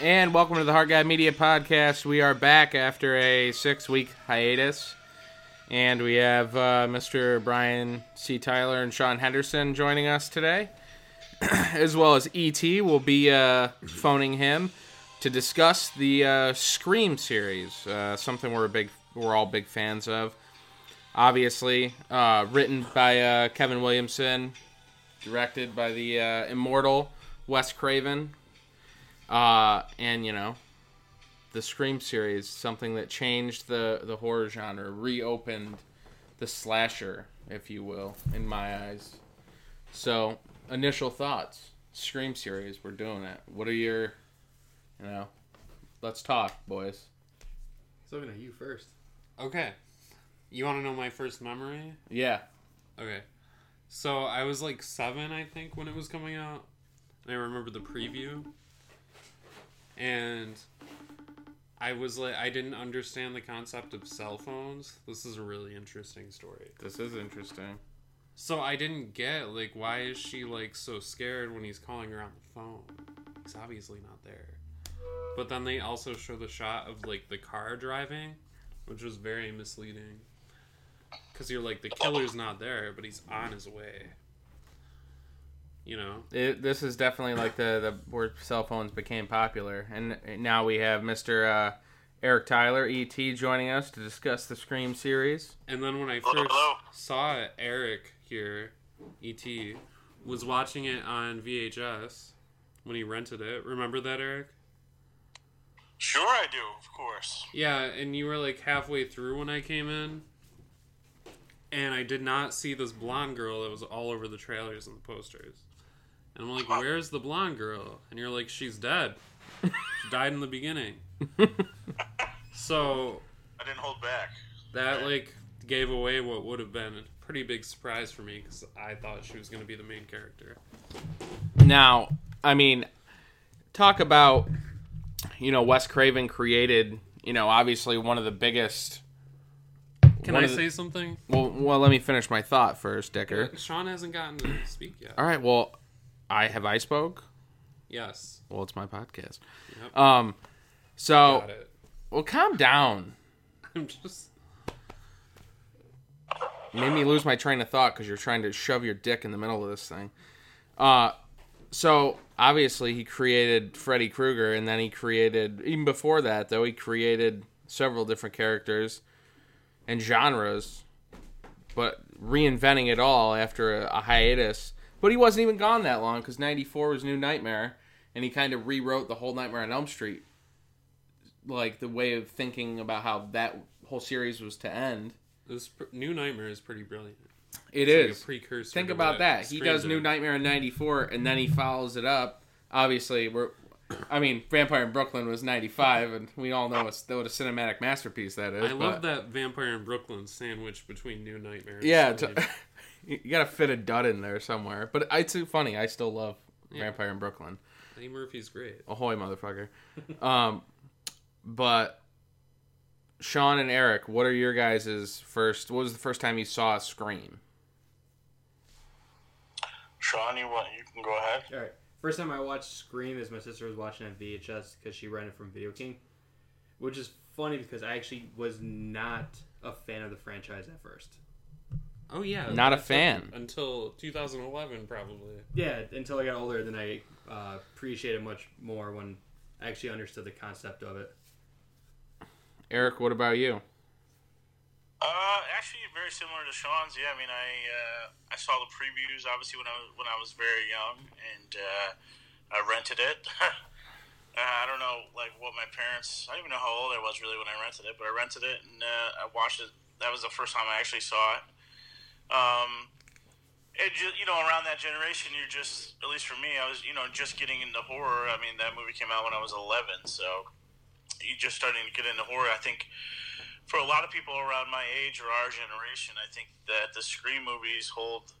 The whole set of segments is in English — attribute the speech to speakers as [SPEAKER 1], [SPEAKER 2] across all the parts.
[SPEAKER 1] and welcome to the Hard Guy Media Podcast. We are back after a six week hiatus, and we have uh, Mr. Brian C. Tyler and Sean Henderson joining us today, as well as ET. We'll be uh, phoning him to discuss the uh, Scream series, uh, something we're a big, we're all big fans of. Obviously, uh, written by uh, Kevin Williamson, directed by the uh, immortal Wes Craven, uh, and you know, the Scream series, something that changed the the horror genre, reopened the slasher, if you will, in my eyes. So, initial thoughts. Scream series, we're doing it. What are your, you know, let's talk, boys.
[SPEAKER 2] He's looking at you first.
[SPEAKER 3] Okay. You want to know my first memory?
[SPEAKER 1] Yeah.
[SPEAKER 3] Okay. So I was like seven, I think, when it was coming out. And I remember the preview. And I was like, I didn't understand the concept of cell phones. This is a really interesting story.
[SPEAKER 1] This is interesting.
[SPEAKER 3] So I didn't get, like, why is she, like, so scared when he's calling her on the phone? He's obviously not there. But then they also show the shot of, like, the car driving, which was very misleading. Because you're like, the killer's not there, but he's on his way. You know?
[SPEAKER 1] It, this is definitely like the, the where cell phones became popular, and now we have Mr. Uh, Eric Tyler, ET, joining us to discuss the Scream series.
[SPEAKER 3] And then when I first saw it, Eric here, ET, was watching it on VHS when he rented it. Remember that, Eric?
[SPEAKER 4] Sure, I do, of course.
[SPEAKER 3] Yeah, and you were like halfway through when I came in. And I did not see this blonde girl that was all over the trailers and the posters. And I'm like, where's the blonde girl? And you're like, she's dead. She died in the beginning. so
[SPEAKER 4] I didn't hold back.
[SPEAKER 3] that, like, gave away what would have been a pretty big surprise for me because I thought she was going to be the main character.
[SPEAKER 1] Now, I mean, talk about you know Wes Craven created you know obviously one of the biggest.
[SPEAKER 3] Can
[SPEAKER 1] one
[SPEAKER 3] I
[SPEAKER 1] of the-
[SPEAKER 3] say something?
[SPEAKER 1] Well, well, let me finish my thought first, Dicker.
[SPEAKER 3] Sean hasn't gotten to speak yet.
[SPEAKER 1] All right. Well, I have I spoke.
[SPEAKER 3] Yes.
[SPEAKER 1] Well, it's my podcast.
[SPEAKER 3] Yep.
[SPEAKER 1] Um, so
[SPEAKER 3] Got it.
[SPEAKER 1] well, calm down.
[SPEAKER 3] I'm just.
[SPEAKER 1] made me lose my train of thought because you're trying to shove your dick in the middle of this thing. Uh, so obviously he created Freddy Krueger, and then he created even before that though he created several different characters and genres, but reinventing it all after a, a hiatus. But he wasn't even gone that long because '94 was New Nightmare, and he kind of rewrote the whole Nightmare on Elm Street, like the way of thinking about how that whole series was to end.
[SPEAKER 3] This pr- new nightmare is pretty brilliant.
[SPEAKER 1] It
[SPEAKER 3] It's like
[SPEAKER 1] is.
[SPEAKER 3] a precursor.
[SPEAKER 1] Think
[SPEAKER 3] to
[SPEAKER 1] about
[SPEAKER 3] what
[SPEAKER 1] that. He
[SPEAKER 3] Scream
[SPEAKER 1] does
[SPEAKER 3] did.
[SPEAKER 1] New Nightmare in '94, and then he follows it up. Obviously, we're. I mean, Vampire in Brooklyn was '95, and we all know it's what a cinematic masterpiece that is.
[SPEAKER 3] I love that Vampire in Brooklyn sandwich between New Nightmare. And
[SPEAKER 1] Yeah,
[SPEAKER 3] Scream.
[SPEAKER 1] t- you gotta fit a dud in there somewhere. But it's too funny. I still love
[SPEAKER 3] Yeah.
[SPEAKER 1] Vampire in Brooklyn.
[SPEAKER 3] Eddie Murphy's great.
[SPEAKER 1] Ahoy, motherfucker. um, but Sean and Eric, what are your guys' first? What was the first time you saw a Scream?
[SPEAKER 4] Sean, you want you can go ahead.
[SPEAKER 2] All right. First time I watched Scream is my sister was watching it on VHS because she rented it from Video King, which is funny because I actually was not a fan of the franchise at first.
[SPEAKER 3] Oh yeah,
[SPEAKER 1] Not a
[SPEAKER 3] that's
[SPEAKER 1] fan.
[SPEAKER 3] up until 2011 probably.
[SPEAKER 2] Yeah, until I got older, then I uh, appreciated much more when I actually understood the concept of it.
[SPEAKER 1] Eric, what about you?
[SPEAKER 4] Uh, actually, very similar to Sean's. Yeah, I mean, I uh, I saw the previews obviously when I was, when I was very young, and uh, I rented it. uh, I don't know like what my parents. I don't even know how old I was really when I rented it, but I rented it and uh, I watched it. That was the first time I actually saw it. Um, it just you know around that generation, you're just at least for me, I was you know just getting into horror. I mean, that movie came out when I was 11, so you just starting to get into horror. I think for a lot of people around my age or our generation, I think that the Scream movies hold.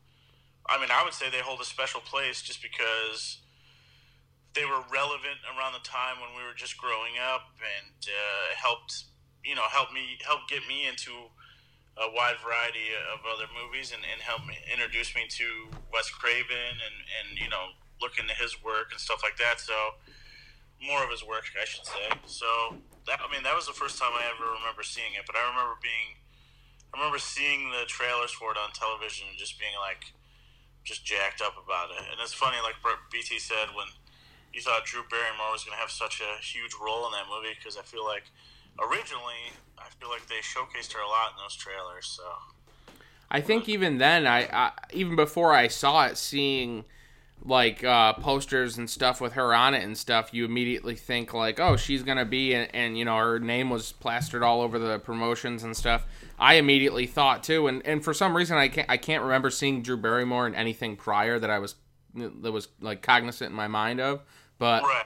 [SPEAKER 4] I mean, I would say they hold a special place just because they were relevant around the time when we were just growing up and uh, helped, you know, help me help get me into a wide variety of other movies and, and help me introduce me to Wes Craven and and you know look into his work and stuff like that. So more of his work, I should say. So that I mean, that was the first time I ever remember seeing it. But I remember being, I remember seeing the trailers for it on television and just being like, just jacked up about it. And it's funny, like Bert BT said, when you thought Drew Barrymore was going to have such a huge role in that movie, because I feel like originally, I feel like they showcased her a lot in those trailers. So
[SPEAKER 1] I think even then, I, I even before I saw it, seeing like uh, posters and stuff with her on it and stuff, you immediately think like, oh, she's gonna be, and, and you know, her name was plastered all over the promotions and stuff. I immediately thought too, and, and for some reason, I can't I can't remember seeing Drew Barrymore in anything prior that I was that was like cognizant in my mind of, but
[SPEAKER 4] right,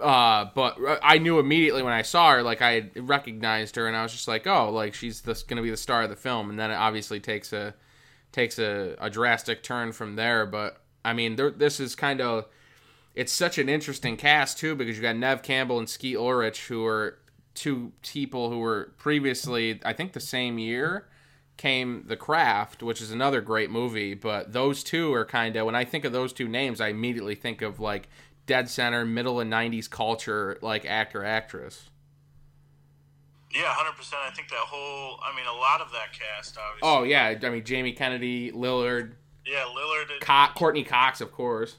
[SPEAKER 1] uh, but I knew immediately when I saw her, like I had recognized her, and I was just like, oh, like she's this going to be the star of the film, and then it obviously takes a takes a, a drastic turn from there. But I mean, there, this is kind of it's such an interesting cast too because you got Nev Campbell and Ski Ulrich who are two people who were previously, I think, the same year came The Craft, which is another great movie. But those two are kind of when I think of those two names, I immediately think of like dead center, middle and '90s culture, like actor actress.
[SPEAKER 4] yeah, hundred percent. I think that whole, I mean, a lot of that cast, obviously.
[SPEAKER 1] Oh yeah, I mean Jamie Kennedy, Lillard,
[SPEAKER 4] yeah, Lillard, and,
[SPEAKER 1] Co- Courtney Cox, of course,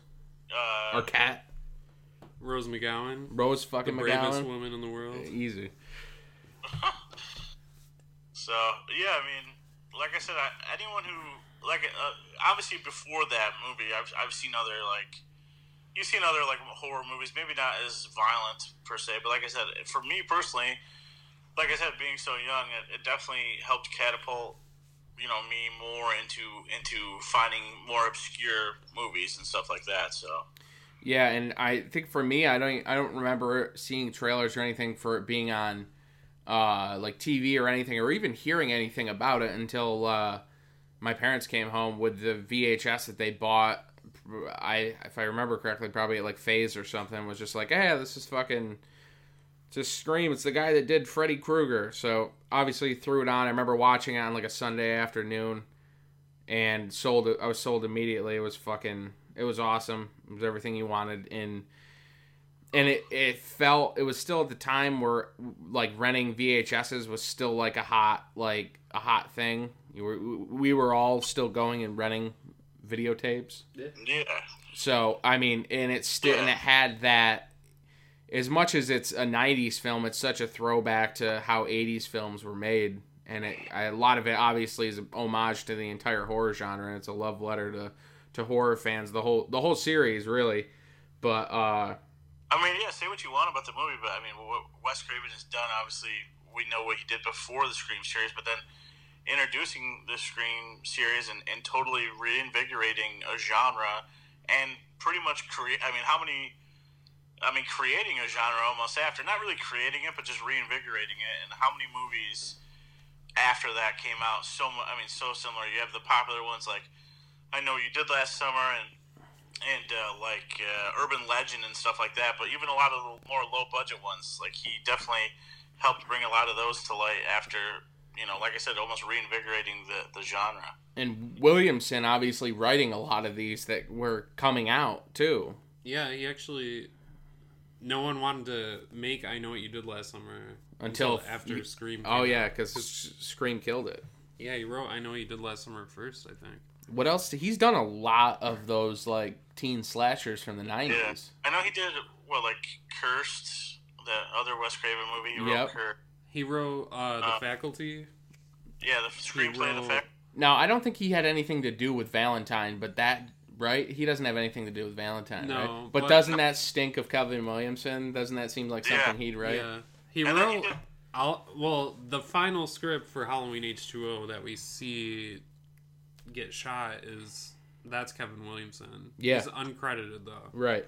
[SPEAKER 4] uh,
[SPEAKER 1] or Cat
[SPEAKER 3] Rose McGowan,
[SPEAKER 1] Rose
[SPEAKER 3] the
[SPEAKER 1] fucking
[SPEAKER 3] bravest
[SPEAKER 1] McGowan.
[SPEAKER 3] woman in the world.
[SPEAKER 1] Easy.
[SPEAKER 4] So yeah, I mean, like I said, I, anyone who like uh, obviously before that movie, I've I've seen other like you've seen other like horror movies, maybe not as violent per se, but like I said, for me personally, like I said, being so young, it, it definitely helped catapult you know me more into into finding more obscure movies and stuff like that. So
[SPEAKER 1] Yeah, and I think for me, I don't I don't remember seeing trailers or anything for it being on uh, like TV or anything, or even hearing anything about it until uh, my parents came home with the VHS that they bought. I if I remember correctly, probably at like Phase or something was just like, hey, this is fucking just scream. It's the guy that did Freddy Krueger. So obviously threw it on. I remember watching it on like a Sunday afternoon and sold it. I was sold immediately. It was fucking. It was awesome. It was everything you wanted in. And it, it felt it was still at the time where like renting VHSs was still like a hot like a hot thing. You were we were all still going and renting videotapes.
[SPEAKER 4] yeah,
[SPEAKER 1] So I mean, and it's still and it had that. As much as it's a '90s film, it's such a throwback to how '80s films were made, and it, a lot of it obviously is a homage to the entire horror genre, and it's a love letter to to horror fans. The whole the whole series, really. But uh,
[SPEAKER 4] I mean, yeah, say what you want about the movie, but I mean, what Wes Craven has done, obviously, we know what he did before the Scream series, but then introducing the Scream series and, and totally reinvigorating a genre and pretty much create. I mean, how many. I mean, creating a genre almost after. Not really creating it, but just reinvigorating it. And how many movies after that came out so mu- I mean, so similar. You have the popular ones like I Know What You Did Last Summer and and uh, like uh, urban legend and stuff like that. But even a lot of the more low budget ones, like he definitely helped bring a lot of those to light after you know, like I said, almost reinvigorating the the genre.
[SPEAKER 1] and Williamson obviously writing a lot of these that were coming out too.
[SPEAKER 3] Yeah, he actually. No one wanted to make "I Know What You Did Last Summer"
[SPEAKER 1] Until
[SPEAKER 3] after
[SPEAKER 1] you-
[SPEAKER 3] Scream.
[SPEAKER 1] Oh
[SPEAKER 3] came out.
[SPEAKER 1] yeah, because Scream killed it.
[SPEAKER 3] yeah. He wrote "I Know What You Did Last Summer" first, I think.
[SPEAKER 1] What else? He's done a lot of those like teen slashers from the '90s.
[SPEAKER 4] Yeah, I know he did what like Cursed, that other Wes Craven movie. He wrote
[SPEAKER 1] Yep.
[SPEAKER 4] Cur-
[SPEAKER 3] He wrote uh, "The
[SPEAKER 1] Oh.
[SPEAKER 4] Uh,
[SPEAKER 3] Faculty."
[SPEAKER 4] yeah, the screenplay of the
[SPEAKER 3] wrote-
[SPEAKER 4] fact.
[SPEAKER 1] Now, I don't think he had anything to do with Valentine, but that right? He doesn't have anything to do with Valentine,
[SPEAKER 3] No,
[SPEAKER 1] right? But,
[SPEAKER 3] but-
[SPEAKER 1] doesn't that stink of Calvin Williamson? Doesn't that seem like
[SPEAKER 4] Yeah.
[SPEAKER 1] something he'd write?
[SPEAKER 3] Yeah. He
[SPEAKER 4] And then he
[SPEAKER 3] wrote.
[SPEAKER 4] did-
[SPEAKER 3] I'll, well, the final script for Halloween H two O that we see get shot is that's Kevin Williamson.
[SPEAKER 1] Yeah.
[SPEAKER 3] He's uncredited though,
[SPEAKER 1] Right.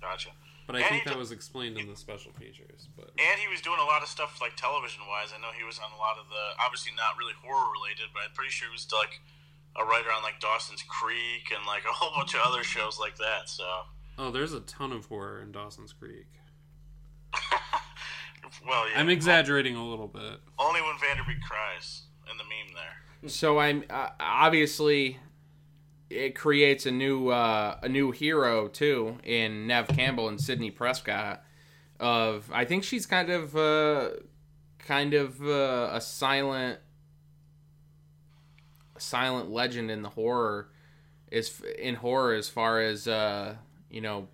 [SPEAKER 4] Gotcha.
[SPEAKER 3] but I
[SPEAKER 4] And
[SPEAKER 3] think
[SPEAKER 4] he
[SPEAKER 3] that
[SPEAKER 4] did-
[SPEAKER 3] was explained in the special features. But
[SPEAKER 4] And he was doing a lot of stuff like television wise. I know he was on a lot of the obviously not really horror related, but I'm pretty sure he was like a writer on like Dawson's Creek and like a whole bunch of other shows like that. So
[SPEAKER 3] oh, there's a ton of horror in Dawson's Creek.
[SPEAKER 4] well, yeah.
[SPEAKER 3] I'm exaggerating a little bit.
[SPEAKER 4] only when Vanderbeek cries in the meme there.
[SPEAKER 1] So I'm uh, obviously it creates a new uh, a new hero too in Nev Campbell and Sidney Prescott, of I think she's kind of uh, kind of uh, a silent silent legend in the horror is in horror as far as uh, you know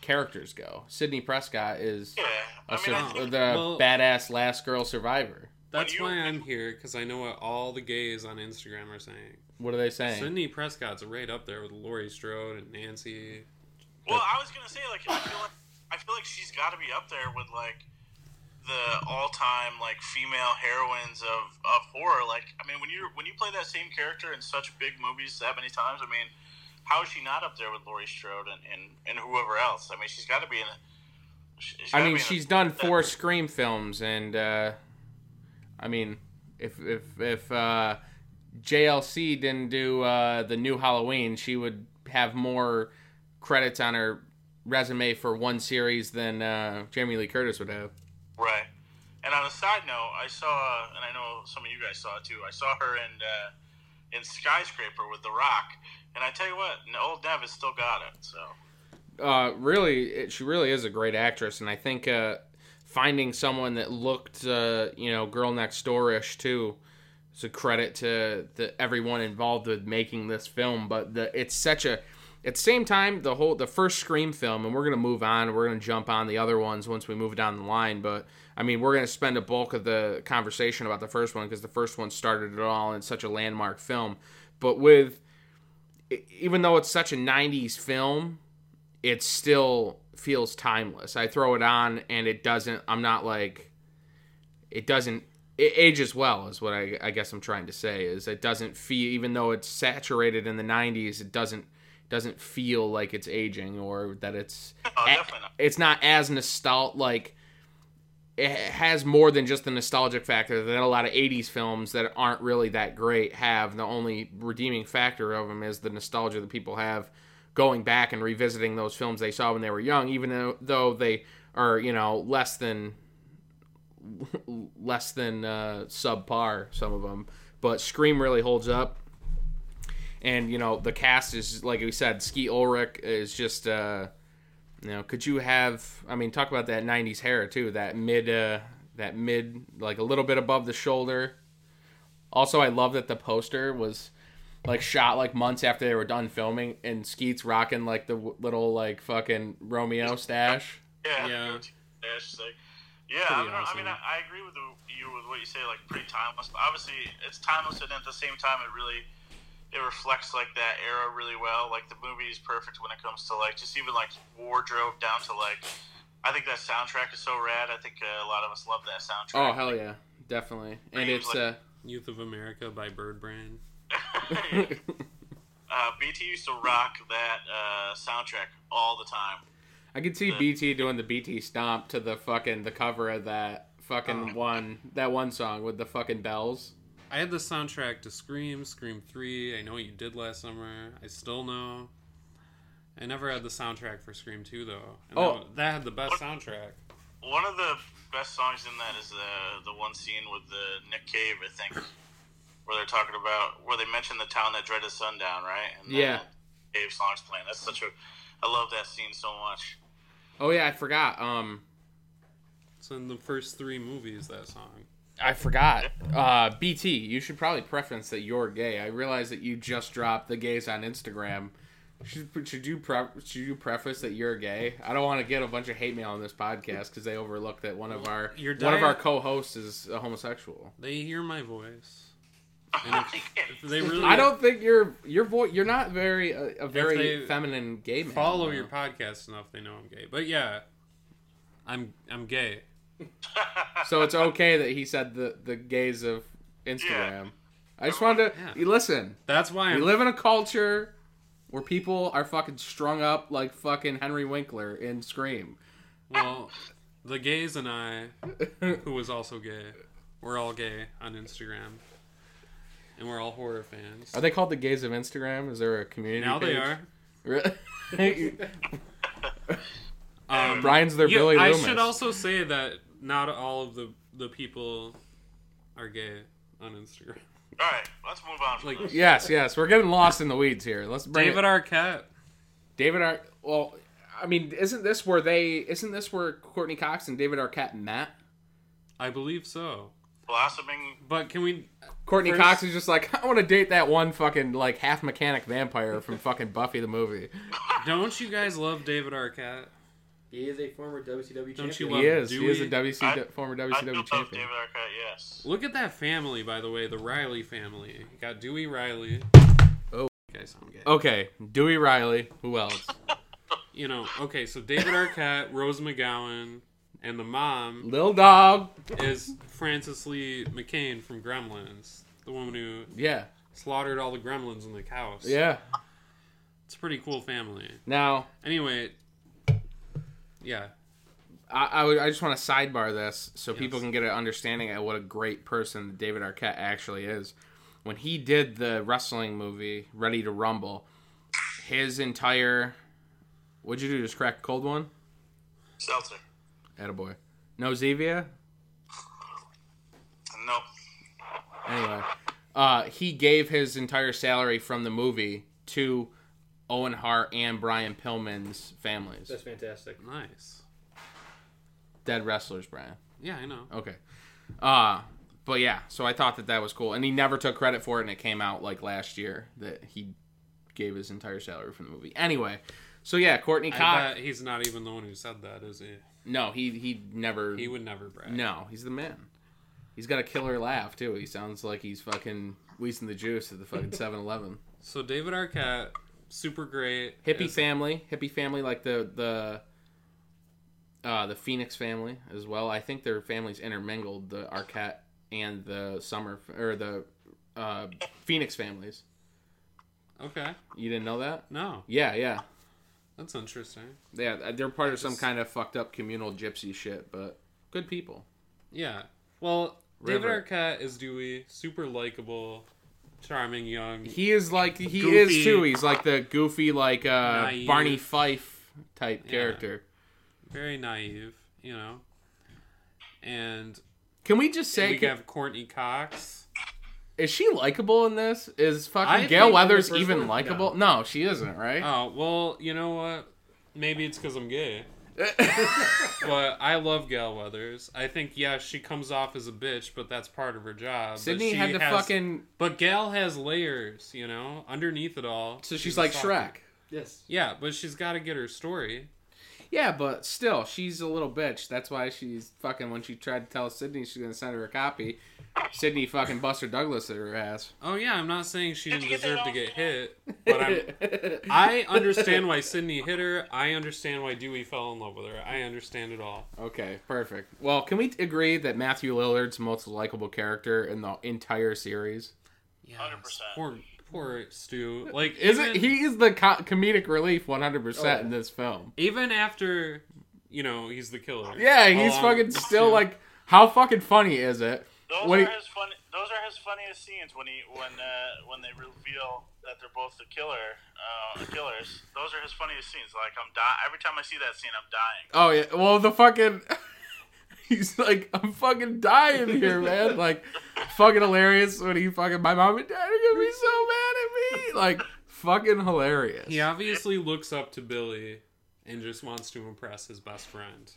[SPEAKER 1] characters go. Sydney Prescott is
[SPEAKER 4] Yeah,
[SPEAKER 1] a
[SPEAKER 4] I mean, I
[SPEAKER 1] sur-
[SPEAKER 4] think
[SPEAKER 1] the
[SPEAKER 3] Well-
[SPEAKER 1] badass last girl survivor.
[SPEAKER 3] That's
[SPEAKER 4] you-
[SPEAKER 3] why I'm here because I know what all the gays on Instagram are saying.
[SPEAKER 1] What are they saying?
[SPEAKER 3] Sydney Prescott's right up there with Laurie Strode and Nancy.
[SPEAKER 4] Well, I was gonna say like I feel like I feel like she's got to be up there with like the all-time like female heroines of of horror. Like I mean, when you when you play that same character in such big movies that many times, I mean, how is she not up there with Laurie Strode and and, and whoever else? I mean, she's got to be in. A, she- she's
[SPEAKER 1] I
[SPEAKER 4] gotta
[SPEAKER 1] mean,
[SPEAKER 4] be in a-
[SPEAKER 1] she's done four Scream films, and uh, I mean, if if if uh, JLC didn't do uh, the new Halloween, she would have more credits on her resume for one series than uh, Jamie Lee Curtis would have.
[SPEAKER 4] Right. And on a side note, I saw, and I know some of you guys saw it too. I saw her in uh, in skyscraper with The Rock, and I tell you what, old Nev has still got it. So
[SPEAKER 1] Uh, really, it, she really is a great actress, and I think uh, finding someone that looked, uh, you know, girl next door-ish too, is a credit to the, everyone involved with making this film. But the, it's such a, at the same time, the whole the first Scream film, and we're gonna move on. We're gonna jump on the other ones once we move down the line. But I mean, we're gonna spend a bulk of the conversation about the first one because the first one started it all, and it's such a landmark film. But with e- even though it's such a 90s film it still feels timeless. I throw it on and it doesn't. I'm not like it doesn't. It ages well is what I, I guess I'm trying to say is it doesn't feel even though it's saturated in the 90s it doesn't doesn't feel like it's aging or that it's
[SPEAKER 4] Oh, definitely not.
[SPEAKER 1] it's not as nostalgic like it has more than just the nostalgic factor that a lot of 80s films that aren't really that great have the only redeeming factor of them is the nostalgia that people have going back and revisiting those films they saw when they were young even though, though they are you know less than less than uh, subpar some of them but scream really holds up and you know the cast is like we said ski ulrich is just uh you know could you have i mean talk about that 90s hair too that mid uh that mid like a little bit above the shoulder also i love that the poster was like shot like months after they were done filming and skeets rocking like the w- little like fucking romeo stash
[SPEAKER 4] Yeah.
[SPEAKER 3] Yeah.
[SPEAKER 4] Yeah, she's like, yeah. I,
[SPEAKER 3] Pretty
[SPEAKER 4] don't know. I mean, I,
[SPEAKER 3] awesome.
[SPEAKER 4] I agree with the, you with what you say. Like, pretty timeless. But obviously, it's timeless, and at the same time, it really it reflects like that era really well. Like the movie is perfect when it comes to like just even like wardrobe down to like. I think that soundtrack is so rad. I think uh, a lot of us love that soundtrack.
[SPEAKER 1] oh hell yeah definitely and it's uh
[SPEAKER 3] Youth of America by Birdbrand.
[SPEAKER 4] uh, BT used to rock that uh, soundtrack all the time.
[SPEAKER 1] I could see BT doing the BT stomp to the fucking the cover of that fucking one that one song with the fucking bells.
[SPEAKER 3] I had the soundtrack to Scream, Scream 3, I Know What You Did Last Summer, I Still Know. I never had the soundtrack for Scream 2, though. And
[SPEAKER 1] Oh.
[SPEAKER 3] that, that had the best soundtrack.
[SPEAKER 4] One of the best songs in that is uh, the the one scene with the Nick Cave, I think, where they're talking about where they mention the town that dreaded sundown, right? And then
[SPEAKER 1] Yeah.
[SPEAKER 4] the Cave songs playing. That's such a I love that scene so much.
[SPEAKER 1] Oh yeah, I forgot. Um
[SPEAKER 3] It's in the first three movies, that song.
[SPEAKER 1] I forgot. Uh BT, you should probably preference that you're gay. I realize that you just dropped the gays on Instagram. Should, should you pre- should you preface that you're gay? I don't want to get a bunch of hate mail on this podcast because they overlooked that one of our
[SPEAKER 3] Your
[SPEAKER 1] one of
[SPEAKER 3] diet-
[SPEAKER 1] our co-hosts is a homosexual.
[SPEAKER 3] They hear my voice. And if, if they really
[SPEAKER 1] I don't think you're your vo- you're not very uh, a very
[SPEAKER 3] they
[SPEAKER 1] feminine gay man.
[SPEAKER 3] follow
[SPEAKER 1] you
[SPEAKER 3] your
[SPEAKER 1] know?
[SPEAKER 3] podcast enough, they know I'm gay. But yeah, I'm I'm gay.
[SPEAKER 1] So it's okay that he said the the gaze of Instagram. I just wanted to
[SPEAKER 3] Yeah.
[SPEAKER 1] you listen.
[SPEAKER 3] That's why
[SPEAKER 1] We
[SPEAKER 3] I'm
[SPEAKER 1] live in a culture where people are fucking strung up like fucking Henry Winkler in Scream.
[SPEAKER 3] Well, the gays and I, who was also gay, we're all gay on Instagram, and we're all horror fans.
[SPEAKER 1] Are they called the gays of Instagram? Is there a community?
[SPEAKER 3] now they
[SPEAKER 1] page?
[SPEAKER 3] are.
[SPEAKER 1] Really?
[SPEAKER 3] Um,
[SPEAKER 1] Brian's their
[SPEAKER 3] you-
[SPEAKER 1] Billy
[SPEAKER 3] I
[SPEAKER 1] Loomis.
[SPEAKER 3] should also say that not all of the the people are gay on Instagram.
[SPEAKER 4] All right, let's move on. From
[SPEAKER 3] Like
[SPEAKER 4] this.
[SPEAKER 1] yes, yes. We're getting lost in the weeds here. Let's bring
[SPEAKER 3] David
[SPEAKER 1] it.
[SPEAKER 3] Arquette.
[SPEAKER 1] David Ar- well I mean, isn't this where they? Isn't this where Courtney Cox and David Arquette met?
[SPEAKER 3] I believe so.
[SPEAKER 4] Blossoming.
[SPEAKER 3] But can we?
[SPEAKER 1] Courtney
[SPEAKER 3] First-
[SPEAKER 1] Cox is just like, I want to date that one fucking like half mechanic vampire from fucking Buffy the movie.
[SPEAKER 3] Don't you guys love David Arquette?
[SPEAKER 2] He is a former WCW
[SPEAKER 3] Don't you
[SPEAKER 2] champion.
[SPEAKER 3] love-
[SPEAKER 1] He is. He
[SPEAKER 3] Dewey.
[SPEAKER 1] is a WC
[SPEAKER 4] I-
[SPEAKER 1] former
[SPEAKER 4] I
[SPEAKER 1] WCW
[SPEAKER 4] do love
[SPEAKER 1] champion.
[SPEAKER 4] David Arquette. Yes.
[SPEAKER 3] Look at that family, by the way, the Riley family. You got Dewey Riley.
[SPEAKER 1] Oh.
[SPEAKER 3] you guys, I'm gay.
[SPEAKER 1] Okay, Dewey Riley. Who else?
[SPEAKER 3] You know, okay, so David Arquette, Rose McGowan, and the mom
[SPEAKER 1] Lil Dog.
[SPEAKER 3] is Frances Lee McCain from Gremlins, the woman who
[SPEAKER 1] Yeah,
[SPEAKER 3] slaughtered all the gremlins in the house.
[SPEAKER 1] yeah.
[SPEAKER 3] it's a pretty cool family.
[SPEAKER 1] Now,
[SPEAKER 3] Anyway, yeah,
[SPEAKER 1] I, I, would, I just want to sidebar this so people
[SPEAKER 3] Yes.
[SPEAKER 1] can get an understanding of what a great person David Arquette actually is. When he did the wrestling movie Ready to Rumble, his entire what'd you do? Just crack a cold one?
[SPEAKER 4] Seltzer.
[SPEAKER 1] Attaboy. No Zevia?
[SPEAKER 4] Nope.
[SPEAKER 1] Anyway. Uh, he gave his entire salary from the movie to Owen Hart and Brian Pillman's families.
[SPEAKER 2] That's fantastic.
[SPEAKER 3] nice.
[SPEAKER 1] Dead wrestlers, Brian.
[SPEAKER 3] Yeah, I know.
[SPEAKER 1] Okay. Uh but yeah, so I thought that that was cool, and he never took credit for it, and it came out like last year that he gave his entire salary from the movie. Anyway, so yeah, Courtney
[SPEAKER 3] I
[SPEAKER 1] Cox.
[SPEAKER 3] bet he's not even the one who said that, is he?
[SPEAKER 1] No, he he never.
[SPEAKER 3] He would never brag.
[SPEAKER 1] no, he's the man. He's got a killer laugh too. He sounds like he's fucking wheezing the juice at the fucking 7-Eleven.
[SPEAKER 3] So David Arquette, super great.
[SPEAKER 1] Hippie
[SPEAKER 3] Is-
[SPEAKER 1] family, hippie family, like the the uh, the Phoenix family as well. I think their families intermingled, the Arquette and the Summer or the uh, Phoenix families.
[SPEAKER 3] Okay.
[SPEAKER 1] You didn't know that?
[SPEAKER 3] No,
[SPEAKER 1] Yeah, yeah,
[SPEAKER 3] that's interesting.
[SPEAKER 1] yeah. uh, They're part of some
[SPEAKER 3] just-
[SPEAKER 1] kind of fucked up communal gypsy shit, but good people.
[SPEAKER 3] Yeah. Well,
[SPEAKER 1] River.
[SPEAKER 3] David Arquette is Dewey, super likable, charming, young.
[SPEAKER 1] He is like he
[SPEAKER 3] Goofy.
[SPEAKER 1] is too. He's like the goofy, like uh,
[SPEAKER 3] Naive.
[SPEAKER 1] Barney Fife type
[SPEAKER 3] Yeah.
[SPEAKER 1] character.
[SPEAKER 3] very naive, you know. And
[SPEAKER 1] Can we just say
[SPEAKER 3] we
[SPEAKER 1] can-
[SPEAKER 3] have Courtney Cox.
[SPEAKER 1] is she likable in this? Is
[SPEAKER 3] I
[SPEAKER 1] fucking
[SPEAKER 3] think
[SPEAKER 1] Gail
[SPEAKER 3] in the
[SPEAKER 1] Weathers
[SPEAKER 3] first
[SPEAKER 1] even
[SPEAKER 2] one,
[SPEAKER 1] likable? No. she isn't, right?
[SPEAKER 3] Oh well, you know what? Maybe it's because I'm gay, but I love Gail Weathers. I think yeah, she comes off as a bitch, but that's part of her job. But
[SPEAKER 1] Sydney
[SPEAKER 3] she
[SPEAKER 1] had to
[SPEAKER 3] has-
[SPEAKER 1] fucking
[SPEAKER 3] But Gail has layers, you know, underneath it all.
[SPEAKER 1] so she's like
[SPEAKER 3] a soft-
[SPEAKER 1] Shrek.
[SPEAKER 2] Yes.
[SPEAKER 3] Yeah, but she's got to get her story.
[SPEAKER 1] Yeah, but still, she's a little bitch. That's why she's fucking. When she tried to tell Sydney she's gonna send her a copy, Sydney fucking Buster Douglas at her ass.
[SPEAKER 3] Oh yeah, I'm not saying she
[SPEAKER 4] Did
[SPEAKER 3] didn't
[SPEAKER 4] you get that
[SPEAKER 3] deserve to
[SPEAKER 4] off?
[SPEAKER 3] get hit, but I'm I understand why Sydney hit her. I understand why Dewey fell in love with her. I understand it all.
[SPEAKER 1] Okay, perfect. Well, can we agree that Matthew Lillard's most likable character in the entire series?
[SPEAKER 3] Yeah,
[SPEAKER 4] 100%.
[SPEAKER 3] Poor, poor Stu. Like,
[SPEAKER 1] Is
[SPEAKER 3] even,
[SPEAKER 1] it? He is the co- comedic relief 100%
[SPEAKER 2] Oh.
[SPEAKER 1] in this film.
[SPEAKER 3] Even after, you know, he's the killer.
[SPEAKER 1] Yeah, he's
[SPEAKER 3] Along
[SPEAKER 1] fucking
[SPEAKER 3] with
[SPEAKER 1] still
[SPEAKER 3] Stu.
[SPEAKER 1] like, how fucking funny is it?
[SPEAKER 4] Those
[SPEAKER 1] When
[SPEAKER 4] are
[SPEAKER 1] he-
[SPEAKER 4] his fun. Those are his funniest scenes when he when uh, when they reveal that they're both the killer, uh, the killers. Those are his funniest scenes. Like I'm di- Every time I see that scene, I'm dying.
[SPEAKER 1] Oh yeah. Well, the fucking he's like, I'm fucking dying here, man. Like, fucking hilarious when he fucking my mom and dad are gonna be so mad at me. Like, fucking hilarious.
[SPEAKER 3] He obviously looks up to Billy and just wants to impress his best friend.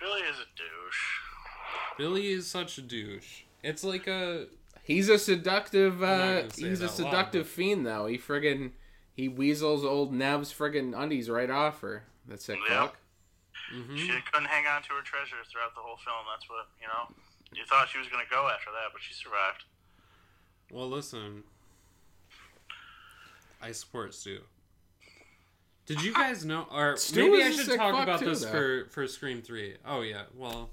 [SPEAKER 4] Billy is a douche.
[SPEAKER 3] Billy is such a douche. It's like a.
[SPEAKER 1] He's a seductive.
[SPEAKER 3] I'm not
[SPEAKER 1] uh
[SPEAKER 3] gonna say
[SPEAKER 1] He's a
[SPEAKER 3] it out loud,
[SPEAKER 1] seductive
[SPEAKER 3] but-
[SPEAKER 1] fiend, though. He friggin' he weasels old Nev's friggin' undies right off her. That sick
[SPEAKER 4] Yeah.
[SPEAKER 1] fuck.
[SPEAKER 3] mhm.
[SPEAKER 4] She couldn't hang on to her treasure throughout the whole film. That's what you know. You thought she was gonna go after that, but she survived.
[SPEAKER 3] Well, listen. I support Stu. Did you guys know? Or
[SPEAKER 1] Stu
[SPEAKER 3] maybe
[SPEAKER 1] is
[SPEAKER 3] I
[SPEAKER 1] a
[SPEAKER 3] should
[SPEAKER 1] sick
[SPEAKER 3] talk
[SPEAKER 1] fuck
[SPEAKER 3] about
[SPEAKER 1] too,
[SPEAKER 3] this
[SPEAKER 1] though.
[SPEAKER 3] for for Scream Three. Oh yeah. Well,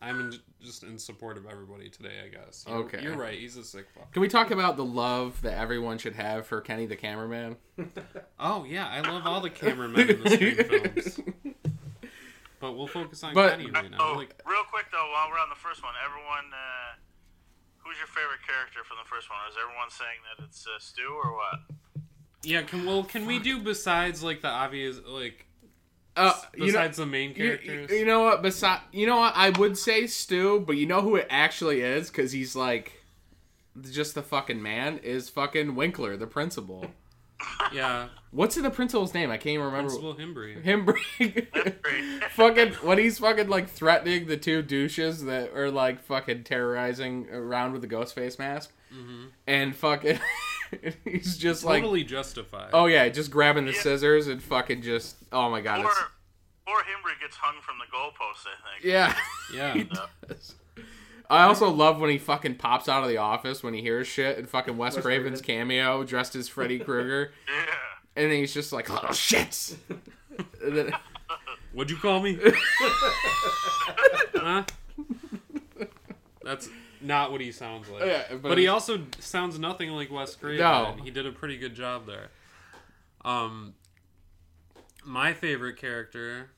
[SPEAKER 3] I'm in, just in support of everybody today. I guess. You're-
[SPEAKER 1] Okay.
[SPEAKER 3] You're right. He's a sick fuck.
[SPEAKER 1] Can we talk about the love that everyone should have for Kenny the cameraman?
[SPEAKER 3] Oh yeah, I love all the cameramen in the Scream films. But we'll focus on
[SPEAKER 1] But-
[SPEAKER 3] Kenny right now.
[SPEAKER 4] Oh,
[SPEAKER 3] Like,
[SPEAKER 4] real quick though, while we're on the first one, everyone, uh, who's your favorite character from the first one? Is everyone saying that it's uh, Stu or what?
[SPEAKER 3] yeah. Can well can we do besides like the obvious like
[SPEAKER 1] Uh, you know,
[SPEAKER 3] besides the main
[SPEAKER 1] You-
[SPEAKER 3] characters?
[SPEAKER 1] You, you know what? Besides, you know what? I would say Stu, but you know who it actually is because he's like just the fucking man is fucking Winkler, the principal.
[SPEAKER 3] yeah,
[SPEAKER 1] What's the principal's name? I can't even remember.
[SPEAKER 3] Principal Himbry.
[SPEAKER 1] Him bring fucking when he's fucking like threatening the two douches that are like fucking terrorizing around with the ghost face mask,
[SPEAKER 3] Mhm.
[SPEAKER 1] and fucking he's just like,
[SPEAKER 3] Totally justified.
[SPEAKER 1] oh yeah, just grabbing the
[SPEAKER 4] Yeah.
[SPEAKER 1] scissors and fucking just, oh my god,
[SPEAKER 4] or,
[SPEAKER 1] it's,
[SPEAKER 4] or Himbry gets hung from the goalpost, I think.
[SPEAKER 1] yeah.
[SPEAKER 3] yeah.
[SPEAKER 1] He does. I also love when he fucking pops out of the office when he hears shit and fucking Wes
[SPEAKER 2] Wes
[SPEAKER 1] Craven's
[SPEAKER 2] Craven.
[SPEAKER 1] cameo dressed as Freddy Krueger.
[SPEAKER 4] Yeah.
[SPEAKER 1] and then he's just like, little shits. And then-
[SPEAKER 3] What'd you call me? huh? That's not what he sounds like.
[SPEAKER 1] Yeah, but uh,
[SPEAKER 3] but, he
[SPEAKER 1] it's-
[SPEAKER 3] also sounds nothing like Wes Craven.
[SPEAKER 1] No.
[SPEAKER 3] and He did a pretty good job there. Um, my favorite character.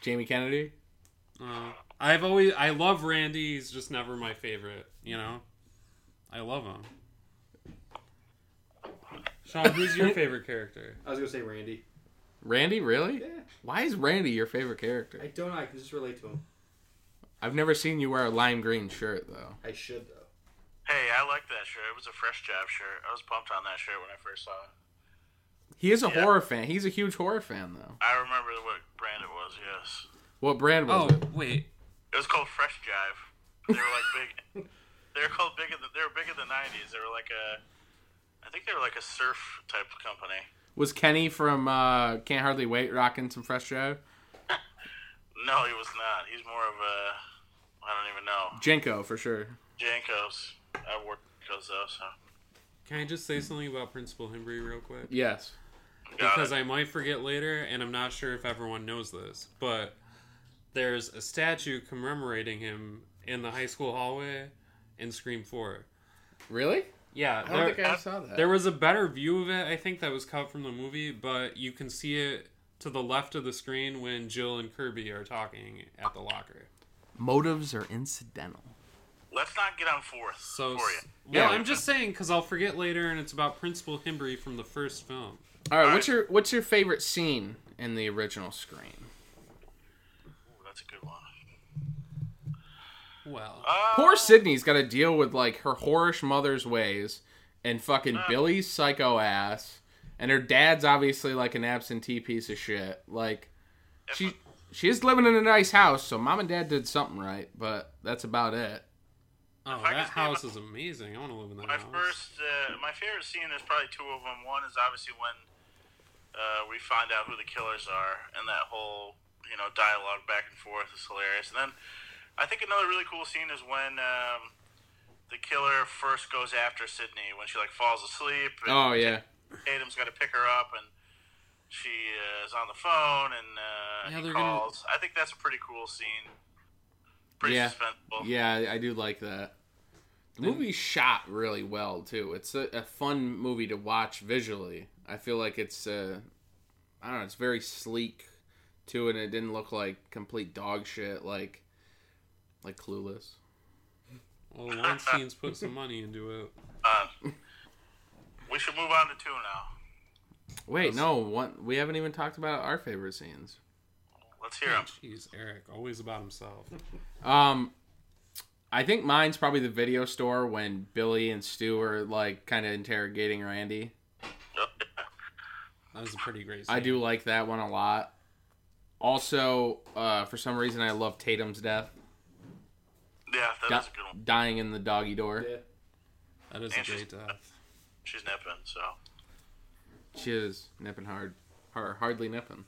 [SPEAKER 1] Jamie Kennedy?
[SPEAKER 3] Uh, I've always I love Randy. He's just never my favorite. You know, I love him. Sean, who's your favorite character?
[SPEAKER 2] I was gonna say Randy.
[SPEAKER 1] Randy, really?
[SPEAKER 2] Yeah,
[SPEAKER 1] Why is Randy your favorite character?
[SPEAKER 2] I don't. know. I can just relate to him.
[SPEAKER 1] I've never seen you wear a lime green shirt though.
[SPEAKER 2] I should though.
[SPEAKER 4] Hey, I like that shirt. It was a fresh job shirt. I was pumped on that shirt when I first saw it.
[SPEAKER 1] He is a
[SPEAKER 4] Yeah.
[SPEAKER 1] horror fan. He's a huge horror fan though.
[SPEAKER 4] I remember what brand it was, yes.
[SPEAKER 1] What brand was
[SPEAKER 3] Oh
[SPEAKER 1] it?
[SPEAKER 3] wait,
[SPEAKER 4] It was called Fresh Jive. They were like big. They were called big. In the, they were big in the '90s. They were like a, I think they were like a surf type of company.
[SPEAKER 1] Was Kenny from uh, Can't Hardly Wait rocking some fresh drive?
[SPEAKER 4] No, he was not. He's more of a, I don't even know.
[SPEAKER 1] Jenko for sure.
[SPEAKER 4] Jankos. I wore Jankos though, so.
[SPEAKER 3] can I just say something about Principal Himbry real quick?
[SPEAKER 1] Yes.
[SPEAKER 4] Got
[SPEAKER 3] because
[SPEAKER 4] it.
[SPEAKER 3] I might forget later, and I'm not sure if everyone knows this, but there's a statue commemorating him in the high school hallway in Scream 4.
[SPEAKER 1] Really?
[SPEAKER 3] Yeah,
[SPEAKER 1] I
[SPEAKER 3] there-
[SPEAKER 1] don't think I saw that.
[SPEAKER 3] there was a better view of it, I think, that was cut from the movie, but you can see it to the left of the screen when Jill and Kirby are talking at the locker.
[SPEAKER 1] Motives are incidental.
[SPEAKER 4] Let's not get on fourth
[SPEAKER 3] So,
[SPEAKER 4] for
[SPEAKER 3] s-
[SPEAKER 4] you.
[SPEAKER 3] well,
[SPEAKER 1] Yeah.
[SPEAKER 3] I'm just saying because I'll forget later, and it's about Principal Himbry from the first film.
[SPEAKER 1] All right,
[SPEAKER 4] All
[SPEAKER 1] what's
[SPEAKER 4] right.
[SPEAKER 1] your what's your favorite scene in the original Scream?
[SPEAKER 4] Ooh, that's a good one.
[SPEAKER 3] Well,
[SPEAKER 4] Uh,
[SPEAKER 1] Poor Sydney's got to deal with like her whorish mother's ways and fucking
[SPEAKER 4] Uh.
[SPEAKER 1] Billy's psycho ass, and her dad's obviously like an absentee piece of shit. Like she she is living in a nice house, so mom and dad did something right, but that's about it.
[SPEAKER 3] oh,
[SPEAKER 4] I
[SPEAKER 3] that
[SPEAKER 4] could say my-
[SPEAKER 3] house is amazing. I want to live in that
[SPEAKER 4] my
[SPEAKER 3] house.
[SPEAKER 4] first, uh, my favorite scene. There's probably two of them. One is obviously when uh, we find out who the killers are, and that whole you know dialogue back and forth is hilarious. And then I think another really cool scene is when um, the killer first goes after Sydney when she like falls asleep. And
[SPEAKER 1] Oh yeah,
[SPEAKER 4] Tatum's got to pick her up, and she uh, is on the phone, and uh,
[SPEAKER 3] Yeah,
[SPEAKER 4] he
[SPEAKER 3] they're gonna-
[SPEAKER 4] calls. I think that's a pretty cool scene. Pretty
[SPEAKER 1] Yeah.
[SPEAKER 4] suspenseful.
[SPEAKER 1] yeah, I- I do like that. The movie's shot really well too. It's a, a fun movie to watch visually. I feel like it's uh, I don't know, it's very sleek too, and it didn't look like complete dog shit like like Clueless.
[SPEAKER 3] Well, Weinstein's put some money into it.
[SPEAKER 4] Uh, we should move on to two now.
[SPEAKER 1] Wait, no, one we haven't even talked about our favorite scenes.
[SPEAKER 4] Let's hear them.
[SPEAKER 3] Jeez, Eric, always about himself.
[SPEAKER 1] Um, I think mine's probably the video store when Billy and Stu are like kind of interrogating Randy.
[SPEAKER 3] That was a pretty great. Scene.
[SPEAKER 1] I do like that one a lot. Also, uh, for some reason, I love Tatum's death,
[SPEAKER 4] Yeah, that
[SPEAKER 1] Di-
[SPEAKER 4] is a good one.
[SPEAKER 1] dying in the doggy door.
[SPEAKER 2] Yeah.
[SPEAKER 3] That is a
[SPEAKER 4] And she's-
[SPEAKER 3] great death.
[SPEAKER 4] She's nipping, so
[SPEAKER 1] She is nipping hard, or hardly nipping.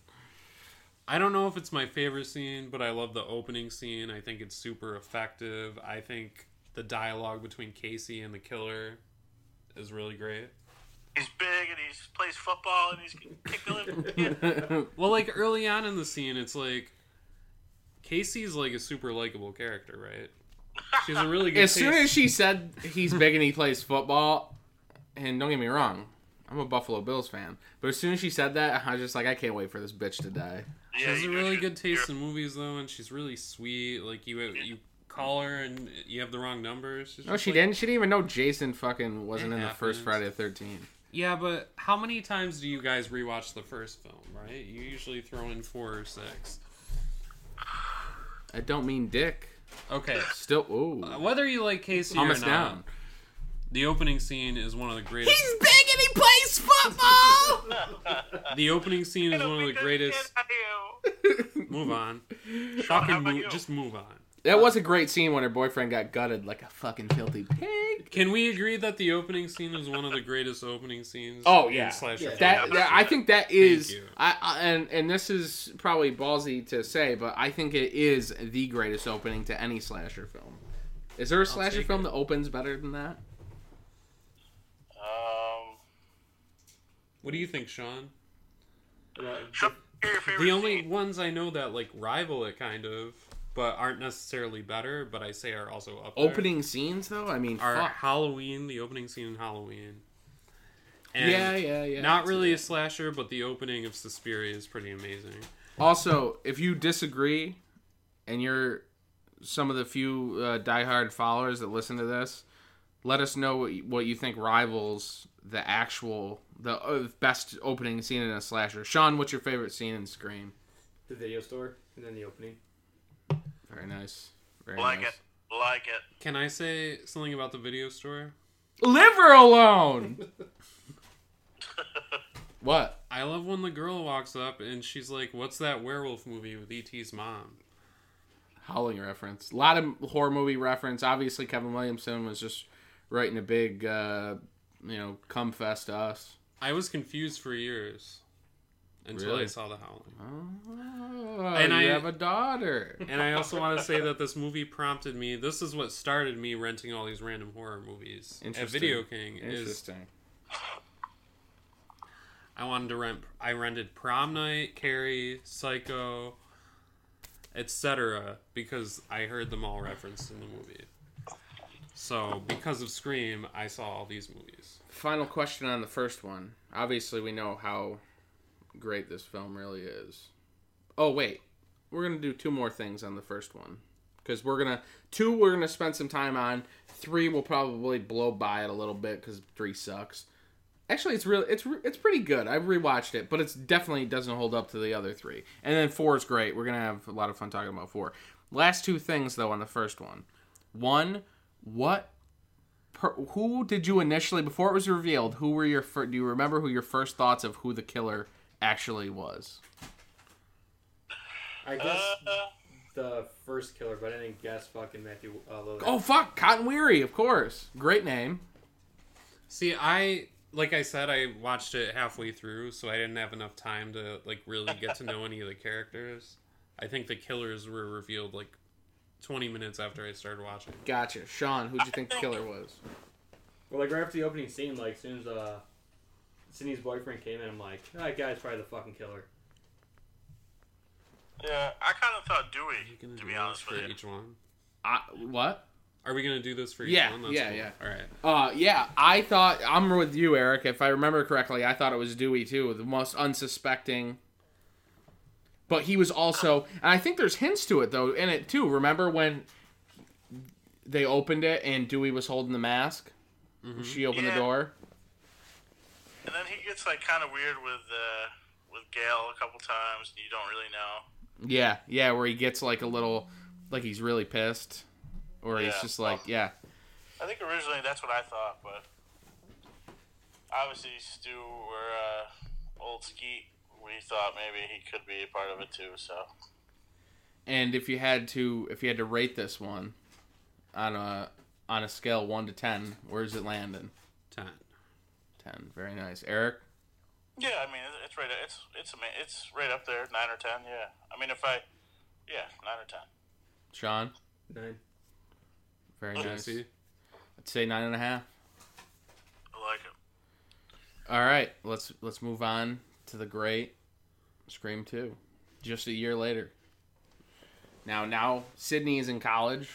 [SPEAKER 3] I don't know if it's my favorite scene, but I love the opening scene. I think it's super effective. I think the dialogue between Casey and the killer is really great.
[SPEAKER 4] he's big and he plays football and he's gonna kick the living. Yeah.
[SPEAKER 3] Well, like early on in the scene, it's like Casey's like a super likable character, right? She's a really good.
[SPEAKER 1] as soon
[SPEAKER 3] taste-
[SPEAKER 1] as she said he's big and he plays football, and don't get me wrong, I'm a Buffalo Bills fan, but as soon as she said that, I was just like, I can't wait for this bitch to die.
[SPEAKER 4] Yeah,
[SPEAKER 3] She has a
[SPEAKER 4] you know
[SPEAKER 3] really
[SPEAKER 4] she-
[SPEAKER 3] good taste
[SPEAKER 4] you're-
[SPEAKER 3] in movies, though, and she's really sweet. Like you, you call her and you have the wrong number. She's
[SPEAKER 1] No,
[SPEAKER 3] just
[SPEAKER 1] she
[SPEAKER 3] like-
[SPEAKER 1] didn't. She didn't even know Jason fucking wasn't
[SPEAKER 3] It
[SPEAKER 1] in the first
[SPEAKER 3] happens.
[SPEAKER 1] Friday the Thirteenth.
[SPEAKER 3] Yeah, but how many times do you guys rewatch the first film? Right? You usually throw in four or six.
[SPEAKER 1] I don't mean dick.
[SPEAKER 3] Okay. uh,
[SPEAKER 1] Still, ooh,
[SPEAKER 3] Whether you like Casey
[SPEAKER 1] Thomas
[SPEAKER 3] or not,
[SPEAKER 1] down.
[SPEAKER 3] the opening scene is one of the greatest.
[SPEAKER 1] big and he plays
[SPEAKER 3] Football! the opening scene is one of the greatest. Move on.
[SPEAKER 4] how
[SPEAKER 3] Fucking
[SPEAKER 4] about
[SPEAKER 3] mo-
[SPEAKER 4] you?
[SPEAKER 3] just move on.
[SPEAKER 1] That was a great scene when her boyfriend got gutted like a fucking filthy pig.
[SPEAKER 3] Can we agree that the opening scene is one of the greatest opening scenes?
[SPEAKER 1] Oh, yeah.
[SPEAKER 3] in slasher
[SPEAKER 2] Yeah.
[SPEAKER 3] films?
[SPEAKER 1] That, that- I think that is
[SPEAKER 3] you.
[SPEAKER 1] I, I and and this is probably ballsy to say, but I think it is the greatest opening to any slasher film. Is there a slasher
[SPEAKER 3] take
[SPEAKER 1] film
[SPEAKER 3] it.
[SPEAKER 1] that opens better than that?
[SPEAKER 4] Um,
[SPEAKER 3] What do you think, Sean?
[SPEAKER 4] so, your favorite
[SPEAKER 3] The only
[SPEAKER 4] scene?
[SPEAKER 3] ones I know that like rival it kind of, but aren't necessarily better, but I say are also up there,
[SPEAKER 1] Opening scenes though? I mean,
[SPEAKER 3] are
[SPEAKER 1] fuck.
[SPEAKER 3] Halloween, the opening scene in Halloween. And
[SPEAKER 1] Yeah, yeah, yeah.
[SPEAKER 3] Not really a slasher, but the opening of Suspiria is pretty amazing.
[SPEAKER 1] Also, if you disagree, and you're some of the few uh, diehard followers that listen to this, let us know what you, what you think rivals the actual the uh, best opening scene in a slasher. Sean, what's your favorite scene in Scream?
[SPEAKER 2] The video store and then the opening.
[SPEAKER 1] Very nice. Very
[SPEAKER 4] like
[SPEAKER 1] nice.
[SPEAKER 4] it, like it.
[SPEAKER 3] Can I say something about the video store?
[SPEAKER 1] Leave her alone. what?
[SPEAKER 3] I love when the girl walks up and she's like, "What's that werewolf movie with E.T.'s mom?"
[SPEAKER 1] Howling reference. A lot of horror movie reference. Obviously, Kevin Williamson was just writing a big, uh, you know, cum fest to us.
[SPEAKER 3] I was confused for years until I
[SPEAKER 1] Really?
[SPEAKER 3] saw the Howling.
[SPEAKER 1] Oh,
[SPEAKER 3] And
[SPEAKER 1] you
[SPEAKER 3] I-
[SPEAKER 1] have a daughter.
[SPEAKER 3] And I also want to say that this movie prompted me. This is what started me renting all these random horror movies at
[SPEAKER 1] Interesting.
[SPEAKER 3] Video King. Is
[SPEAKER 1] Interesting.
[SPEAKER 3] I wanted to rent. I rented Prom Night, Carrie, Psycho, etc. Because I heard them all referenced in the movie. So because of Scream, I saw all these movies.
[SPEAKER 1] Final question on the first one. Obviously, we know how great this film really is. Oh wait, we're gonna do two more things on the first one because we're gonna two we're gonna spend some time on. Three will probably blow by it a little bit because three sucks. Actually, it's really it's re- it's pretty good. I rewatched it, but it's definitely doesn't hold up to the other three. And then four is great. We're gonna have a lot of fun talking about four. Last two things though on the first one. One, what per, who did you initially before it was revealed who were your fir- do you remember who your first thoughts of who the killer actually was
[SPEAKER 2] I guess
[SPEAKER 4] Uh,
[SPEAKER 2] the first killer, but I didn't guess fucking Matthew uh, Lillard.
[SPEAKER 1] oh fuck cotton weary of course great name
[SPEAKER 3] See, I like I said, I watched it halfway through, so I didn't have enough time to like really get to know any of the characters. I think the killers were revealed like 20 minutes after I started watching.
[SPEAKER 1] gotcha sean who did you think the killer was
[SPEAKER 2] Well, like right after the opening scene, like as soon as uh, Sydney's boyfriend came in, I'm like, that guy's probably the fucking killer.
[SPEAKER 4] yeah, I kind of thought
[SPEAKER 3] Are we
[SPEAKER 4] Dewey,
[SPEAKER 3] gonna
[SPEAKER 4] to
[SPEAKER 3] do
[SPEAKER 4] be
[SPEAKER 3] this
[SPEAKER 4] honest
[SPEAKER 3] for
[SPEAKER 4] with you.
[SPEAKER 3] each one.
[SPEAKER 1] I, what
[SPEAKER 3] Are we gonna do this for each
[SPEAKER 1] Yeah,
[SPEAKER 3] one? That's
[SPEAKER 1] yeah,
[SPEAKER 3] cool.
[SPEAKER 1] yeah.
[SPEAKER 3] All right.
[SPEAKER 1] uh yeah i thought i'm with you eric if i remember correctly i thought it was dewey too the most unsuspecting but he was also and i think there's hints to it though in it too remember when they opened it and dewey was holding the mask she opened
[SPEAKER 4] Yeah.
[SPEAKER 1] the door
[SPEAKER 4] And then he gets like kind of weird with uh, with Gail a couple times, and you don't really know.
[SPEAKER 1] Yeah, yeah, where he gets like a little, like he's really pissed, or he's
[SPEAKER 4] Yeah.
[SPEAKER 1] just like, yeah,
[SPEAKER 4] I think originally that's what I thought, but obviously Stu or uh, old Skeet, we thought maybe he could be a part of it too. So
[SPEAKER 1] And if you had to, if you had to rate this one on a on a scale of one to ten, where's it landing?
[SPEAKER 3] Ten.
[SPEAKER 1] Ten, very nice, Eric.
[SPEAKER 4] yeah, I mean it- it's right, it's it's ama- it's right up there, nine or ten. Yeah, I mean if I, yeah, nine or ten.
[SPEAKER 1] Sean,
[SPEAKER 2] Nine.
[SPEAKER 1] very nice.
[SPEAKER 3] Jesse.
[SPEAKER 1] I'd say nine and a half.
[SPEAKER 4] I like it.
[SPEAKER 1] All right, let's let's move on to the great Scream Two, just a year later. Now, now Sydney is in college.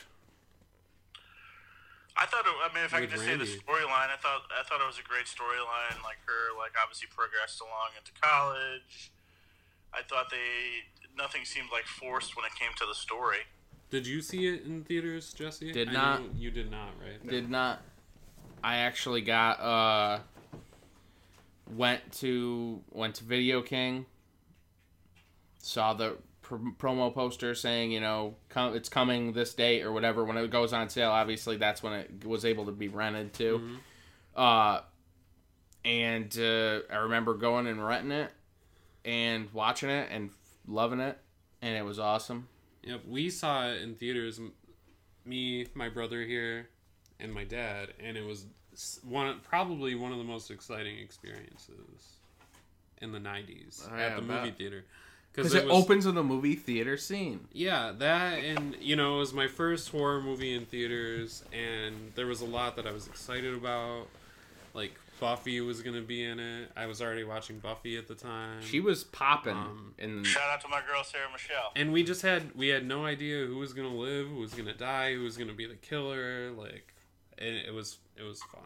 [SPEAKER 4] I thought. It, I mean, if I
[SPEAKER 3] With
[SPEAKER 4] could just say
[SPEAKER 3] Randy.
[SPEAKER 4] the storyline, I thought I thought it was a great storyline. Like her, like obviously progressed along into college. I thought they nothing seemed like forced when it came to the story.
[SPEAKER 3] Did you see it in theaters, Jesse?
[SPEAKER 1] Did
[SPEAKER 3] I
[SPEAKER 1] not.
[SPEAKER 3] know You did not, right?
[SPEAKER 1] did not i actually got uh went to went to video king saw the pr- promo poster saying you know come, it's coming this date or whatever when it Mm-hmm. goes on sale obviously that's when it was able to be rented to uh and uh, I remember going and renting it and watching it and loving it, and it was awesome.
[SPEAKER 3] Yep, we saw it in theaters. m- Me, my brother here, and my dad, and it was s- one probably one of the most exciting experiences in the '90s
[SPEAKER 1] I
[SPEAKER 3] at the
[SPEAKER 1] bet.
[SPEAKER 3] movie theater
[SPEAKER 1] Because it, opens with a movie theater scene.
[SPEAKER 3] Yeah, that and you know, it was my first horror movie in theaters, and there was a lot that I was excited about. Like Buffy was gonna be in it. I was already watching Buffy at the time.
[SPEAKER 1] She was popping
[SPEAKER 3] Um,
[SPEAKER 1] in
[SPEAKER 4] Shout out to my girl Sarah Michelle.
[SPEAKER 3] and we just had we had no idea who was gonna live, who was gonna die, who was gonna be the killer. Like, and it was it was fun.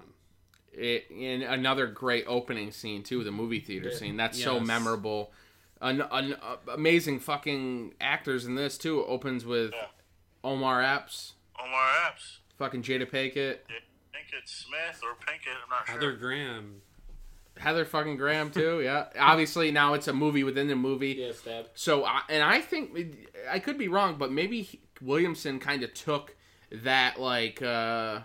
[SPEAKER 1] it, in another great opening scene too, the movie theater
[SPEAKER 2] Yeah.
[SPEAKER 1] scene. That's so
[SPEAKER 3] Yes.
[SPEAKER 1] memorable. An, an uh, amazing fucking actors in this too. Opens with
[SPEAKER 4] Yeah.
[SPEAKER 1] Omar Epps,
[SPEAKER 4] Omar Epps,
[SPEAKER 1] fucking Jada Pinkett,
[SPEAKER 4] Pinkett Smith or Pinkett, I'm not sure.
[SPEAKER 3] Heather Graham.
[SPEAKER 1] Heather fucking Graham too. Yeah, obviously now it's a movie within the movie.
[SPEAKER 2] Yeah, stab.
[SPEAKER 1] So, I, and I think I could be wrong, but maybe he- Williamson kind of took that like uh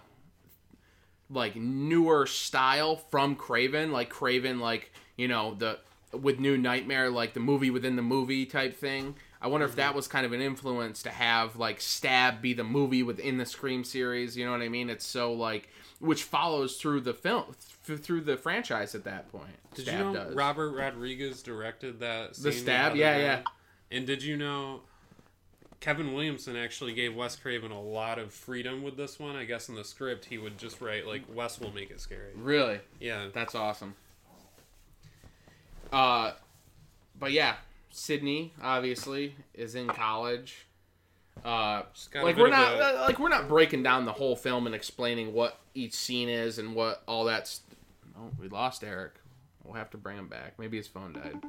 [SPEAKER 1] like newer style from Craven, like Craven, like you know the with New Nightmare, like the movie within the movie type thing. I wonder
[SPEAKER 3] Mm-hmm.
[SPEAKER 1] if that was kind of an influence to have like Stab be the movie within the Scream series. You know what I mean? It's so like which follows through the film th- through the franchise at that point.
[SPEAKER 3] Did
[SPEAKER 1] Stab
[SPEAKER 3] you know
[SPEAKER 1] does.
[SPEAKER 3] Robert Rodriguez directed that? Scene
[SPEAKER 1] The
[SPEAKER 3] with
[SPEAKER 1] stab?
[SPEAKER 3] Heather
[SPEAKER 1] Yeah,
[SPEAKER 3] Graham? And did you know Kevin Williamson actually gave Wes Craven a lot of freedom with this one? I guess in the script he would just write like Wes will make it scary.
[SPEAKER 1] Really?
[SPEAKER 3] Yeah,
[SPEAKER 1] That's awesome. Uh, but yeah, Sydney obviously is in college. Uh,
[SPEAKER 3] Just got a
[SPEAKER 1] like
[SPEAKER 3] bit
[SPEAKER 1] we're
[SPEAKER 3] of
[SPEAKER 1] not uh,
[SPEAKER 3] a-
[SPEAKER 1] like we're not breaking down the whole film and explaining what each scene is and what all that's. Oh, we lost Eric. We'll have to bring him back. Maybe his phone died.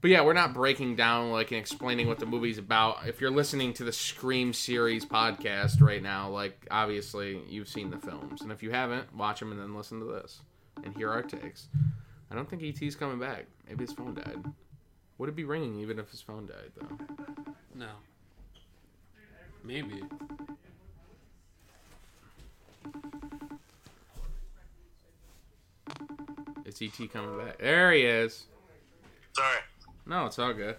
[SPEAKER 1] But yeah, we're not breaking down like and explaining what the movie's about. If you're listening to the Scream series podcast right now, like obviously you've seen the films, and if you haven't, watch them and then listen to this and hear our takes. I don't think ET's coming back. Maybe his phone died. Would it be ringing even if his phone died though?
[SPEAKER 3] no. Maybe.
[SPEAKER 1] Is ET coming back? There he is.
[SPEAKER 4] Sorry.
[SPEAKER 1] No, it's all good.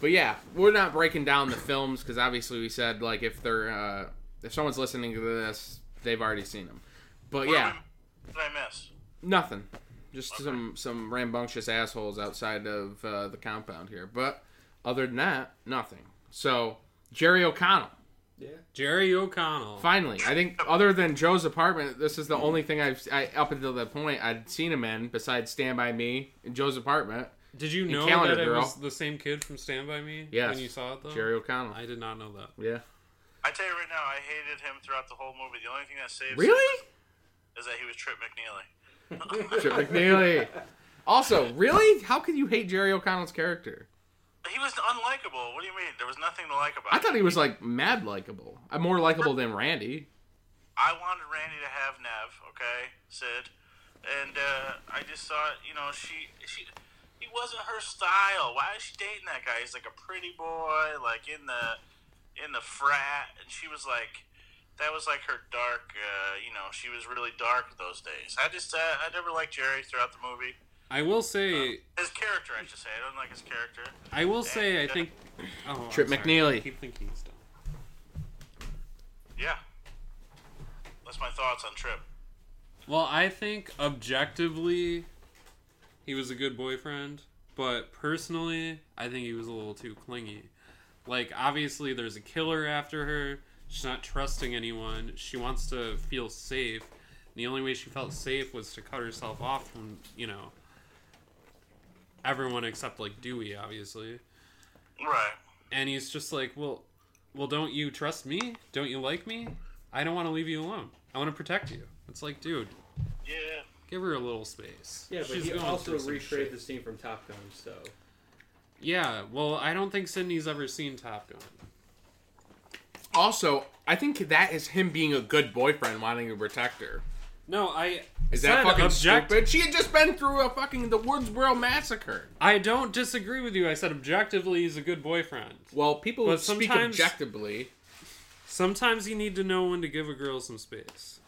[SPEAKER 1] But yeah, we're not breaking down the films because obviously we said like if they're uh, if someone's listening to this, they've already seen them. But
[SPEAKER 4] What
[SPEAKER 1] yeah,
[SPEAKER 4] Did I miss?
[SPEAKER 1] nothing. Just some some rambunctious assholes outside of uh, the compound here. But other than that, nothing. So Jerry O'Connell.
[SPEAKER 2] Yeah.
[SPEAKER 3] Jerry O'Connell.
[SPEAKER 1] Finally, I think other than Joe's apartment, this is the only thing I've I, up until that point I'd seen him in besides Stand by Me and Joe's apartment.
[SPEAKER 3] Did you know
[SPEAKER 1] Calendar
[SPEAKER 3] that it
[SPEAKER 1] Girl.
[SPEAKER 3] was the same kid from Stand By Me
[SPEAKER 1] Yes.
[SPEAKER 3] when you saw it though?
[SPEAKER 1] Jerry O'Connell.
[SPEAKER 3] I did not know that.
[SPEAKER 1] yeah.
[SPEAKER 4] I tell you right now, I hated him throughout the whole movie. The only thing that saves
[SPEAKER 1] Really?
[SPEAKER 4] him is that he was Trip McNeely.
[SPEAKER 1] Chip McNeely. Also, really? How could you hate Jerry O'Connell's character?
[SPEAKER 4] He was unlikable. What do you mean? There was nothing to like about
[SPEAKER 1] I
[SPEAKER 4] him.
[SPEAKER 1] thought he was like mad likable. I'm more likable than Randy.
[SPEAKER 4] I wanted Randy to have Nev, okay, Sid, and uh, I just thought, you know, she she he wasn't her style. Why is she dating that guy? He's like a pretty boy, like in the in the frat, and she was like, that was like her dark, uh, you know, she was really dark those days. I just uh, I never liked Jerry throughout the movie.
[SPEAKER 3] I will say
[SPEAKER 4] His character, I should say, I don't like his character.
[SPEAKER 3] I will say I think oh, I'm
[SPEAKER 1] Trip
[SPEAKER 3] sorry.
[SPEAKER 1] McNeely.
[SPEAKER 3] I keep thinking he's done.
[SPEAKER 4] Yeah, that's my thoughts on Trip.
[SPEAKER 3] Well, I think objectively, he was a good boyfriend, but personally, I think he was a little too clingy. Like, obviously, there's a killer after her. She's not trusting anyone. She wants to feel safe. The only way she felt safe was to cut herself off from, you know, everyone except, like, Dewey, obviously.
[SPEAKER 4] Right.
[SPEAKER 3] And he's just like, well, well, don't you trust me? Don't you like me? I don't want to leave you alone. I want to protect you. It's like, dude,
[SPEAKER 4] Yeah.
[SPEAKER 3] Give her a little space.
[SPEAKER 2] Yeah, but
[SPEAKER 3] She's
[SPEAKER 2] he
[SPEAKER 3] going
[SPEAKER 2] also
[SPEAKER 3] through some
[SPEAKER 2] recreated
[SPEAKER 3] shit.
[SPEAKER 2] the scene from Top Gun, so
[SPEAKER 3] Yeah, well, I don't think Sydney's ever seen Top Gun.
[SPEAKER 1] Also, I think that is him being a good boyfriend, wanting to protect her.
[SPEAKER 3] No, I.
[SPEAKER 1] Is that
[SPEAKER 3] said
[SPEAKER 1] fucking
[SPEAKER 3] object-
[SPEAKER 1] stupid? She had just been through a fucking the Woodsboro massacre.
[SPEAKER 3] I don't disagree with you. I said objectively, he's a good boyfriend.
[SPEAKER 1] Well, people
[SPEAKER 3] But
[SPEAKER 1] speak
[SPEAKER 3] sometimes-
[SPEAKER 1] objectively.
[SPEAKER 3] Sometimes you need to know when to give a girl some space.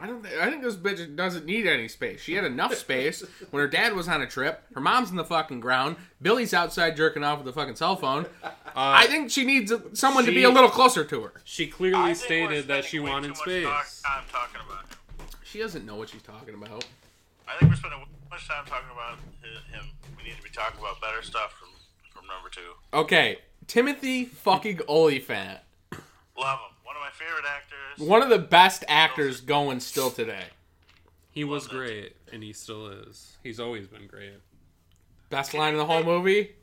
[SPEAKER 1] I don't. Th- I think this bitch doesn't need any space. She had enough space when her dad was on a trip. Her mom's in the fucking ground. Billy's outside jerking off with a fucking cell phone. I think she needs a- someone to be
[SPEAKER 3] Uh, she-
[SPEAKER 1] a little closer to her.
[SPEAKER 3] She
[SPEAKER 4] I
[SPEAKER 3] clearly
[SPEAKER 4] think we're
[SPEAKER 3] stated that
[SPEAKER 4] spending
[SPEAKER 3] she
[SPEAKER 4] way
[SPEAKER 3] wanted
[SPEAKER 4] too
[SPEAKER 3] space.
[SPEAKER 4] much Time talking about him.
[SPEAKER 1] She doesn't know what she's talking about.
[SPEAKER 4] I think we're spending way too much time talking about hi- him. We need to be talking about better stuff from from number two.
[SPEAKER 1] Okay, Timothy fucking Olyphant,
[SPEAKER 4] Love him. One of my favorite actors.
[SPEAKER 1] one of the best actors going still today.
[SPEAKER 3] He was
[SPEAKER 4] Love that.
[SPEAKER 3] great, and he still is. He's always been great.
[SPEAKER 1] Best line in the whole movie.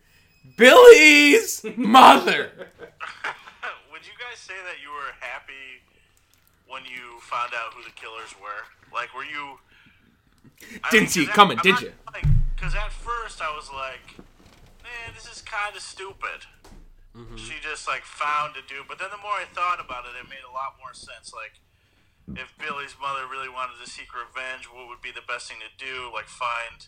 [SPEAKER 1] Billy's mother.
[SPEAKER 4] Would you guys say that you were happy when you found out who the killers were? Like, were you? I
[SPEAKER 1] Didn't
[SPEAKER 4] mean,
[SPEAKER 1] see it
[SPEAKER 4] 'cause at-
[SPEAKER 1] coming,
[SPEAKER 4] I'm
[SPEAKER 1] did
[SPEAKER 4] not-
[SPEAKER 1] ya?
[SPEAKER 4] Like, because at first I was like, man, this is kind of stupid.
[SPEAKER 1] Mm-hmm.
[SPEAKER 4] She just like found a dude, but then the more I thought about it, it made a lot more sense. Like, if Billy's mother really wanted to seek revenge, what would be the best thing to do? Like, find,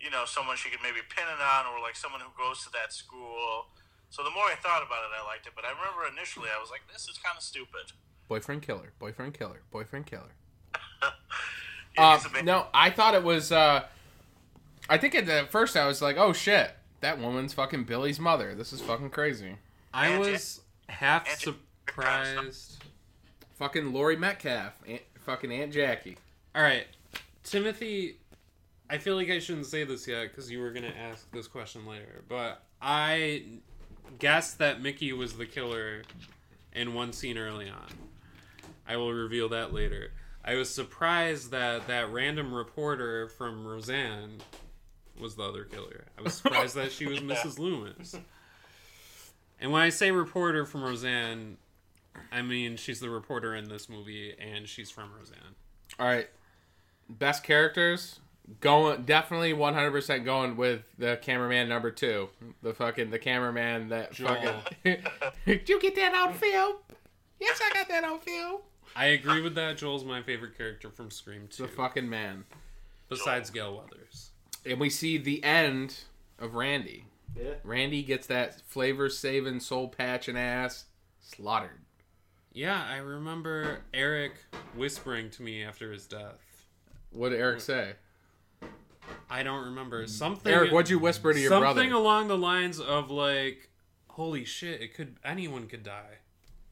[SPEAKER 4] you know, someone she could maybe pin it on, or like someone who goes to that school. So the more I thought about it, I liked it. But I remember initially, I was like, "This is kind of stupid."
[SPEAKER 1] Boyfriend killer. Boyfriend killer. Boyfriend killer.
[SPEAKER 4] Yeah,
[SPEAKER 1] Uh,
[SPEAKER 4] he's a man.
[SPEAKER 1] no, I thought it was. Uh, I think at the first I was like, "Oh shit, that woman's fucking Billy's mother. This is fucking crazy."
[SPEAKER 3] I
[SPEAKER 4] Angie-
[SPEAKER 3] was half
[SPEAKER 4] Angie-
[SPEAKER 3] surprised.
[SPEAKER 1] Fucking Lori Metcalf, Aunt, fucking Aunt Jackie.
[SPEAKER 3] All right, Timothy. I feel like I shouldn't say this yet because you were gonna ask this question later, but I guessed that Mickey was the killer in one scene early on. I will reveal that later. I was surprised that that random reporter from Roseanne was the other killer. I was surprised that she was Mrs. Loomis. And when I say reporter from Roseanne, I mean she's the reporter in this movie and she's from Roseanne.
[SPEAKER 1] All right, best characters going definitely one hundred percent going with the cameraman number two, the fucking the cameraman that
[SPEAKER 3] Joel.
[SPEAKER 1] fucking. Did you get that on film? Yes, I got that on film.
[SPEAKER 3] I agree with that. Joel's my favorite character from Scream
[SPEAKER 1] The
[SPEAKER 3] 2,
[SPEAKER 1] fucking man,
[SPEAKER 3] besides Gail Weathers.
[SPEAKER 1] and we see the end of Randy.
[SPEAKER 2] Yeah.
[SPEAKER 1] Randy gets that flavor saving soul patch and ass slaughtered.
[SPEAKER 3] Yeah, I remember Eric whispering to me after his death.
[SPEAKER 1] What did Eric say?
[SPEAKER 3] I don't
[SPEAKER 2] Mm.
[SPEAKER 3] remember something.
[SPEAKER 1] Eric, what'd you whisper to your
[SPEAKER 3] something
[SPEAKER 1] brother?
[SPEAKER 3] along the lines of like, "Holy shit! It could anyone could die."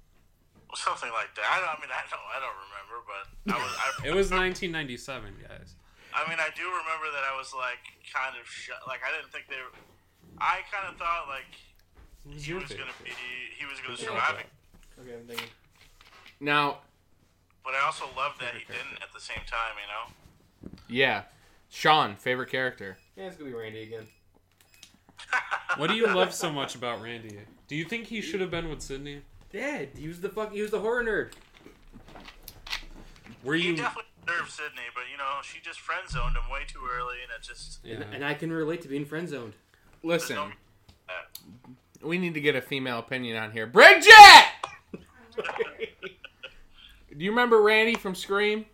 [SPEAKER 4] something like that. I, don't, I mean, I don't, I don't remember, but I was. I,
[SPEAKER 3] It was 1997, guys.
[SPEAKER 4] I mean, I do remember that I was like kind of sh- like I didn't think they. Were, I kind of thought like
[SPEAKER 3] It
[SPEAKER 4] he
[SPEAKER 3] your
[SPEAKER 4] was gonna
[SPEAKER 3] favorite.
[SPEAKER 4] be he was gonna
[SPEAKER 1] Yeah.
[SPEAKER 4] survive, it,
[SPEAKER 2] Okay, I'm thinking.
[SPEAKER 1] now,
[SPEAKER 4] but I also loved that he didn't at the same time. You know,
[SPEAKER 1] yeah. Sean, favorite character.
[SPEAKER 2] Yeah, it's gonna be Randy again.
[SPEAKER 3] What do you love so much about Randy? Do you think he should have been with Sydney?
[SPEAKER 2] Yeah, he was the fuck. He was the horror nerd.
[SPEAKER 3] Were
[SPEAKER 4] he
[SPEAKER 3] you?
[SPEAKER 4] definitely deserved Sydney, but you know she just friend zoned him way too early, and it just
[SPEAKER 3] Yeah.
[SPEAKER 2] And I can relate to being friend zoned.
[SPEAKER 1] Listen,
[SPEAKER 4] There's
[SPEAKER 1] we need to get a female opinion on here. Bridget! Do you remember Randy from Scream?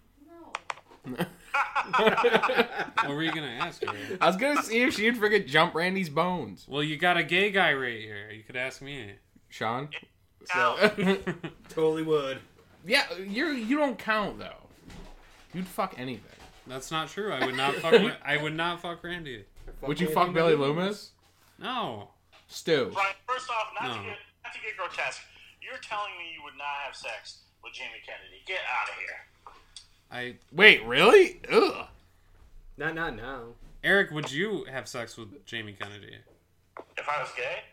[SPEAKER 3] What were you gonna ask? Eric?
[SPEAKER 1] I was gonna see if she'd freaking jump Randy's bones.
[SPEAKER 3] Well, you got a gay guy right here. You could ask me.
[SPEAKER 1] Sean?
[SPEAKER 4] Now,
[SPEAKER 2] Totally would.
[SPEAKER 1] yeah, you're you don't count though. You'd fuck anything.
[SPEAKER 3] That's not true. I would not fuck. Ra- I would not fuck Randy.
[SPEAKER 1] Would you fuck Billy Loomis?
[SPEAKER 3] No.
[SPEAKER 1] Stu.
[SPEAKER 4] Brian, first off, not to
[SPEAKER 3] No.
[SPEAKER 4] get not to get grotesque, you're telling me you would not have sex with Jamie Kennedy. Get out of here.
[SPEAKER 3] I
[SPEAKER 1] Wait, really? Ugh.
[SPEAKER 2] Not not now.
[SPEAKER 3] Eric, would you have sex with Jamie Kennedy?
[SPEAKER 4] If I was gay,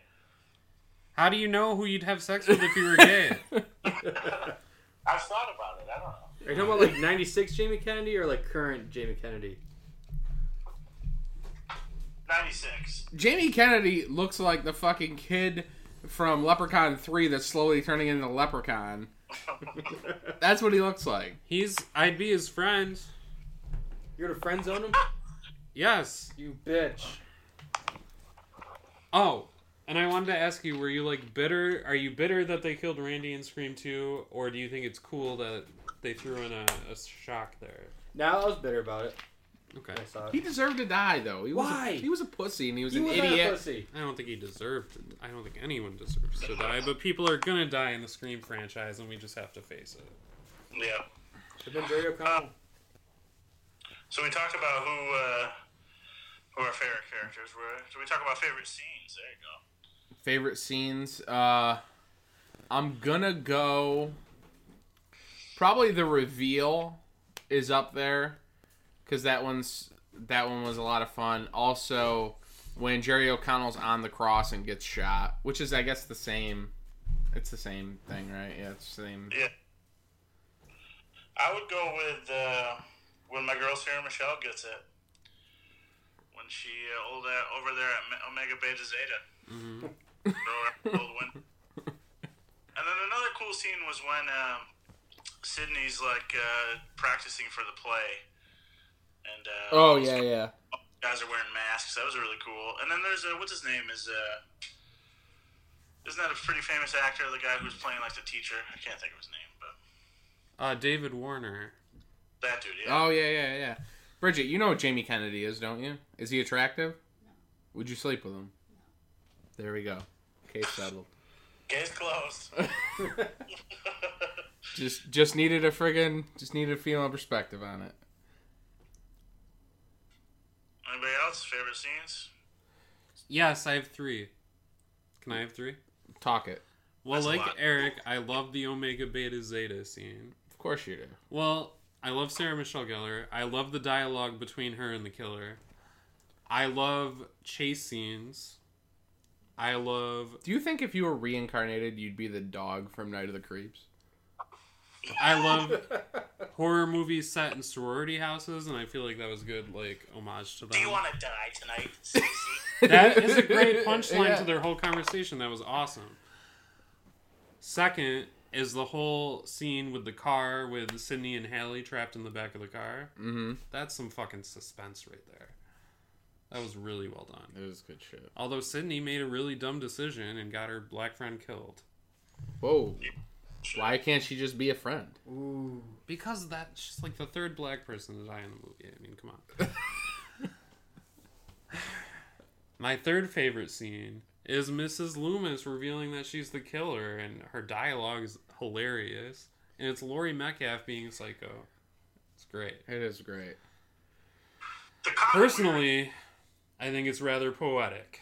[SPEAKER 3] How do you know who you'd have sex with if you were gay?
[SPEAKER 4] I've thought about it. I don't know.
[SPEAKER 2] Are you talking about like '96 Jamie Kennedy or like current Jamie Kennedy?
[SPEAKER 4] Ninety six.
[SPEAKER 1] Jamie Kennedy looks like the fucking kid from Leprechaun 3 that's slowly turning into Leprechaun. That's what he looks like.
[SPEAKER 3] He's. I'd be his friend.
[SPEAKER 2] You're gonna friend zone him?
[SPEAKER 3] Yes.
[SPEAKER 2] You bitch.
[SPEAKER 3] Oh, and I wanted to ask you: Were you like bitter? Are you bitter that they killed Randy in Scream Two, or do you think it's cool that they threw in a, a shock there?
[SPEAKER 2] Now I was bitter about it.
[SPEAKER 3] Okay.
[SPEAKER 2] when I saw
[SPEAKER 1] He
[SPEAKER 2] it.
[SPEAKER 1] deserved to die, though. He was
[SPEAKER 2] Why?
[SPEAKER 1] A, he was a pussy and he was
[SPEAKER 2] You
[SPEAKER 1] an
[SPEAKER 2] was
[SPEAKER 1] idiot.
[SPEAKER 2] a pussy.
[SPEAKER 3] I don't think he deserved. It. I don't think anyone deserves to die, but people are gonna die in the Scream franchise, and we just have to face it.
[SPEAKER 4] Yeah. Um,
[SPEAKER 2] They've been very
[SPEAKER 4] Oh.
[SPEAKER 2] calm.
[SPEAKER 4] So we talked about who uh, who our favorite characters were. So we talk about favorite scenes. There you go.
[SPEAKER 1] Favorite scenes. Uh, I'm gonna go. Probably the reveal is up there because that one's that one was a lot of fun. Also, when Jerry O'Connell's on the cross and gets shot, which is I guess the same. It's the same thing, right? Yeah, it's the same.
[SPEAKER 4] Yeah. I would go with uh, when my girl Sarah Michelle gets it. When she uh, old at, over there at Me- Omega Beta Zeta. Throw her old win. And then another cool scene was when um, Sydney's like uh, practicing for the play. And uh,
[SPEAKER 1] Oh
[SPEAKER 4] all those
[SPEAKER 1] yeah, yeah.
[SPEAKER 4] guys are wearing masks. That was really cool. And then there's uh, what's his name is uh, isn't that a pretty famous actor? The guy who's playing like the teacher. I can't think of his name, but
[SPEAKER 3] Uh, David Warner.
[SPEAKER 4] that dude. Yeah.
[SPEAKER 1] Oh yeah, yeah, yeah. Bridget, you know what Jamie Kennedy is, don't you? Is he attractive? Would you sleep with him? There we go. Case settled.
[SPEAKER 4] Case closed.
[SPEAKER 1] Just just needed a friggin' just needed a female perspective on it.
[SPEAKER 4] Anybody else favorite scenes?
[SPEAKER 3] Yes, I have three. Can I have three?
[SPEAKER 1] Talk it.
[SPEAKER 3] Well,
[SPEAKER 4] That's a
[SPEAKER 3] like
[SPEAKER 4] lot.
[SPEAKER 3] Eric, I love the Omega Beta Zeta scene.
[SPEAKER 1] Of course you do.
[SPEAKER 3] Well, I love Sarah Michelle Gellar. I love the dialogue between her and the killer. I love chase scenes. I love
[SPEAKER 1] Do you think if you were reincarnated, you'd be the dog from Night of the Creeps?
[SPEAKER 3] I love horror movies set in sorority houses, and I feel like that was good, like homage to them.
[SPEAKER 4] Do you want to die tonight, Cece?
[SPEAKER 3] That is a great punchline
[SPEAKER 1] Yeah.
[SPEAKER 3] to their whole conversation. That was awesome. Second is the whole scene with the car with Sydney and Hallie trapped in the back of the car.
[SPEAKER 1] Mm-hmm.
[SPEAKER 3] That's some fucking suspense right there. That was really well done.
[SPEAKER 1] It was good shit.
[SPEAKER 3] Although Sydney made a really dumb decision and got her black friend killed.
[SPEAKER 1] Whoa. Why can't she just be a friend?
[SPEAKER 2] Ooh.
[SPEAKER 3] Because that's she's like the third black person to die in the movie. I mean, come on. My third favorite scene is Mrs. Loomis revealing that she's the killer, and her dialogue is hilarious. And it's Laurie Metcalf being psycho. It's great.
[SPEAKER 1] It is great.
[SPEAKER 4] The cop
[SPEAKER 3] Personally, I think it's rather poetic.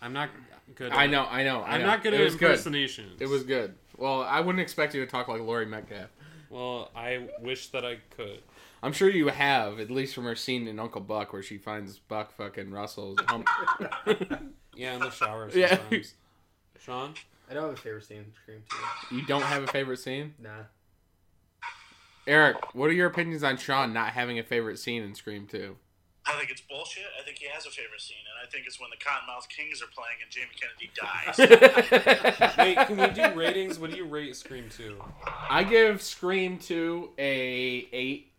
[SPEAKER 3] I'm not good. At,
[SPEAKER 1] I know, I know. I
[SPEAKER 3] I'm
[SPEAKER 1] know.
[SPEAKER 3] not good
[SPEAKER 1] it
[SPEAKER 3] at
[SPEAKER 1] was good.
[SPEAKER 3] impersonations.
[SPEAKER 1] It was good. Well, I wouldn't expect you to talk like Laurie Metcalf.
[SPEAKER 3] Well, I wish that I could.
[SPEAKER 1] I'm sure you have, at least from her scene in Uncle Buck, where she finds Buck fucking Russell's hump.
[SPEAKER 3] Yeah, in the shower
[SPEAKER 1] Yeah.
[SPEAKER 3] sometimes. Sean.
[SPEAKER 2] I don't have a favorite scene in Scream 2.
[SPEAKER 1] you don't have a favorite scene,
[SPEAKER 2] Nah.
[SPEAKER 1] Eric? What are your opinions on Sean not having a favorite scene in Scream Two?
[SPEAKER 4] I think it's bullshit. I think he has a favorite scene, and I think it's when the Cottonmouth Kings are playing and Jamie Kennedy
[SPEAKER 3] Wait,
[SPEAKER 4] dies.
[SPEAKER 3] can we do ratings? What do you rate Scream 2?
[SPEAKER 1] I give Scream Two a eight,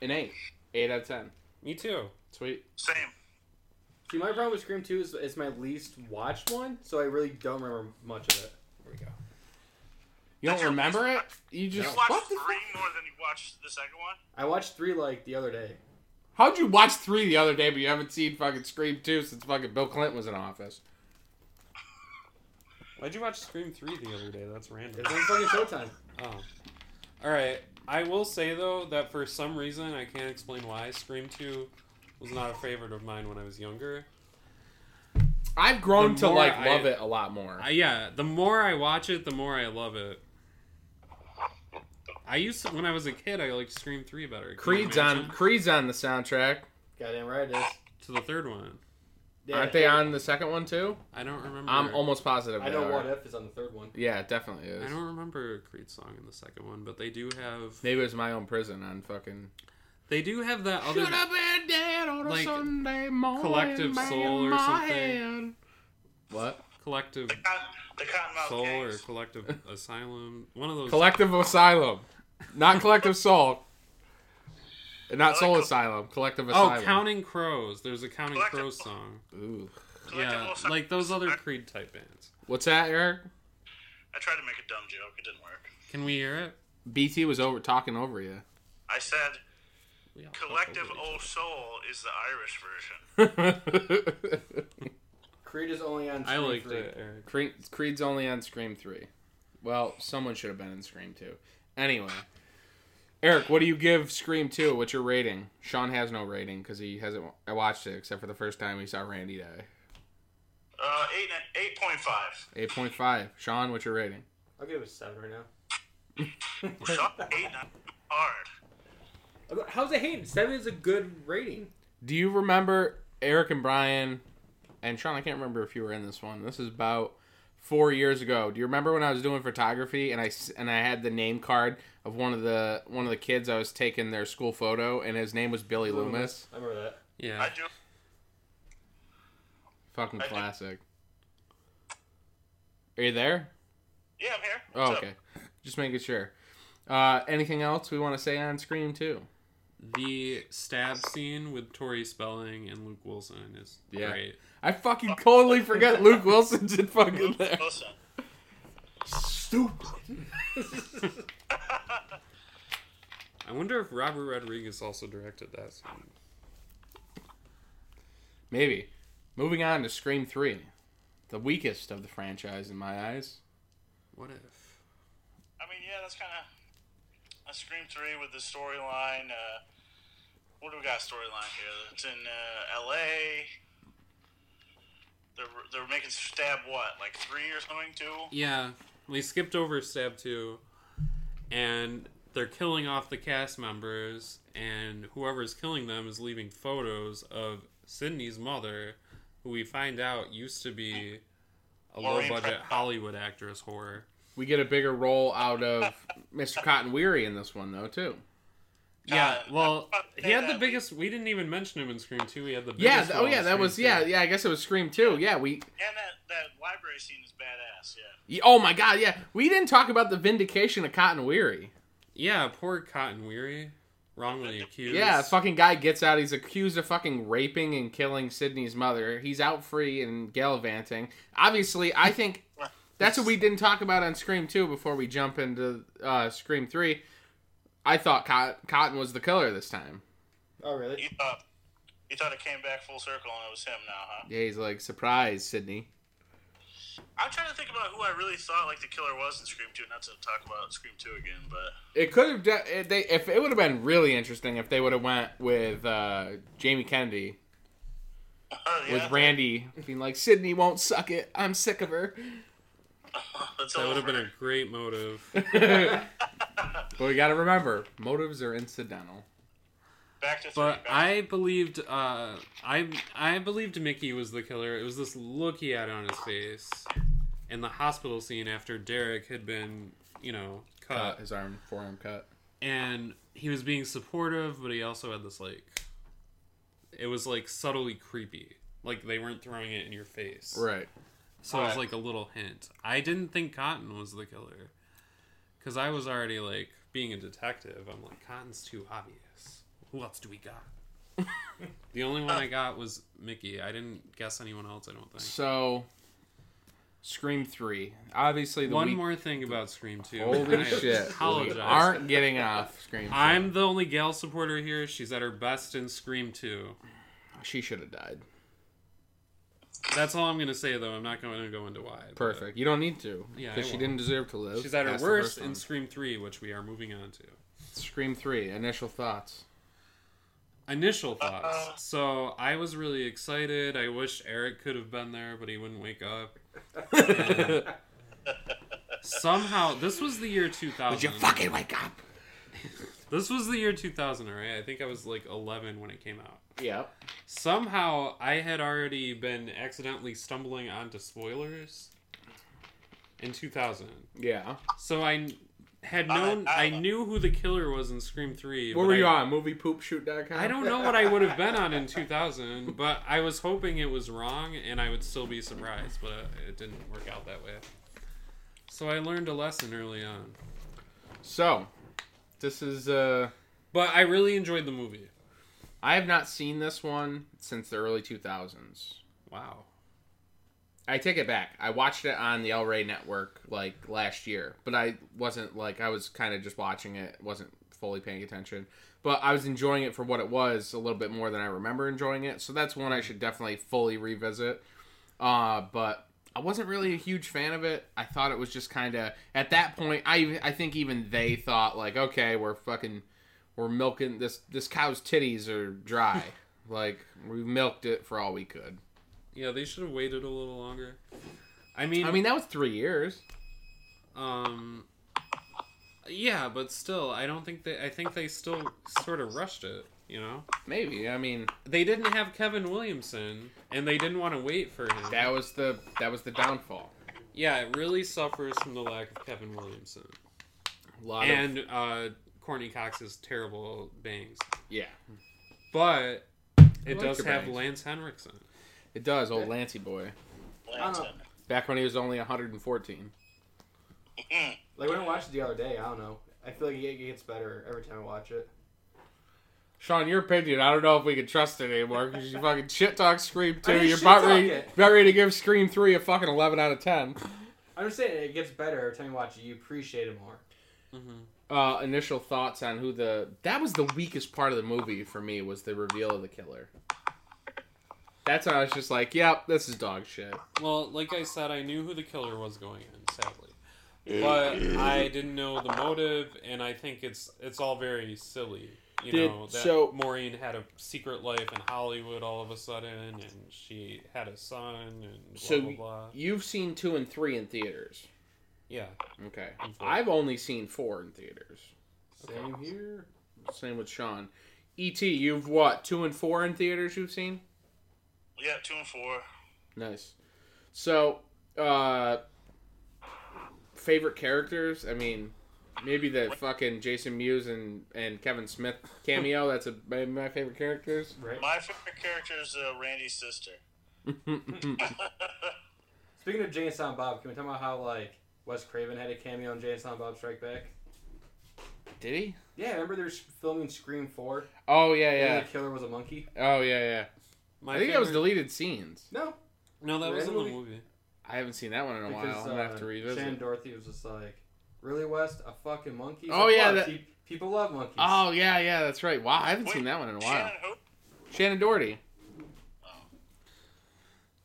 [SPEAKER 1] an eight, eight out of ten.
[SPEAKER 3] Me too.
[SPEAKER 1] Sweet.
[SPEAKER 4] Same.
[SPEAKER 2] See, my problem with Scream 2 is it's my least watched one, so I really don't remember much of it. There we go.
[SPEAKER 1] You don't remember it? You
[SPEAKER 4] You
[SPEAKER 1] just
[SPEAKER 4] watched
[SPEAKER 1] what the
[SPEAKER 4] three
[SPEAKER 1] fuck?
[SPEAKER 4] more than you watched the second one.
[SPEAKER 2] I watched three like the other day.
[SPEAKER 1] How'd you watch three the other day, but you haven't seen fucking Scream Two since fucking Bill Clinton was in office?
[SPEAKER 3] Why'd you watch Scream 3 the other day? That's random.
[SPEAKER 2] It's on fucking Showtime.
[SPEAKER 3] Oh. Alright, I will say though that for some reason, I can't explain why, Scream 2 was not a favorite of mine when I was younger.
[SPEAKER 1] I've grown
[SPEAKER 3] The
[SPEAKER 1] to
[SPEAKER 3] more
[SPEAKER 1] like
[SPEAKER 3] I-
[SPEAKER 1] love it a lot more.
[SPEAKER 3] I, yeah, the more I watch it, the more I love it. I used to, when I was a kid, I liked Scream 3 better. Can you
[SPEAKER 1] Creed's on
[SPEAKER 3] imagine?
[SPEAKER 1] Creed's on the soundtrack.
[SPEAKER 2] Goddamn right it is.
[SPEAKER 3] To the third one.
[SPEAKER 2] Yeah,
[SPEAKER 1] Aren't they on the second one too?
[SPEAKER 3] I don't remember.
[SPEAKER 1] I'm almost positive.
[SPEAKER 2] I
[SPEAKER 1] they
[SPEAKER 2] know
[SPEAKER 1] are.
[SPEAKER 2] What If is on the third one.
[SPEAKER 1] Yeah, it definitely
[SPEAKER 3] I
[SPEAKER 1] is.
[SPEAKER 3] don't remember a Creed song in the second one, but they do have.
[SPEAKER 1] Maybe it was my own prison on fucking.
[SPEAKER 3] They do have that other.
[SPEAKER 1] been dead on
[SPEAKER 3] a like,
[SPEAKER 1] Sunday morning.
[SPEAKER 3] Collective by Soul or my something. hand.
[SPEAKER 1] What?
[SPEAKER 3] collective
[SPEAKER 4] The, Cotton, the Cottonmouth
[SPEAKER 3] soul or
[SPEAKER 4] Kings.
[SPEAKER 3] collective asylum one of those
[SPEAKER 1] Collective Asylum, not Collective Soul, and not
[SPEAKER 4] like
[SPEAKER 1] Soul
[SPEAKER 4] col-
[SPEAKER 1] Asylum. Collective
[SPEAKER 3] oh
[SPEAKER 1] Asylum.
[SPEAKER 3] counting crows there's a counting
[SPEAKER 4] Collective-
[SPEAKER 3] crows song
[SPEAKER 1] Ooh.
[SPEAKER 4] Collective
[SPEAKER 3] yeah
[SPEAKER 4] Will Suck-
[SPEAKER 3] like those other creed type bands
[SPEAKER 1] What's that, Eric?
[SPEAKER 4] I tried to make a dumb joke. It didn't work.
[SPEAKER 3] can we hear it
[SPEAKER 1] BT was over talking over you.
[SPEAKER 4] I said
[SPEAKER 3] We all fuck
[SPEAKER 4] Collective
[SPEAKER 3] over each
[SPEAKER 4] Oh
[SPEAKER 3] other.
[SPEAKER 4] Soul is the Irish version.
[SPEAKER 2] Creed is only on
[SPEAKER 3] i
[SPEAKER 2] Scream
[SPEAKER 3] liked
[SPEAKER 2] 3.
[SPEAKER 3] it eric
[SPEAKER 1] Creed, Creed's only on Scream three. Well, someone should have been in Scream two. Anyway, Eric, what do you give Scream 2? What's your rating? Sean has no rating because he hasn't w- watched it except for the first time he saw Randy die.
[SPEAKER 4] Uh, eight eight point five.
[SPEAKER 1] 8.5. Sean, what's your rating?
[SPEAKER 2] I'll give it a seven right now.
[SPEAKER 4] eight hard.
[SPEAKER 2] How's it hating? Seven is a good rating.
[SPEAKER 1] Do you remember Eric and Brian and Sean? I can't remember if you were in this one. This is about four years ago. Do you remember when I was doing photography and I s- and I had the name card of one of the one of the kids I was taking their school photo and his name was Billy Loomis.
[SPEAKER 2] I remember that.
[SPEAKER 4] I
[SPEAKER 3] Yeah.
[SPEAKER 4] do.
[SPEAKER 1] Fucking
[SPEAKER 4] I do.
[SPEAKER 1] classic. Are you there?
[SPEAKER 4] Yeah, I'm here.
[SPEAKER 1] Oh,
[SPEAKER 4] What's up?
[SPEAKER 1] okay. Just making sure. Uh, anything else we want to say on Scream too?
[SPEAKER 3] The stab scene with Tori Spelling and Luke Wilson is
[SPEAKER 1] Yeah.
[SPEAKER 3] great.
[SPEAKER 1] I fucking totally forgot Luke Wilson's in fucking
[SPEAKER 4] Luke
[SPEAKER 1] there.
[SPEAKER 4] Wilson.
[SPEAKER 1] Stupid.
[SPEAKER 3] I wonder if Robert Rodriguez also directed that scene.
[SPEAKER 1] Maybe. Moving on to Scream 3, the weakest of the franchise in my eyes.
[SPEAKER 3] What if?
[SPEAKER 4] I mean, yeah, that's kind of a Scream Three with the storyline. Uh, what do we got storyline here? It's in uh, L.A. They're they're making stab what like three or something too.
[SPEAKER 3] Yeah, we skipped over stab two, and they're killing off the cast members, and whoever's killing them is leaving photos of Sydney's mother, who we find out used to be a
[SPEAKER 4] Maureen
[SPEAKER 3] low-budget
[SPEAKER 4] Prescott.
[SPEAKER 3] Hollywood actress horror.
[SPEAKER 1] We get a bigger role out of Mr. Cotton Weary in this one, though, too.
[SPEAKER 3] Yeah,
[SPEAKER 4] Uh,
[SPEAKER 3] well,
[SPEAKER 4] I-
[SPEAKER 3] he had the
[SPEAKER 4] yeah,
[SPEAKER 3] biggest. We didn't even mention him in Scream Two. He had the
[SPEAKER 1] Yeah,
[SPEAKER 3] biggest.
[SPEAKER 1] th-
[SPEAKER 3] role
[SPEAKER 1] oh, yeah,
[SPEAKER 3] in
[SPEAKER 1] that
[SPEAKER 3] Scream
[SPEAKER 1] was,
[SPEAKER 3] 2.
[SPEAKER 1] yeah, yeah, I guess it was Scream too. Yeah, we,
[SPEAKER 4] And that that library scene is badass. Yeah.
[SPEAKER 1] y- oh my god, yeah, we didn't talk about the vindication of Cotton Weary.
[SPEAKER 3] yeah. Poor Cotton Weary, wrongly accused.
[SPEAKER 1] Yeah, fucking guy gets out, he's accused of fucking raping and killing Sydney's mother. He's out free and gallivanting. Obviously, I think That's what we didn't talk about on Scream 2 before we jump into uh, Scream 3. I thought Cot- Cotton was the killer this time.
[SPEAKER 2] Oh really?
[SPEAKER 4] You thought you thought it came back full circle and it was him now, huh?
[SPEAKER 1] Yeah, he's like, surprise, Sydney.
[SPEAKER 4] I'm trying to think about who I really thought like the killer was in Scream Two. Not to talk about Scream Two again, but
[SPEAKER 1] It could have de- it- they if it would have been really interesting if they would have went with uh, Jamie Kennedy
[SPEAKER 4] oh, yeah,
[SPEAKER 1] with Randy being like Sydney won't suck it I'm sick of her
[SPEAKER 4] that's
[SPEAKER 3] That
[SPEAKER 4] all
[SPEAKER 3] would have
[SPEAKER 4] over.
[SPEAKER 3] been a great motive.
[SPEAKER 1] but we gotta remember motives are incidental
[SPEAKER 4] back to three.
[SPEAKER 3] But
[SPEAKER 4] back to
[SPEAKER 3] I believed uh, I I believed Mickey was the killer. It was this look he had on his face in the hospital scene after Derek had been, you know,
[SPEAKER 1] uh,
[SPEAKER 3] cut.
[SPEAKER 1] his arm forearm cut
[SPEAKER 3] And he was being supportive, but he also had this like it was like subtly creepy. Like they weren't throwing it in your face.
[SPEAKER 1] right
[SPEAKER 3] So it was
[SPEAKER 4] Right.
[SPEAKER 3] like a little hint. I didn't think Cotton was the killer. Cuz I was already like being a detective. I'm like Cotton's too obvious. Who else do we got? the only one I got was Mickey. I didn't guess anyone else, I don't think.
[SPEAKER 1] so Scream three obviously the
[SPEAKER 3] One
[SPEAKER 1] weak-
[SPEAKER 3] more thing about Scream 2.
[SPEAKER 1] Holy
[SPEAKER 3] I
[SPEAKER 1] shit.
[SPEAKER 3] Apologize.
[SPEAKER 1] We aren't getting off Scream.
[SPEAKER 3] I'm the only Gal supporter here. She's at her best in Scream 2.
[SPEAKER 1] She should have died.
[SPEAKER 3] That's all I'm going to say though. I'm not going to go into why. but
[SPEAKER 1] Perfect. You don't need to.
[SPEAKER 3] Yeah, I
[SPEAKER 1] Because she
[SPEAKER 3] won't.
[SPEAKER 1] didn't deserve to live.
[SPEAKER 3] She's at her
[SPEAKER 1] That's the
[SPEAKER 3] worst
[SPEAKER 1] first one.
[SPEAKER 3] in Scream 3, which we are moving on to.
[SPEAKER 1] Scream 3. Initial thoughts.
[SPEAKER 3] initial thoughts.
[SPEAKER 4] Uh-oh.
[SPEAKER 3] So I was really excited. I wish Eric could have been there, but he wouldn't wake up. And somehow, this was the year 2000.
[SPEAKER 1] Would you fucking wake up?
[SPEAKER 3] This was the year 2000, alright? I think I was like 11 when it came out.
[SPEAKER 1] Yep.
[SPEAKER 3] Somehow, I had already been accidentally stumbling onto spoilers in 2000.
[SPEAKER 1] Yeah.
[SPEAKER 3] So I had
[SPEAKER 4] I-
[SPEAKER 3] known,
[SPEAKER 4] I-
[SPEAKER 3] I, knew who the killer was in Scream 3.
[SPEAKER 1] What
[SPEAKER 3] but
[SPEAKER 1] were
[SPEAKER 3] I-
[SPEAKER 1] you on? MoviePoopShoot.com?
[SPEAKER 3] I don't know what I would have been on in 2000, but I was hoping it was wrong and I would still be surprised, but uh, it didn't work out that way. So I learned a lesson early on.
[SPEAKER 1] So, this is. uh
[SPEAKER 3] But I really enjoyed the movie.
[SPEAKER 1] I have not seen this one since the early 2000s.
[SPEAKER 3] Wow.
[SPEAKER 1] I take it back. I watched it on the El Rey network like last year, but I wasn't like I was kind of just watching it, wasn't fully paying attention. But I was enjoying it for what it was a little bit more than I remember enjoying it. So that's one I should definitely fully revisit. Uh, but I wasn't really a huge fan of it. I thought it was just kind of at that point. I I think even they thought like, okay, we're fucking, we're milking this this cow's titties are dry. like we milked it for all we could.
[SPEAKER 3] Yeah, they should have waited a little longer. I mean,
[SPEAKER 1] I mean that was three years.
[SPEAKER 3] um, yeah, but still, I don't think they. I think they still sort of rushed it. You know,
[SPEAKER 1] Maybe. I mean
[SPEAKER 3] they didn't have Kevin Williamson, and they didn't want to wait for him.
[SPEAKER 1] that was the that was the downfall.
[SPEAKER 3] yeah, it really suffers from the lack of Kevin Williamson
[SPEAKER 1] A lot of
[SPEAKER 3] and uh, Courtney Cox's terrible bangs.
[SPEAKER 1] yeah,
[SPEAKER 3] But it
[SPEAKER 1] like
[SPEAKER 3] does
[SPEAKER 1] your
[SPEAKER 3] have
[SPEAKER 1] bangs.
[SPEAKER 3] Lance Henriksen.
[SPEAKER 1] it does. Old Lancy boy.
[SPEAKER 4] Atlanta.
[SPEAKER 1] Back when he was only 114.
[SPEAKER 4] hmm.
[SPEAKER 2] Like when I watched it the other day, I don't know. I feel like it gets better every time I watch it.
[SPEAKER 1] Sean, your opinion. I don't know if we can trust it anymore because you fucking shit talk Scream two.
[SPEAKER 2] didn't
[SPEAKER 1] You're about
[SPEAKER 2] shit-talk
[SPEAKER 1] ready,
[SPEAKER 2] it.
[SPEAKER 1] about ready to give Scream three a fucking eleven out of ten.
[SPEAKER 2] I'm just saying it gets better every time you watch it. You appreciate it more.
[SPEAKER 3] Mm-hmm.
[SPEAKER 1] Uh, initial thoughts on who the that was the weakest part of the movie for me was the reveal of the killer. That's when I was just like, "Yep, this is dog shit."
[SPEAKER 3] Well, like I said, I knew who the killer was going in, sadly. But I didn't know the motive, and I think it's it's all very silly. You
[SPEAKER 1] Did-
[SPEAKER 3] know, that
[SPEAKER 1] so-
[SPEAKER 3] Maureen had a secret life in Hollywood all of a sudden, and she had a son, and blah,
[SPEAKER 1] So
[SPEAKER 3] blah, blah.
[SPEAKER 1] You've seen two and three in theaters.
[SPEAKER 3] Yeah.
[SPEAKER 1] Okay,
[SPEAKER 3] And four.
[SPEAKER 1] I've only seen four in theaters.
[SPEAKER 2] Same here.
[SPEAKER 1] Same with Sean. E.T. You've what two and four in theaters? You've seen.
[SPEAKER 4] Yeah, two and four.
[SPEAKER 1] Nice. So, uh favorite characters? I mean, maybe the fucking Jason Mewes and and Kevin Smith cameo. That's a my, my favorite characters.
[SPEAKER 2] Right.
[SPEAKER 4] My favorite character is uh, Randy's sister.
[SPEAKER 2] Speaking of Jay and Silent Bob, can we talk about how like Wes Craven had a cameo in Jay and Silent Bob Strike Back?
[SPEAKER 1] Did he?
[SPEAKER 2] Yeah, remember they were filming Scream Four.
[SPEAKER 1] Oh yeah,
[SPEAKER 2] Yeah.
[SPEAKER 1] yeah.
[SPEAKER 2] And the killer was a monkey.
[SPEAKER 1] Oh yeah, yeah.
[SPEAKER 3] My
[SPEAKER 1] I think that was
[SPEAKER 3] favorite-
[SPEAKER 1] deleted scenes.
[SPEAKER 2] No,
[SPEAKER 3] No, that
[SPEAKER 2] Were
[SPEAKER 3] was
[SPEAKER 2] in
[SPEAKER 3] in
[SPEAKER 2] the
[SPEAKER 3] the movie.
[SPEAKER 1] I haven't seen that one in a while.
[SPEAKER 2] because
[SPEAKER 1] I'm gonna have to
[SPEAKER 2] uh,
[SPEAKER 1] revisit.
[SPEAKER 2] Shannon Dorothy was just like, "Really, West? A fucking monkey? He's
[SPEAKER 1] Oh,
[SPEAKER 2] like,
[SPEAKER 1] yeah,
[SPEAKER 2] "What?
[SPEAKER 1] that-
[SPEAKER 2] Pe- people love monkeys."
[SPEAKER 1] Oh yeah, yeah. That's right. Wow, I haven't
[SPEAKER 4] Wait,
[SPEAKER 1] seen that one in a while.
[SPEAKER 4] Shannon who?
[SPEAKER 1] Shannon Doherty.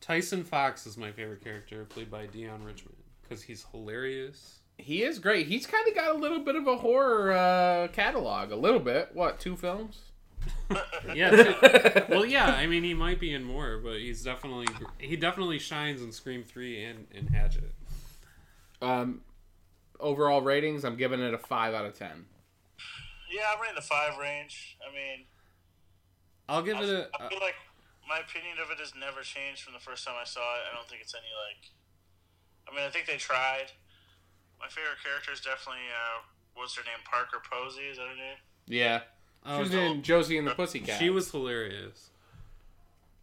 [SPEAKER 3] Tyson Fox is my favorite character, played by Dion Richmond, because he's hilarious.
[SPEAKER 1] He is great. He's kind of got a little bit of a horror uh, catalog, a little bit. What two films?
[SPEAKER 3] Yeah. it's- well, yeah. I mean, he might be in more, but he's definitely he definitely shines in Scream Three and in Hatchet.
[SPEAKER 1] Um, overall ratings, I'm giving it a five out of ten.
[SPEAKER 4] Yeah, I'm right in the five range. I mean,
[SPEAKER 3] I'll give it a. uh,
[SPEAKER 4] I feel like my opinion of it has never changed from the first time I saw it. I don't think it's any like. I mean, I think they tried. My favorite character is definitely uh, what's her name, Parker Posey. Is that her name?
[SPEAKER 1] Yeah,
[SPEAKER 3] oh,
[SPEAKER 1] she was in Josie and the Pussycat.
[SPEAKER 3] she was hilarious.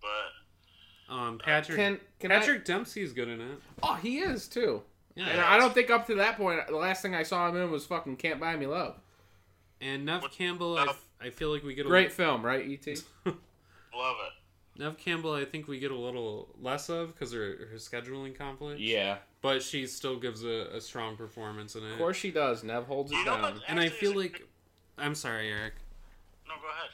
[SPEAKER 4] But
[SPEAKER 3] Um, Patrick
[SPEAKER 1] Can can I?
[SPEAKER 3] Patrick Dempsey's good in it.
[SPEAKER 1] Oh, he is too.
[SPEAKER 3] Yeah.
[SPEAKER 1] And I don't think up to that point, the last thing I saw him in was fucking "Can't Buy Me Love."
[SPEAKER 3] And Nev Campbell, I, f- I feel like we get a
[SPEAKER 1] Great film, right? E Et.
[SPEAKER 4] love it.
[SPEAKER 3] Nev Campbell. I think we get a little less of because her her scheduling conflict.
[SPEAKER 1] Yeah,
[SPEAKER 3] But she still gives a, a strong performance in it.
[SPEAKER 1] of course she does. Nev holds
[SPEAKER 4] You
[SPEAKER 1] it
[SPEAKER 4] know what?
[SPEAKER 1] down.
[SPEAKER 4] Actually,
[SPEAKER 3] And I feel
[SPEAKER 4] it's a-
[SPEAKER 3] like, I'm sorry, Eric.
[SPEAKER 4] No, go ahead.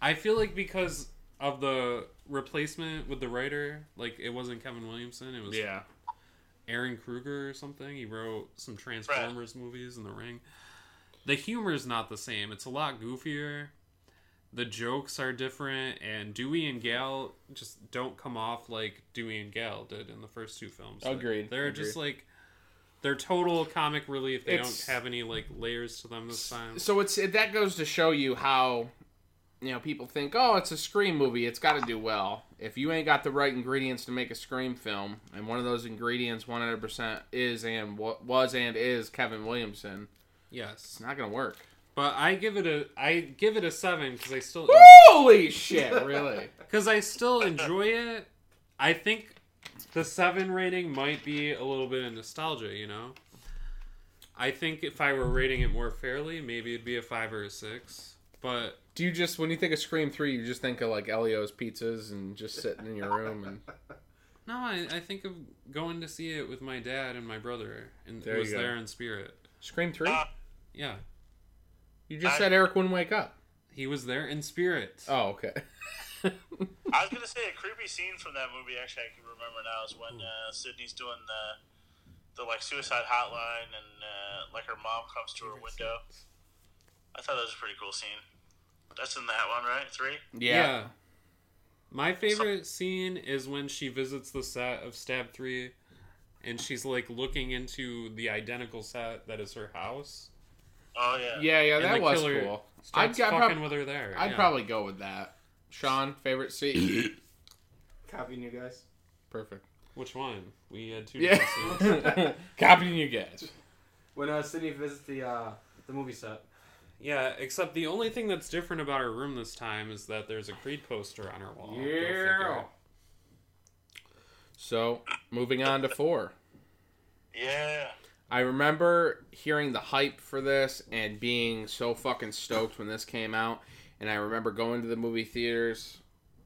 [SPEAKER 3] I feel like because of the replacement with the writer, like it wasn't Kevin Williamson, it was
[SPEAKER 1] Yeah,
[SPEAKER 3] Aaron Kruger or something. He wrote some Transformers movies and The Ring. The humor's not the same. It's a lot goofier. The jokes are different, and Dewey and Gale just don't come off like Dewey and Gale did in the first two films.
[SPEAKER 1] Agreed,
[SPEAKER 3] They're just like they're total comic relief. They
[SPEAKER 1] It's-
[SPEAKER 3] don't have any like layers to them this time.
[SPEAKER 1] so it's it, that goes to show you how you know people think, oh, it's a scream movie, it's got to do well. If you ain't got the right ingredients to make a scream film, and one of those ingredients, one hundred percent is and wa- was and is Kevin Williamson,
[SPEAKER 3] Yes,
[SPEAKER 1] it's not gonna work.
[SPEAKER 3] but I give it a I give it a seven because I still
[SPEAKER 1] Holy shit! Really?
[SPEAKER 3] because I still enjoy it. I think the seven rating might be a little bit of nostalgia, you know. I think if I were rating it more fairly, maybe it'd be a five or a six. But
[SPEAKER 1] Do you just when you think of Scream Three, you just think of like Elio's pizzas and just sitting in your room and
[SPEAKER 3] no, I, I think of going to see it with my dad and my brother, and
[SPEAKER 1] There
[SPEAKER 3] was
[SPEAKER 1] you go.
[SPEAKER 3] there in spirit.
[SPEAKER 1] Scream Three?
[SPEAKER 4] Uh,
[SPEAKER 3] Uh, Yeah,
[SPEAKER 1] You just said Eric wouldn't wake up.
[SPEAKER 3] he was there in spirit.
[SPEAKER 1] Oh, okay.
[SPEAKER 4] I was gonna say a creepy scene from that movie. Actually, I can remember now is when uh, Sydney's doing the the like suicide hotline, and uh, like her mom comes to her window. I thought that was a pretty cool scene. That's in that one, right? Three.
[SPEAKER 1] Yeah.
[SPEAKER 3] My favorite scene is when she visits the set of Stab 3 and she's like looking into the identical set that is her house.
[SPEAKER 4] Oh yeah.
[SPEAKER 1] Yeah, yeah,
[SPEAKER 3] And
[SPEAKER 1] that
[SPEAKER 3] the
[SPEAKER 1] was
[SPEAKER 3] killer
[SPEAKER 1] cool.
[SPEAKER 3] Starts
[SPEAKER 1] I'd- I'd
[SPEAKER 3] fucking
[SPEAKER 1] prob-
[SPEAKER 3] with her there.
[SPEAKER 1] I'd
[SPEAKER 3] yeah.
[SPEAKER 1] probably go with that. Sean, favorite seat.
[SPEAKER 2] Copying you guys.
[SPEAKER 1] Perfect.
[SPEAKER 3] Which one? We had two
[SPEAKER 1] Yeah.
[SPEAKER 3] different scenes.
[SPEAKER 1] Copying you guys.
[SPEAKER 2] When uh, Sydney visits the uh, the movie set.
[SPEAKER 3] Yeah, except the only thing that's different about her room this time is that there's a Creed poster on her wall. Go figure.
[SPEAKER 1] So, moving on to four.
[SPEAKER 4] Yeah.
[SPEAKER 1] I remember hearing the hype for this and being so fucking stoked when this came out. And I remember going to the movie theaters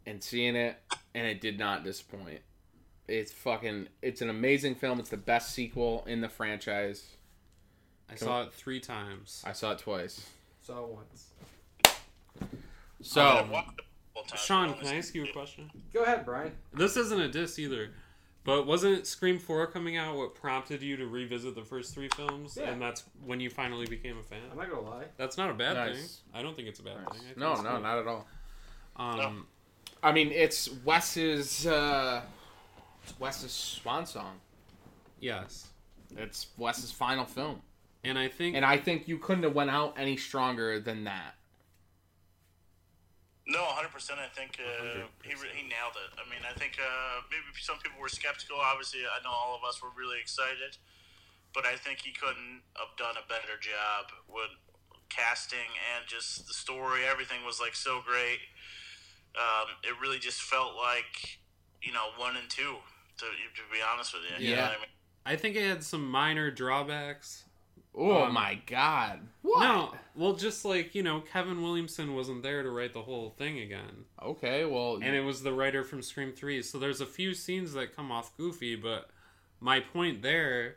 [SPEAKER 1] and seeing it, and it did not disappoint. It's fucking. It's an amazing film. It's the best sequel in the franchise.
[SPEAKER 3] I saw it three times.
[SPEAKER 1] I saw it twice.
[SPEAKER 2] Saw it once.
[SPEAKER 1] So,
[SPEAKER 3] Sean, can I ask you a question?
[SPEAKER 2] Go ahead, Brian.
[SPEAKER 3] This isn't a diss either, but wasn't Scream 4 coming out what prompted you to revisit the first three films?
[SPEAKER 2] Yeah.
[SPEAKER 3] And that's when you finally became a fan?
[SPEAKER 2] I'm not gonna lie.
[SPEAKER 3] That's not a bad
[SPEAKER 1] Nice.
[SPEAKER 3] thing. I don't think it's a bad thing. I think
[SPEAKER 1] no,
[SPEAKER 3] it's
[SPEAKER 1] no,
[SPEAKER 3] cool.
[SPEAKER 1] not at all.
[SPEAKER 3] Um,
[SPEAKER 1] I mean, it's Wes's uh, it's Wes's swan song.
[SPEAKER 3] Yes.
[SPEAKER 1] It's Wes's final film,
[SPEAKER 3] And I think
[SPEAKER 1] and I think you couldn't have went out any stronger than that.
[SPEAKER 4] No, 100%. I think uh, he,
[SPEAKER 3] 100%.
[SPEAKER 4] re- he nailed it. I mean, I think uh, maybe some people were skeptical. Obviously, I know all of us were really excited, but I think he couldn't have done a better job with casting and just the story. Everything was like so great. Um, it really just felt like, you know, one and two, to, to be honest with you. You know
[SPEAKER 1] Yeah.
[SPEAKER 4] what I mean?
[SPEAKER 3] I think it had some minor drawbacks.
[SPEAKER 1] Oh
[SPEAKER 3] Um,
[SPEAKER 1] my god! What?
[SPEAKER 3] No, well, just like you know, Kevin Williamson wasn't there to write the whole thing again,
[SPEAKER 1] Okay, well,
[SPEAKER 3] and it was the writer from Scream Three. So there's a few scenes that come off goofy, but my point there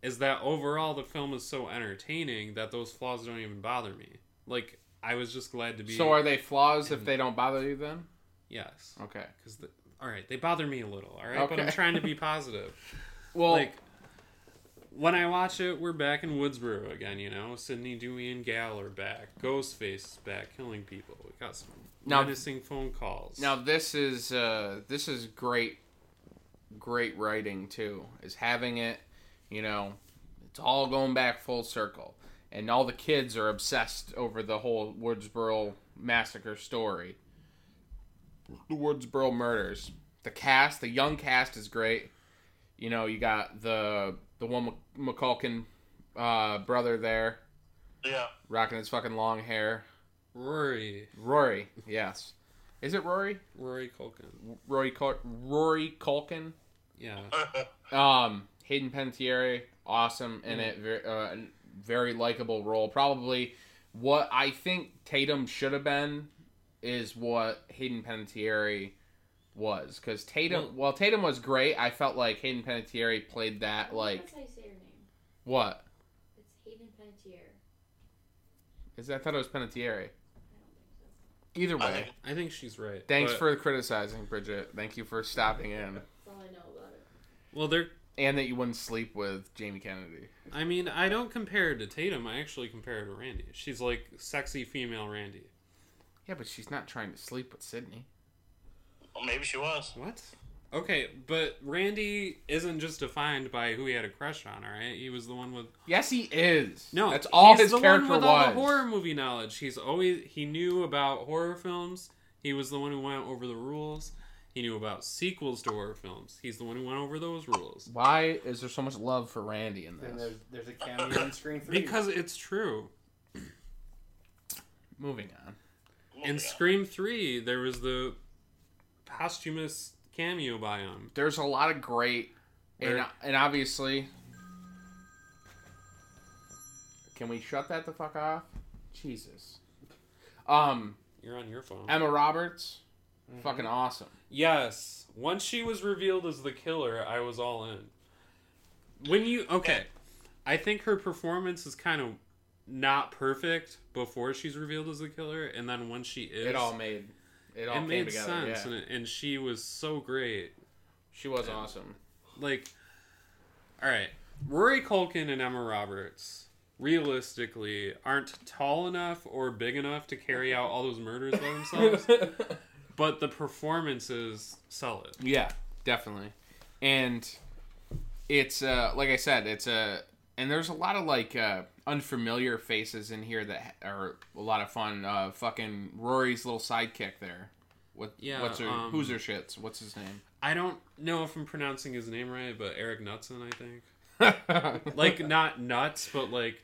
[SPEAKER 3] is that overall the film is so entertaining that those flaws don't even bother me. Like I was just glad to be.
[SPEAKER 1] so are they flaws if they don't bother you then?
[SPEAKER 3] Yes.
[SPEAKER 1] Okay.
[SPEAKER 3] Because the, all right, they bother me a little. All right, but I'm
[SPEAKER 1] Okay.
[SPEAKER 3] trying to be positive.
[SPEAKER 1] Well,
[SPEAKER 3] like when I watch it, we're back in Woodsboro again. You know, Sydney, Dewey, and Gal are back. Ghostface is back, killing people. We got some
[SPEAKER 1] Now-
[SPEAKER 3] menacing phone calls.
[SPEAKER 1] now this is uh, this is great, great writing too. Is having it, you know, it's all going back full circle, and all the kids are obsessed over the whole Woodsboro massacre story, the Woodsboro murders. The cast, the young cast is great. You know, you got the the one Mac- McCulkin uh, brother there.
[SPEAKER 4] Yeah.
[SPEAKER 1] rocking his fucking long hair.
[SPEAKER 3] Rory,
[SPEAKER 1] Rory, yes. Is it Rory?
[SPEAKER 3] Rory Culkin.
[SPEAKER 1] Rory Cul- Rory Culkin.
[SPEAKER 3] Yeah,
[SPEAKER 1] Um, Hayden Panettiere, awesome in it. Very, uh, very likable role. Probably what I think Tatum should have been is what Hayden Panettiere was because Tatum.
[SPEAKER 3] Well-
[SPEAKER 1] well, Tatum was great. I felt like Hayden Panettiere played that like
[SPEAKER 5] That's how you say your name.
[SPEAKER 1] what
[SPEAKER 5] It's Hayden Panettiere.
[SPEAKER 1] is that? I thought it was Panettiere.
[SPEAKER 5] I don't think so.
[SPEAKER 1] Either
[SPEAKER 4] I
[SPEAKER 1] way,
[SPEAKER 4] think-
[SPEAKER 3] I think she's right.
[SPEAKER 1] thanks
[SPEAKER 3] but-
[SPEAKER 1] for criticizing, Bridget. Thank you for stopping in.
[SPEAKER 5] That's all I know about it.
[SPEAKER 3] Well, they're.
[SPEAKER 1] and that you wouldn't sleep with Jamie Kennedy.
[SPEAKER 3] I mean, I don't compare her to Tatum. I actually compare her to Randy. She's like sexy female Randy.
[SPEAKER 1] Yeah, but she's not trying to sleep with Sydney.
[SPEAKER 4] Well, maybe she was.
[SPEAKER 3] What? Okay, but Randy isn't just defined by who he had a crush on. All right, he was the one with
[SPEAKER 1] Yes, he is.
[SPEAKER 3] No,
[SPEAKER 1] that's all
[SPEAKER 3] he's
[SPEAKER 1] his
[SPEAKER 3] the
[SPEAKER 1] character
[SPEAKER 3] one with
[SPEAKER 1] was.
[SPEAKER 3] All the horror movie knowledge. He's always he knew about horror films. He was the one who went over the rules. He knew about sequels to horror films. He's the one who went over those rules
[SPEAKER 1] Why is there so much love for Randy in
[SPEAKER 2] And
[SPEAKER 1] this?
[SPEAKER 2] there's there's a cameo in Screen Three.
[SPEAKER 3] because it's true.
[SPEAKER 1] Moving on.
[SPEAKER 4] Oh,
[SPEAKER 3] In Scream Three, there was the posthumous cameo by him.
[SPEAKER 1] There's a lot of great, and,
[SPEAKER 3] Where-
[SPEAKER 1] and obviously, can we shut that the fuck off? Jesus. Um,
[SPEAKER 3] You're on your phone.
[SPEAKER 1] Emma Roberts, fucking awesome.
[SPEAKER 3] Yes. Once she was revealed as the killer, I was all in. When you okay, I think her performance is kind of not perfect before she's revealed as the killer, and then once she is,
[SPEAKER 1] It all made. It it all
[SPEAKER 3] It
[SPEAKER 1] came
[SPEAKER 3] made
[SPEAKER 1] together. yeah.
[SPEAKER 3] sense, and, it, and she was so great.
[SPEAKER 1] she was awesome.
[SPEAKER 3] Like, all right, Rory Culkin and Emma Roberts realistically aren't tall enough or big enough to carry out all those murders by themselves, but the performances sell it.
[SPEAKER 1] Yeah, definitely. And it's uh like I said, it's a and there's a lot of like uh unfamiliar faces in here that are a lot of fun. Uh fucking Rory's little sidekick there. What
[SPEAKER 3] Yeah,
[SPEAKER 1] what's her
[SPEAKER 3] um,
[SPEAKER 1] who's her shits? What's his name?
[SPEAKER 3] I don't know if I'm pronouncing his name right, but Eric Knudsen, I think. Like not nuts, but like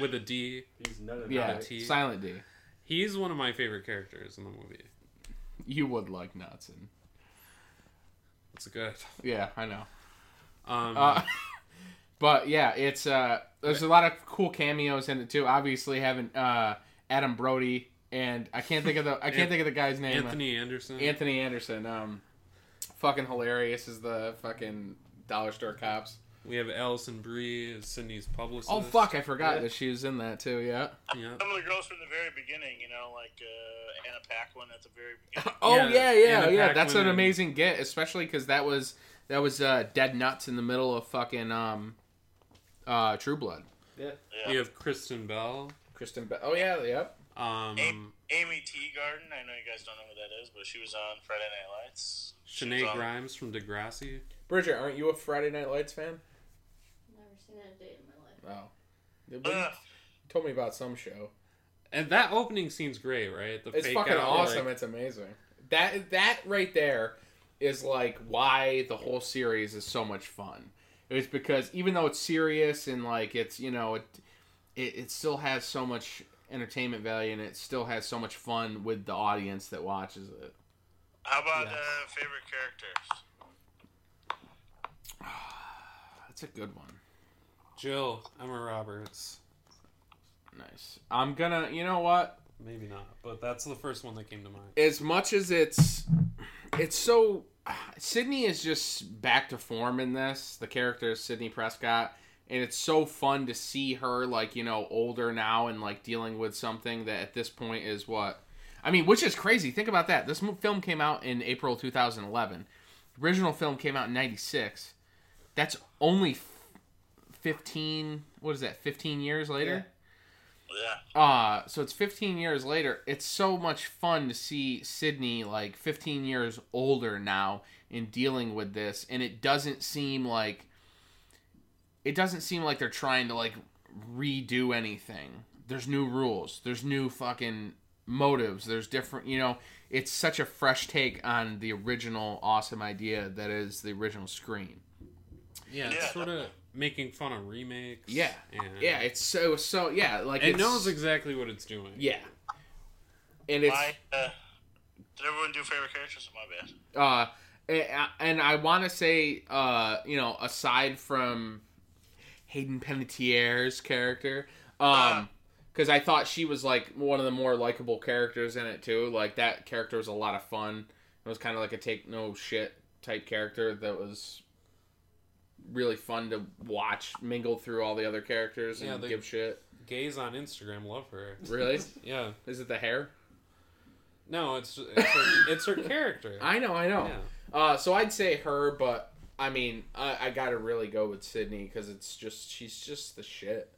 [SPEAKER 3] with a D.
[SPEAKER 2] He's none of
[SPEAKER 1] yeah,
[SPEAKER 2] that.
[SPEAKER 3] T.
[SPEAKER 1] Silent D.
[SPEAKER 3] He's one of my favorite characters in the movie.
[SPEAKER 1] You would like Knudsen.
[SPEAKER 3] It's good.
[SPEAKER 1] Yeah, I know.
[SPEAKER 3] Um,
[SPEAKER 1] Uh, but yeah, it's uh, there's a lot of cool cameos in it too. Obviously, having uh, Adam Brody and I can't think of the I can't think of the guy's name.
[SPEAKER 3] Anthony Anderson.
[SPEAKER 1] Anthony Anderson. Um, fucking hilarious is the fucking dollar store cops.
[SPEAKER 3] We have Allison Brie as Cindy's publicist.
[SPEAKER 1] Oh fuck, I forgot
[SPEAKER 2] Yeah.
[SPEAKER 1] that she was in that too. Yeah.
[SPEAKER 3] Yeah.
[SPEAKER 4] Some of the girls from the very beginning, you know, like uh, Anna Paquin at the very beginning.
[SPEAKER 1] Oh yeah,
[SPEAKER 3] Yeah,
[SPEAKER 1] yeah, yeah.
[SPEAKER 3] Anna Paquin
[SPEAKER 1] That's an
[SPEAKER 3] and-
[SPEAKER 1] amazing get, especially because that was that was uh, dead nuts in the middle of fucking um, uh, True Blood.
[SPEAKER 2] Yeah.
[SPEAKER 3] We have Kristen Bell.
[SPEAKER 1] Kristen. Be- oh yeah, yep.
[SPEAKER 3] Um,
[SPEAKER 4] Amy Teagarden, I know you guys don't know who that is, but she was on Friday Night Lights. She was
[SPEAKER 3] Sinead
[SPEAKER 4] on-
[SPEAKER 3] Grimes from Degrassi.
[SPEAKER 1] Bridget, aren't you a Friday Night Lights fan?
[SPEAKER 5] Never seen that date in my life.
[SPEAKER 1] Oh. You
[SPEAKER 4] Ugh,
[SPEAKER 1] told me about some show.
[SPEAKER 3] And that opening scene's great, right? The
[SPEAKER 1] It's
[SPEAKER 3] fake
[SPEAKER 1] fucking
[SPEAKER 3] out,
[SPEAKER 1] awesome.
[SPEAKER 3] like-
[SPEAKER 1] it's amazing. That that right there is like why the whole series is so much fun. It's because even though it's serious and like it's you know it it, it still has so much entertainment value and it still has so much fun with the audience that watches it.
[SPEAKER 4] How about
[SPEAKER 3] Yeah.
[SPEAKER 4] uh, favorite characters?
[SPEAKER 1] That's a good one.
[SPEAKER 3] Jill Emma Roberts.
[SPEAKER 1] Nice. I'm gonna. You know what?
[SPEAKER 3] Maybe not, but that's the first one that came to mind.
[SPEAKER 1] as much as it's it's so Sydney is just back to form in this. The character is Sydney Prescott and it's so fun to see her like, you know, older now and like dealing with something that at this point is what I mean, which is crazy. Think about that. This mo- film came out in April 2011. The original film came out in 96. That's only f- 15 what is that? 15 years later.
[SPEAKER 2] Yeah.
[SPEAKER 4] Yeah.
[SPEAKER 1] Uh, so it's 15 years later. It's so much fun to see Sydney like 15 years older now in dealing with this, and it doesn't seem like it doesn't seem like they're trying to like redo anything. There's new rules. There's new fucking motives. There's different. You know, it's such a fresh take on the original awesome idea that is the original screen.
[SPEAKER 3] Yeah, it's
[SPEAKER 4] Yeah.
[SPEAKER 3] sort of making fun of remakes.
[SPEAKER 1] Yeah,
[SPEAKER 3] and
[SPEAKER 1] yeah. It's so so yeah. Like
[SPEAKER 3] It
[SPEAKER 1] it's-
[SPEAKER 3] knows exactly what it's doing.
[SPEAKER 1] yeah. And it's
[SPEAKER 4] My, uh, did everyone do favorite characters? My bad.
[SPEAKER 1] uh and, and i want to say uh you know aside from hayden Panettiere's character
[SPEAKER 3] Uh.
[SPEAKER 1] um because i thought she was like one of the more likable characters in it too like that character was a lot of fun it was kind of like a take no shit type character that was really fun to watch mingle through all the other characters and
[SPEAKER 3] Yeah, they-
[SPEAKER 1] give shit
[SPEAKER 3] Gays on Instagram love her.
[SPEAKER 1] really
[SPEAKER 3] Yeah.
[SPEAKER 1] is it the hair
[SPEAKER 3] No, it's it's her, it's her character.
[SPEAKER 1] i know i know
[SPEAKER 3] Yeah.
[SPEAKER 1] Uh, so I'd say her, but I mean, I, I gotta really go with Sydney because it's just she's just the shit.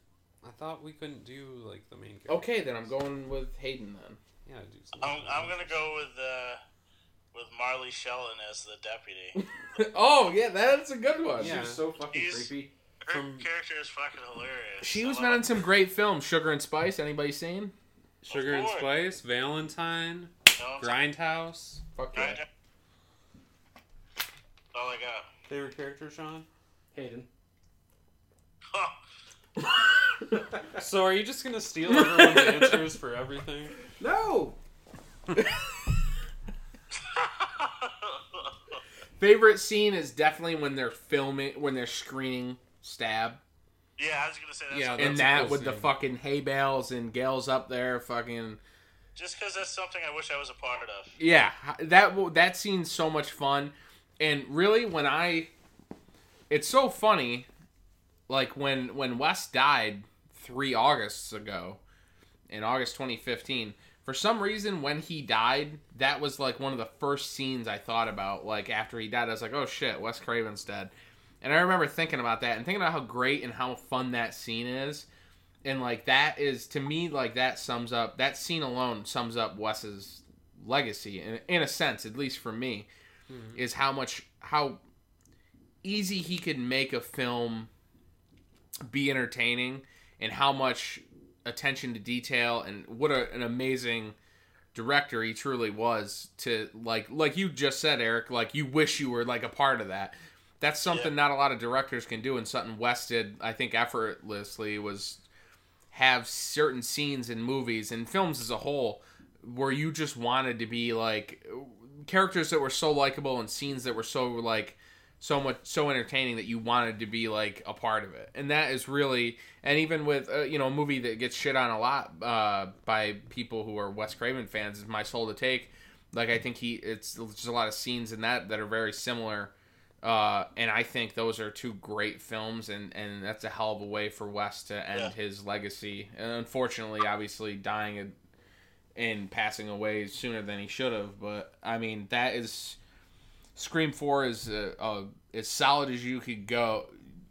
[SPEAKER 3] I thought we couldn't do like the main character.
[SPEAKER 1] Okay, then I'm going with Hayden then.
[SPEAKER 3] Yeah, do something.
[SPEAKER 4] I'm, I'm gonna go with uh, with Marley Sheldon as the deputy.
[SPEAKER 1] oh yeah, that's a good one.
[SPEAKER 3] Yeah.
[SPEAKER 2] She was so fucking
[SPEAKER 4] He's-
[SPEAKER 2] creepy.
[SPEAKER 4] Her
[SPEAKER 3] From-
[SPEAKER 4] character is fucking hilarious.
[SPEAKER 1] She
[SPEAKER 4] I
[SPEAKER 1] was
[SPEAKER 4] love
[SPEAKER 1] been in some great films, Sugar and Spice. Anybody seen?
[SPEAKER 3] Sugar and
[SPEAKER 4] Of course.
[SPEAKER 3] Spice, Valentine,
[SPEAKER 4] it, you know?
[SPEAKER 3] Grindhouse.
[SPEAKER 1] Fuck yeah.
[SPEAKER 4] Grind- That's all I got.
[SPEAKER 3] Favorite character, Sean.
[SPEAKER 2] Hayden.
[SPEAKER 3] So are you just gonna steal everyone's answers for everything?
[SPEAKER 2] No.
[SPEAKER 1] Favorite scene is definitely when they're filming, when they're screening stab,
[SPEAKER 4] yeah, I was gonna say that's
[SPEAKER 3] Yeah,
[SPEAKER 4] yeah,
[SPEAKER 1] and
[SPEAKER 3] Oh, a
[SPEAKER 1] that
[SPEAKER 3] cool
[SPEAKER 1] with the
[SPEAKER 3] scene.
[SPEAKER 1] fucking hay bales and gals up there, fucking
[SPEAKER 4] just because that's something I wish I was a part of.
[SPEAKER 1] Yeah, that w- that scene's so much fun, and really when I, it's so funny, like when when West died three Augusts ago, in August 2015. For some reason, when he died, that was like one of the first scenes I thought about. Like after he died, I was like, "Oh shit, Wes Craven's dead." And I remember thinking about that and thinking about how great and how fun that scene is. And like that is to me like that sums up that scene alone sums up Wes's legacy in, in a sense, at least for me, is how much how easy he could make a film be entertaining and how much attention to detail and what a, an amazing director he truly was to like like you just said eric like you wish you were like a part of that that's something not a lot of directors can do and sutton west did i think effortlessly was have certain scenes in movies and films as a whole where you just wanted to be like characters that were so likable and scenes that were so like so much so entertaining that you wanted to be like a part of it and that is really and even with uh, you know a movie that gets shit on a lot uh, by people who are wes craven fans is my soul to take like i think he it's there's just a lot of scenes in that that are very similar uh, and i think those are two great films and and that's a hell of a way for wes to end
[SPEAKER 4] Yeah.
[SPEAKER 1] his legacy and unfortunately obviously dying and, and passing away sooner than he should have but i mean that is Scream Four is uh, uh, as solid as you could go.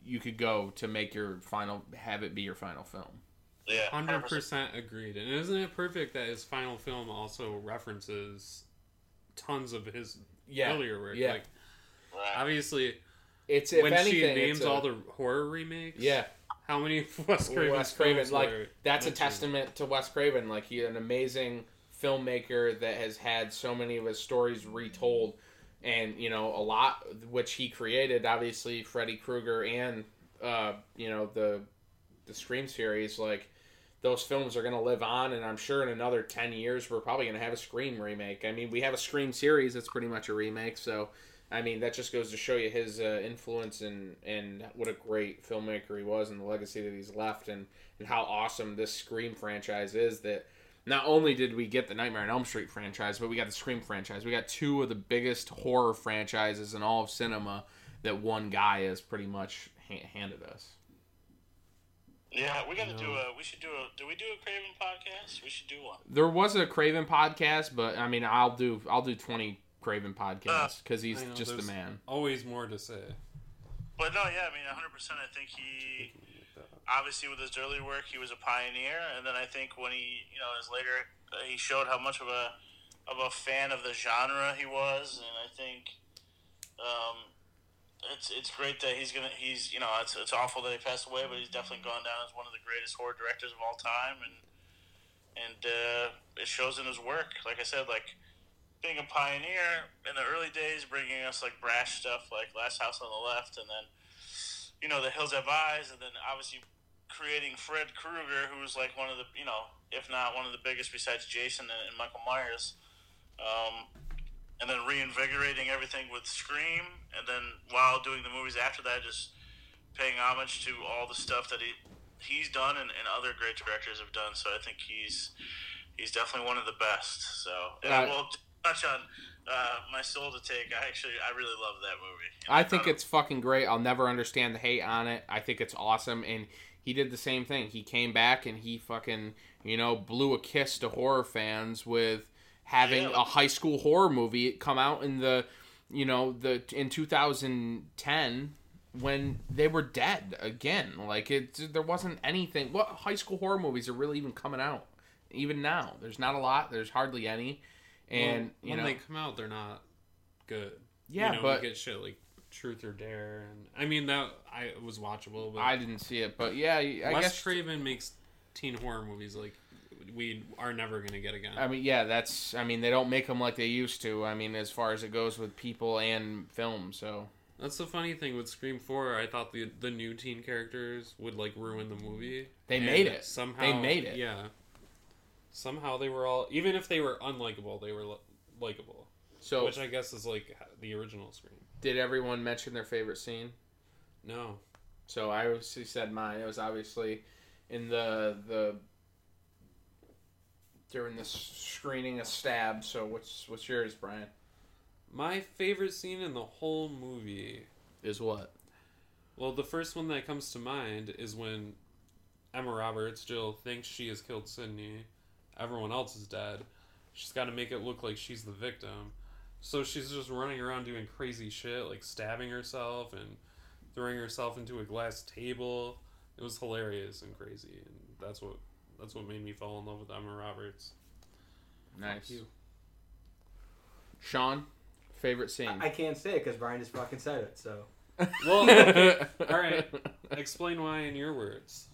[SPEAKER 1] You could go to make your final, have it be your final film.
[SPEAKER 4] Yeah,
[SPEAKER 3] Hundred percent agreed. And isn't it perfect that his final film also references tons of his
[SPEAKER 1] Yeah,
[SPEAKER 3] earlier work?
[SPEAKER 1] yeah.
[SPEAKER 3] Like
[SPEAKER 4] Right.
[SPEAKER 3] obviously,
[SPEAKER 1] It's if
[SPEAKER 3] when
[SPEAKER 1] anything,
[SPEAKER 3] she names
[SPEAKER 1] it's a-
[SPEAKER 3] all the horror remakes,
[SPEAKER 1] yeah,
[SPEAKER 3] how many Wes Craven?
[SPEAKER 1] Wes Craven.
[SPEAKER 3] films
[SPEAKER 1] Like
[SPEAKER 3] were
[SPEAKER 1] that's a
[SPEAKER 3] mentioned?
[SPEAKER 1] testament to Wes Craven. Like he's an amazing filmmaker that has had so many of his stories retold, and you know a lot which he created. Obviously, Freddy Krueger and uh, you know the the Scream series. Like those films are going to live on, and I'm sure in another ten years we're probably going to have a Scream remake. I mean, we have a Scream series that's pretty much a remake, so. I mean, that just goes to show you his uh, influence and, and what a great filmmaker he was and the legacy that he's left and, and how awesome this Scream franchise is. That not only did we get the Nightmare on Elm Street franchise, but we got the Scream franchise. We got two of the biggest horror franchises in all of cinema that one guy has pretty much ha- handed us.
[SPEAKER 4] Yeah, we got to
[SPEAKER 3] No.
[SPEAKER 4] do a. We should do a. Do we do a Craven podcast? We should do one.
[SPEAKER 1] There was a Craven podcast, but I mean, I'll do I'll do twenty Craven podcasts because he's
[SPEAKER 3] Ah, I know,
[SPEAKER 1] just the
[SPEAKER 3] there's
[SPEAKER 1] man.
[SPEAKER 3] Always more to say.
[SPEAKER 4] But no, yeah, I mean, 100. percent I think he obviously with his early work he was a pioneer, and then I think when he, you know, his later uh, he showed how much of a of a fan of the genre he was, and I think um, it's it's great that he's gonna he's you know it's it's awful that he passed away, but he's definitely gone down as one of the greatest horror directors of all time, and and uh, it shows in his work. Like I said, like being a pioneer in the early days, bringing us like brash stuff like Last House on the Left, and then you know The Hills Have Eyes, and then obviously creating Fred Krueger, who's like one of the you know if not one of the biggest besides Jason and, and Michael Myers. Um, and then reinvigorating everything with Scream, and then while doing the movies after that, just paying homage to all the stuff that he he's done and, and other great directors have done. So I think he's he's definitely one of the best. So and I
[SPEAKER 1] Uh,
[SPEAKER 4] will touch on uh, my soul to take. I actually I really love that movie.
[SPEAKER 1] I
[SPEAKER 3] Uh,
[SPEAKER 1] think it's fucking great. I'll never understand the hate on it. I think it's awesome. And he did the same thing. He came back and he fucking, you know, blew a kiss to horror fans with having
[SPEAKER 4] Yeah.
[SPEAKER 1] a high school horror movie come out in the, you know, the in 2010 when they were dead again. Like it there wasn't anything. What high school horror movies are really even coming out even now? There's not a lot. There's hardly any. And
[SPEAKER 3] Well,
[SPEAKER 1] you
[SPEAKER 3] when
[SPEAKER 1] know,
[SPEAKER 3] they come out, they're not good.
[SPEAKER 1] yeah,
[SPEAKER 3] you know,
[SPEAKER 1] but
[SPEAKER 3] you get shit like Truth or Dare, and I mean that I it was watchable, but
[SPEAKER 1] I didn't see it. But yeah, I
[SPEAKER 3] Wes
[SPEAKER 1] guess
[SPEAKER 3] Craven makes teen horror movies like we are never gonna get again.
[SPEAKER 1] I mean, yeah, that's. I mean, they don't make them like they used to. I mean, as far as it goes with people and film, so
[SPEAKER 3] That's the funny thing with Scream Four. I thought the the new teen characters would like ruin the movie.
[SPEAKER 1] They
[SPEAKER 3] And
[SPEAKER 1] made it.
[SPEAKER 3] somehow.
[SPEAKER 1] They made it.
[SPEAKER 3] Yeah. Somehow they were all, even if they were unlikable, they were li- likable,
[SPEAKER 1] so
[SPEAKER 3] which I guess is like the original Scream.
[SPEAKER 1] did everyone mention their favorite scene?
[SPEAKER 3] No,
[SPEAKER 1] So I obviously said mine. It was obviously in the the during the screening of Stab. So what's what's yours, Brian?
[SPEAKER 3] my favorite scene in the whole movie
[SPEAKER 1] Is what?
[SPEAKER 3] Well, the first one that comes to mind is when Emma Roberts, Jill, thinks she has killed Sydney. Everyone else is dead. She's got to make it look like she's the victim. So she's just running around doing crazy shit, like stabbing herself and throwing herself into a glass table. It was hilarious and crazy, and that's what that's what made me fall in love with Emma Roberts.
[SPEAKER 1] Nice.
[SPEAKER 2] you.
[SPEAKER 1] Sean, favorite scene.
[SPEAKER 2] I, I can't say it because Brian just fucking said it. So
[SPEAKER 3] Well, okay, all right. Explain why in your words.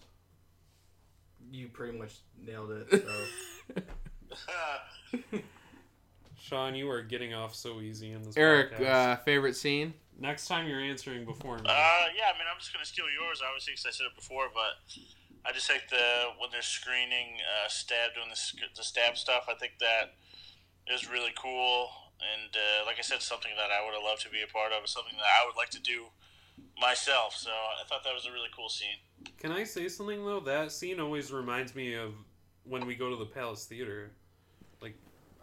[SPEAKER 2] you pretty much nailed it. So
[SPEAKER 4] Uh,
[SPEAKER 3] Sean, you are getting off so easy in this.
[SPEAKER 1] Eric,
[SPEAKER 3] podcast.
[SPEAKER 1] uh, favorite scene.
[SPEAKER 3] next time you're answering before me.
[SPEAKER 4] Uh, yeah, I mean, I'm just gonna steal yours, obviously, because I said it before. But I just think the when they're screening uh, stab doing the, sc- the stab stuff, I think that is really cool. And uh, like I said, something that I would have loved to be a part of, something that I would like to do myself. So I thought that was a really cool scene.
[SPEAKER 3] Can I say something though? That scene always reminds me of when we go to the Palace Theater.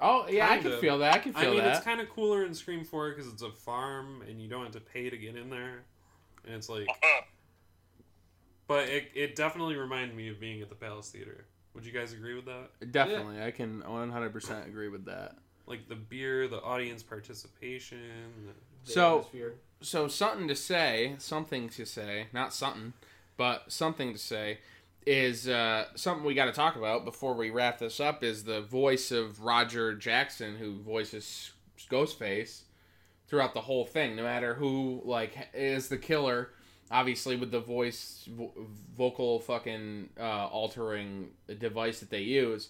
[SPEAKER 1] Oh yeah, I
[SPEAKER 3] Kinda.
[SPEAKER 1] can feel that. I can
[SPEAKER 3] I
[SPEAKER 1] feel
[SPEAKER 3] mean, it's
[SPEAKER 1] that.
[SPEAKER 3] kind of cooler in Scream Four because it's a farm and you don't have to pay to get in there, and it's like. But it it definitely reminded me of being at the Palace Theater. Would you guys agree with that?
[SPEAKER 1] Definitely, I can 100% agree with that.
[SPEAKER 3] Like the beer, the audience participation.
[SPEAKER 2] the
[SPEAKER 1] So-
[SPEAKER 2] atmosphere.
[SPEAKER 1] so something to say, something to say, not something, but something to say is uh, something we got to talk about before we wrap this up is the voice of Roger Jackson who voices Ghostface throughout the whole thing, no matter who like is the killer. Obviously, with the voice, vo- vocal fucking uh, altering device that they use,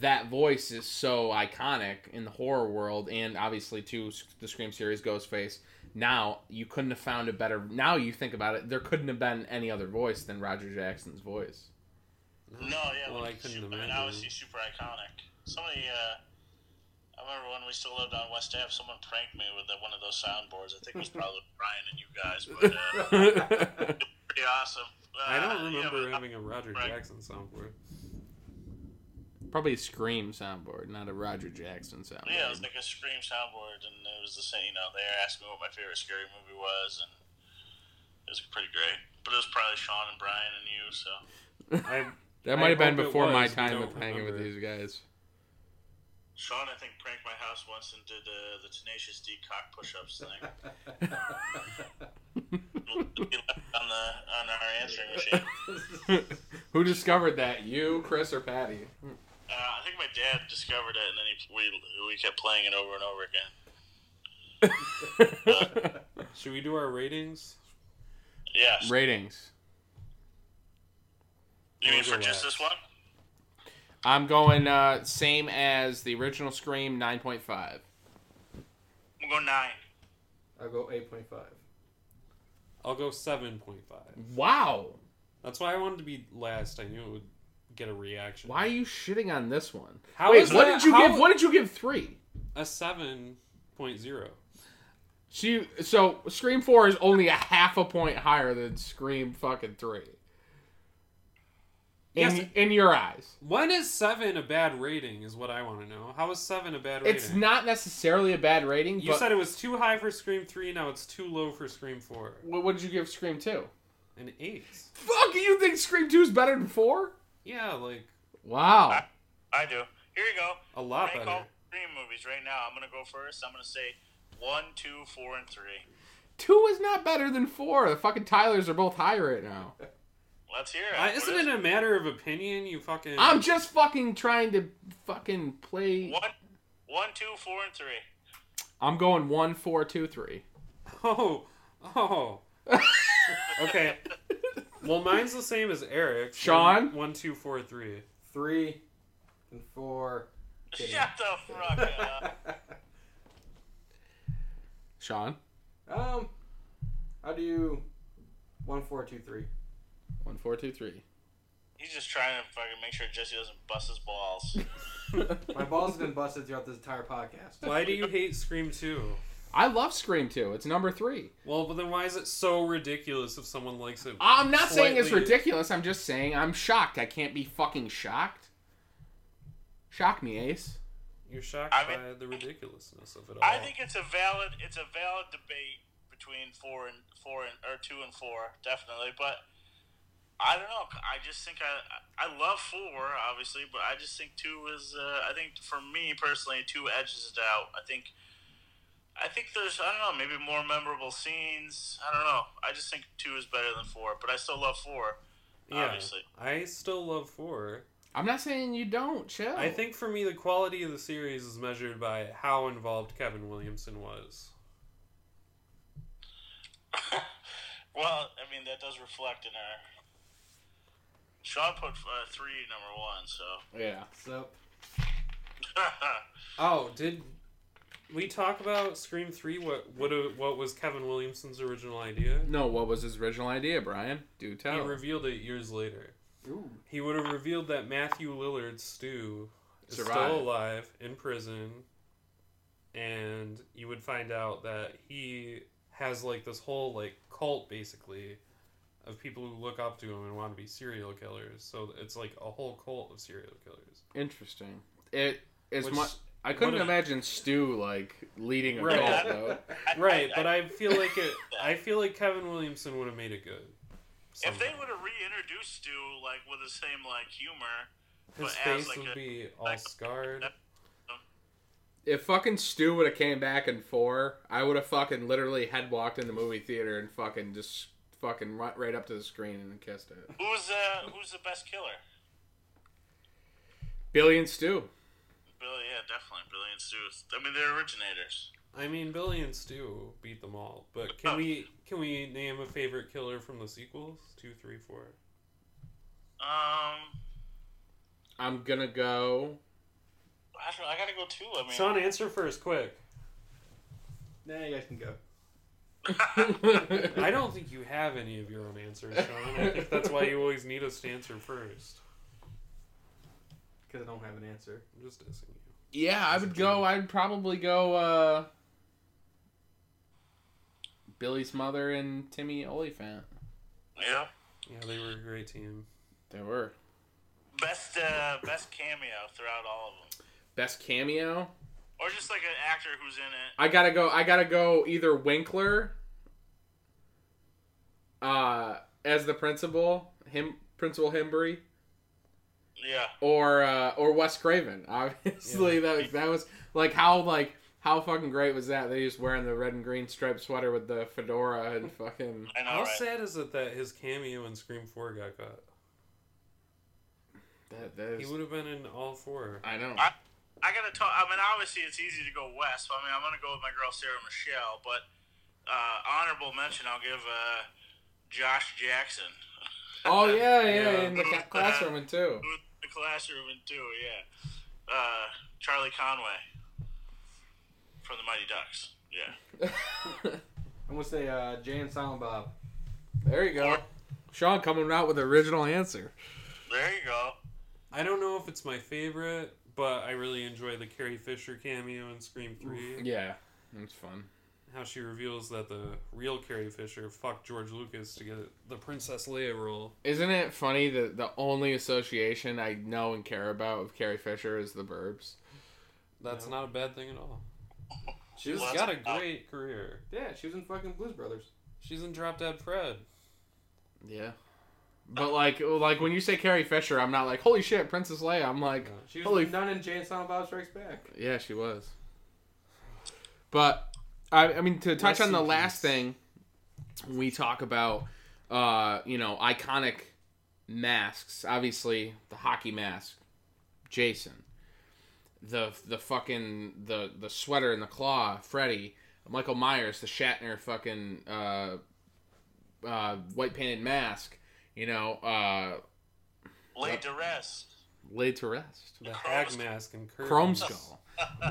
[SPEAKER 1] that voice is so iconic in the horror world, and obviously to s- the Scream series, Ghostface now you couldn't have found a better now you think about it there couldn't have been any other voice than roger jackson's voice
[SPEAKER 4] No, yeah,
[SPEAKER 3] Well, I
[SPEAKER 4] like,
[SPEAKER 3] couldn't
[SPEAKER 4] super, I mean,
[SPEAKER 3] imagine.
[SPEAKER 4] obviously super iconic. Somebody, uh, I remember when we still lived on West Ave, someone pranked me with the, one of those soundboards. I think it was probably Brian and you guys, but uh,
[SPEAKER 3] I
[SPEAKER 4] pretty awesome. Uh,
[SPEAKER 3] don't
[SPEAKER 4] yeah,
[SPEAKER 3] remember
[SPEAKER 4] but-
[SPEAKER 3] having a Roger
[SPEAKER 4] Right.
[SPEAKER 3] Jackson soundboard.
[SPEAKER 1] probably a scream soundboard not a roger jackson soundboard
[SPEAKER 4] Yeah, it was like a scream soundboard, and it was the same. You know, they asked me what my favorite scary movie was, and it was pretty great. But it was probably Sean and Brian and you. So
[SPEAKER 3] I
[SPEAKER 1] that
[SPEAKER 3] I
[SPEAKER 1] might have been
[SPEAKER 3] hope it
[SPEAKER 1] before my
[SPEAKER 3] was,
[SPEAKER 1] time with
[SPEAKER 3] don't
[SPEAKER 1] hanging with these
[SPEAKER 3] remember.
[SPEAKER 1] guys
[SPEAKER 4] Sean, I think pranked my house once and did uh, the tenacious D cock push-ups thing. he left on the on our answering machine.
[SPEAKER 1] who discovered that you chris or patty
[SPEAKER 4] Uh, I think my dad discovered it, and then he, we we kept playing it over and over again.
[SPEAKER 3] should we do our ratings?
[SPEAKER 4] Yes.
[SPEAKER 1] ratings
[SPEAKER 4] you mean for just this one?
[SPEAKER 1] i'm going uh same as the original scream 9.5
[SPEAKER 4] We'll go nine.
[SPEAKER 2] I'll go eight point five.
[SPEAKER 3] I'll go seven point five.
[SPEAKER 1] wow
[SPEAKER 3] That's why I wanted to be last. I knew it would get a reaction.
[SPEAKER 1] why are you shitting on this one
[SPEAKER 3] How
[SPEAKER 1] wait
[SPEAKER 3] is
[SPEAKER 1] what
[SPEAKER 3] that-
[SPEAKER 1] did you
[SPEAKER 3] how-
[SPEAKER 1] give what did you give three
[SPEAKER 3] A seven point zero.
[SPEAKER 1] She so Scream Four is only a half a point higher than Scream fucking three. In,
[SPEAKER 3] Yes.
[SPEAKER 1] in your eyes,
[SPEAKER 3] When is seven a bad rating? Is what I want to know. How is seven a bad rating?
[SPEAKER 1] it's not necessarily a bad rating.
[SPEAKER 3] You
[SPEAKER 1] but
[SPEAKER 3] said it was too high for Scream three. Now it's too low for Scream four.
[SPEAKER 1] what what did you give Scream Two?
[SPEAKER 3] An eight.
[SPEAKER 1] Fuck, you think Scream Two is better than four?
[SPEAKER 3] Yeah, like
[SPEAKER 1] Wow.
[SPEAKER 4] I do. Here you go.
[SPEAKER 3] a lot
[SPEAKER 4] Rank
[SPEAKER 3] better.
[SPEAKER 4] all Scream movies right now. I'm gonna go first. I'm gonna say one, two, four, and three.
[SPEAKER 1] Two is not better than four. The fucking Tylers are both high right now.
[SPEAKER 4] Let's hear it.
[SPEAKER 3] Uh,
[SPEAKER 4] What
[SPEAKER 3] isn't
[SPEAKER 4] is
[SPEAKER 3] it a matter of opinion? You fucking.
[SPEAKER 1] I'm just fucking trying to fucking play.
[SPEAKER 4] One, one, two, four, and three.
[SPEAKER 1] I'm going one, four, two, three.
[SPEAKER 3] Oh, oh. okay. Well, mine's the same as Eric's.
[SPEAKER 1] Sean?
[SPEAKER 3] One, two, four, three.
[SPEAKER 2] Three and four. Kidding.
[SPEAKER 4] Shut the fuck up.
[SPEAKER 1] Sean,
[SPEAKER 2] um, I'll do one, four, two, three.
[SPEAKER 1] one, four, two, three.
[SPEAKER 4] He's just trying to fucking make sure Jesse doesn't bust his balls.
[SPEAKER 2] My balls have been busted throughout this entire podcast.
[SPEAKER 3] Why do you hate Scream two?
[SPEAKER 1] I love Scream Two. It's number three.
[SPEAKER 3] Well, but then why is it so ridiculous if someone likes it?
[SPEAKER 1] I'm not saying it's
[SPEAKER 3] slightly-
[SPEAKER 1] ridiculous. I'm just saying I'm shocked. I can't be fucking shocked. Shock me, Ace.
[SPEAKER 3] You're shocked
[SPEAKER 4] I mean-
[SPEAKER 3] by the ridiculousness of it all.
[SPEAKER 4] I think it's a valid it's a valid debate between four and four and or two and four definitely, but I don't know. I just think I I love four obviously, but I just think two is uh, I think for me personally two edges it out. I think I think there's I don't know maybe more memorable scenes. I don't know. I just think two is better than four, but I still love four.
[SPEAKER 3] Yeah,
[SPEAKER 4] Obviously.
[SPEAKER 3] I still love four.
[SPEAKER 1] I'm not saying you don't, chill.
[SPEAKER 3] I think for me, the quality of the series is measured by how involved Kevin Williamson was.
[SPEAKER 4] well, I mean that does reflect in our. Sean put uh, three number one, so
[SPEAKER 1] Yeah.
[SPEAKER 2] So
[SPEAKER 3] Oh, did we talk about Scream Three? What what what was Kevin Williamson's original idea?
[SPEAKER 1] No, what was his original idea, Brian? Do
[SPEAKER 3] He
[SPEAKER 1] tell.
[SPEAKER 3] revealed it years later.
[SPEAKER 1] Ooh.
[SPEAKER 3] He would have revealed that Matthew Lillard, Stu, is
[SPEAKER 1] Survived.
[SPEAKER 3] still alive in prison, and you would find out that he has like this whole like cult basically of people who look up to him and want to be serial killers. So it's like a whole cult of serial killers.
[SPEAKER 1] Interesting. It as
[SPEAKER 3] Which-
[SPEAKER 1] much. I couldn't
[SPEAKER 3] what if-
[SPEAKER 1] imagine Stu like leading a
[SPEAKER 3] Right.
[SPEAKER 1] cult though.
[SPEAKER 3] Right, but I feel like it. I feel like Kevin Williamson would have made it good.
[SPEAKER 4] if they
[SPEAKER 3] somehow.
[SPEAKER 4] would have reintroduced Stu like with the same like humor,
[SPEAKER 3] His
[SPEAKER 4] But as,
[SPEAKER 3] face
[SPEAKER 4] like,
[SPEAKER 3] would
[SPEAKER 4] a-
[SPEAKER 3] be all scarred.
[SPEAKER 1] If fucking Stu would have came back in four, I would have fucking literally headwalked in the movie theater and fucking just fucking run right up to the screen and kissed it.
[SPEAKER 4] who's uh who's the best killer?
[SPEAKER 1] Billy and Stu.
[SPEAKER 4] Billy, yeah, definitely. Billy and Stu. I mean, they're originators.
[SPEAKER 3] I mean, Billy and Stu beat them all. But
[SPEAKER 4] Oh.
[SPEAKER 3] can we can we name a favorite killer from the sequels? Two, three, four.
[SPEAKER 4] Um,
[SPEAKER 1] I'm gonna go.
[SPEAKER 4] I don't. know, I gotta go too. I mean,
[SPEAKER 3] Sean, answer first, quick.
[SPEAKER 2] now you guys can go.
[SPEAKER 3] I don't think you have any of your own answers, Sean. I think that's why you always need us to answer first.
[SPEAKER 2] Because I don't have an answer.
[SPEAKER 3] I'm just dissing you.
[SPEAKER 1] yeah, I would go. I'd probably go. uh Billy's mother and Timmy Oliphant.
[SPEAKER 4] yeah.
[SPEAKER 3] Yeah, they were a great team.
[SPEAKER 1] They were.
[SPEAKER 4] Best uh, best cameo throughout all of them,
[SPEAKER 1] Best cameo.
[SPEAKER 4] or just like an actor who's in it.
[SPEAKER 1] I gotta go. I gotta go. Either Winkler, uh, as the principal, him principal Hembury,
[SPEAKER 4] Yeah.
[SPEAKER 1] or uh, or Wes Craven. Obviously, that that was like how like how fucking great was that? That he was wearing the red and green striped sweater with the fedora and fucking.
[SPEAKER 4] I know,
[SPEAKER 3] How
[SPEAKER 4] right?
[SPEAKER 3] sad is it that his cameo in Scream Four got caught?
[SPEAKER 1] That, that
[SPEAKER 3] He
[SPEAKER 1] is,
[SPEAKER 3] would have been in all four.
[SPEAKER 1] I know.
[SPEAKER 4] I- I gotta talk. I mean, obviously it's easy to go west. So, I mean, I'm gonna go with my girl Sarah Michelle, but uh, honorable mention I'll give uh, Josh Jackson.
[SPEAKER 1] Oh yeah, yeah,
[SPEAKER 3] Yeah.
[SPEAKER 1] in the ca- classroom and too.
[SPEAKER 4] Who was in the classroom and two, yeah. Uh, Charlie Conway from the Mighty Ducks. Yeah.
[SPEAKER 2] I'm gonna say uh, Jay and Silent Bob.
[SPEAKER 1] there you go. Sean coming out with the original answer.
[SPEAKER 4] There you go.
[SPEAKER 3] I don't know if it's my favorite, but I really enjoy the Carrie Fisher cameo in Scream Three.
[SPEAKER 1] Yeah, that's fun.
[SPEAKER 3] how she reveals that the real Carrie Fisher fucked George Lucas to get the Princess Leia role.
[SPEAKER 1] Isn't it funny that the only association I know and care about of Carrie Fisher is the Burbs?
[SPEAKER 3] That's not a bad thing at all. She's
[SPEAKER 2] She was
[SPEAKER 4] Well,
[SPEAKER 3] got a
[SPEAKER 4] that's-
[SPEAKER 3] great career.
[SPEAKER 2] yeah, she was in fucking Blues Brothers.
[SPEAKER 3] She's in Drop Dead Fred.
[SPEAKER 1] Yeah. But like, like when you say Carrie Fisher, I'm not like, holy shit, Princess Leia. I'm like,
[SPEAKER 3] No.
[SPEAKER 2] She was
[SPEAKER 1] Holy
[SPEAKER 2] Holy done in Jay and Silent Bob Strikes Back.
[SPEAKER 1] yeah, she was. But I, I mean, to touch
[SPEAKER 3] Rest
[SPEAKER 1] on the
[SPEAKER 3] in
[SPEAKER 1] last
[SPEAKER 3] peace.
[SPEAKER 1] thing, we talk about, uh, you know, iconic masks. Obviously, the hockey mask, Jason. The the fucking the the sweater and the claw, Freddy. Michael Myers, the Shatner fucking uh, uh, white painted mask. You know, uh,
[SPEAKER 4] Lay to rest.
[SPEAKER 1] laid to rest.
[SPEAKER 3] The
[SPEAKER 4] Chrome
[SPEAKER 3] hag
[SPEAKER 4] Skull.
[SPEAKER 3] mask and curtains.
[SPEAKER 1] Chrome Skull.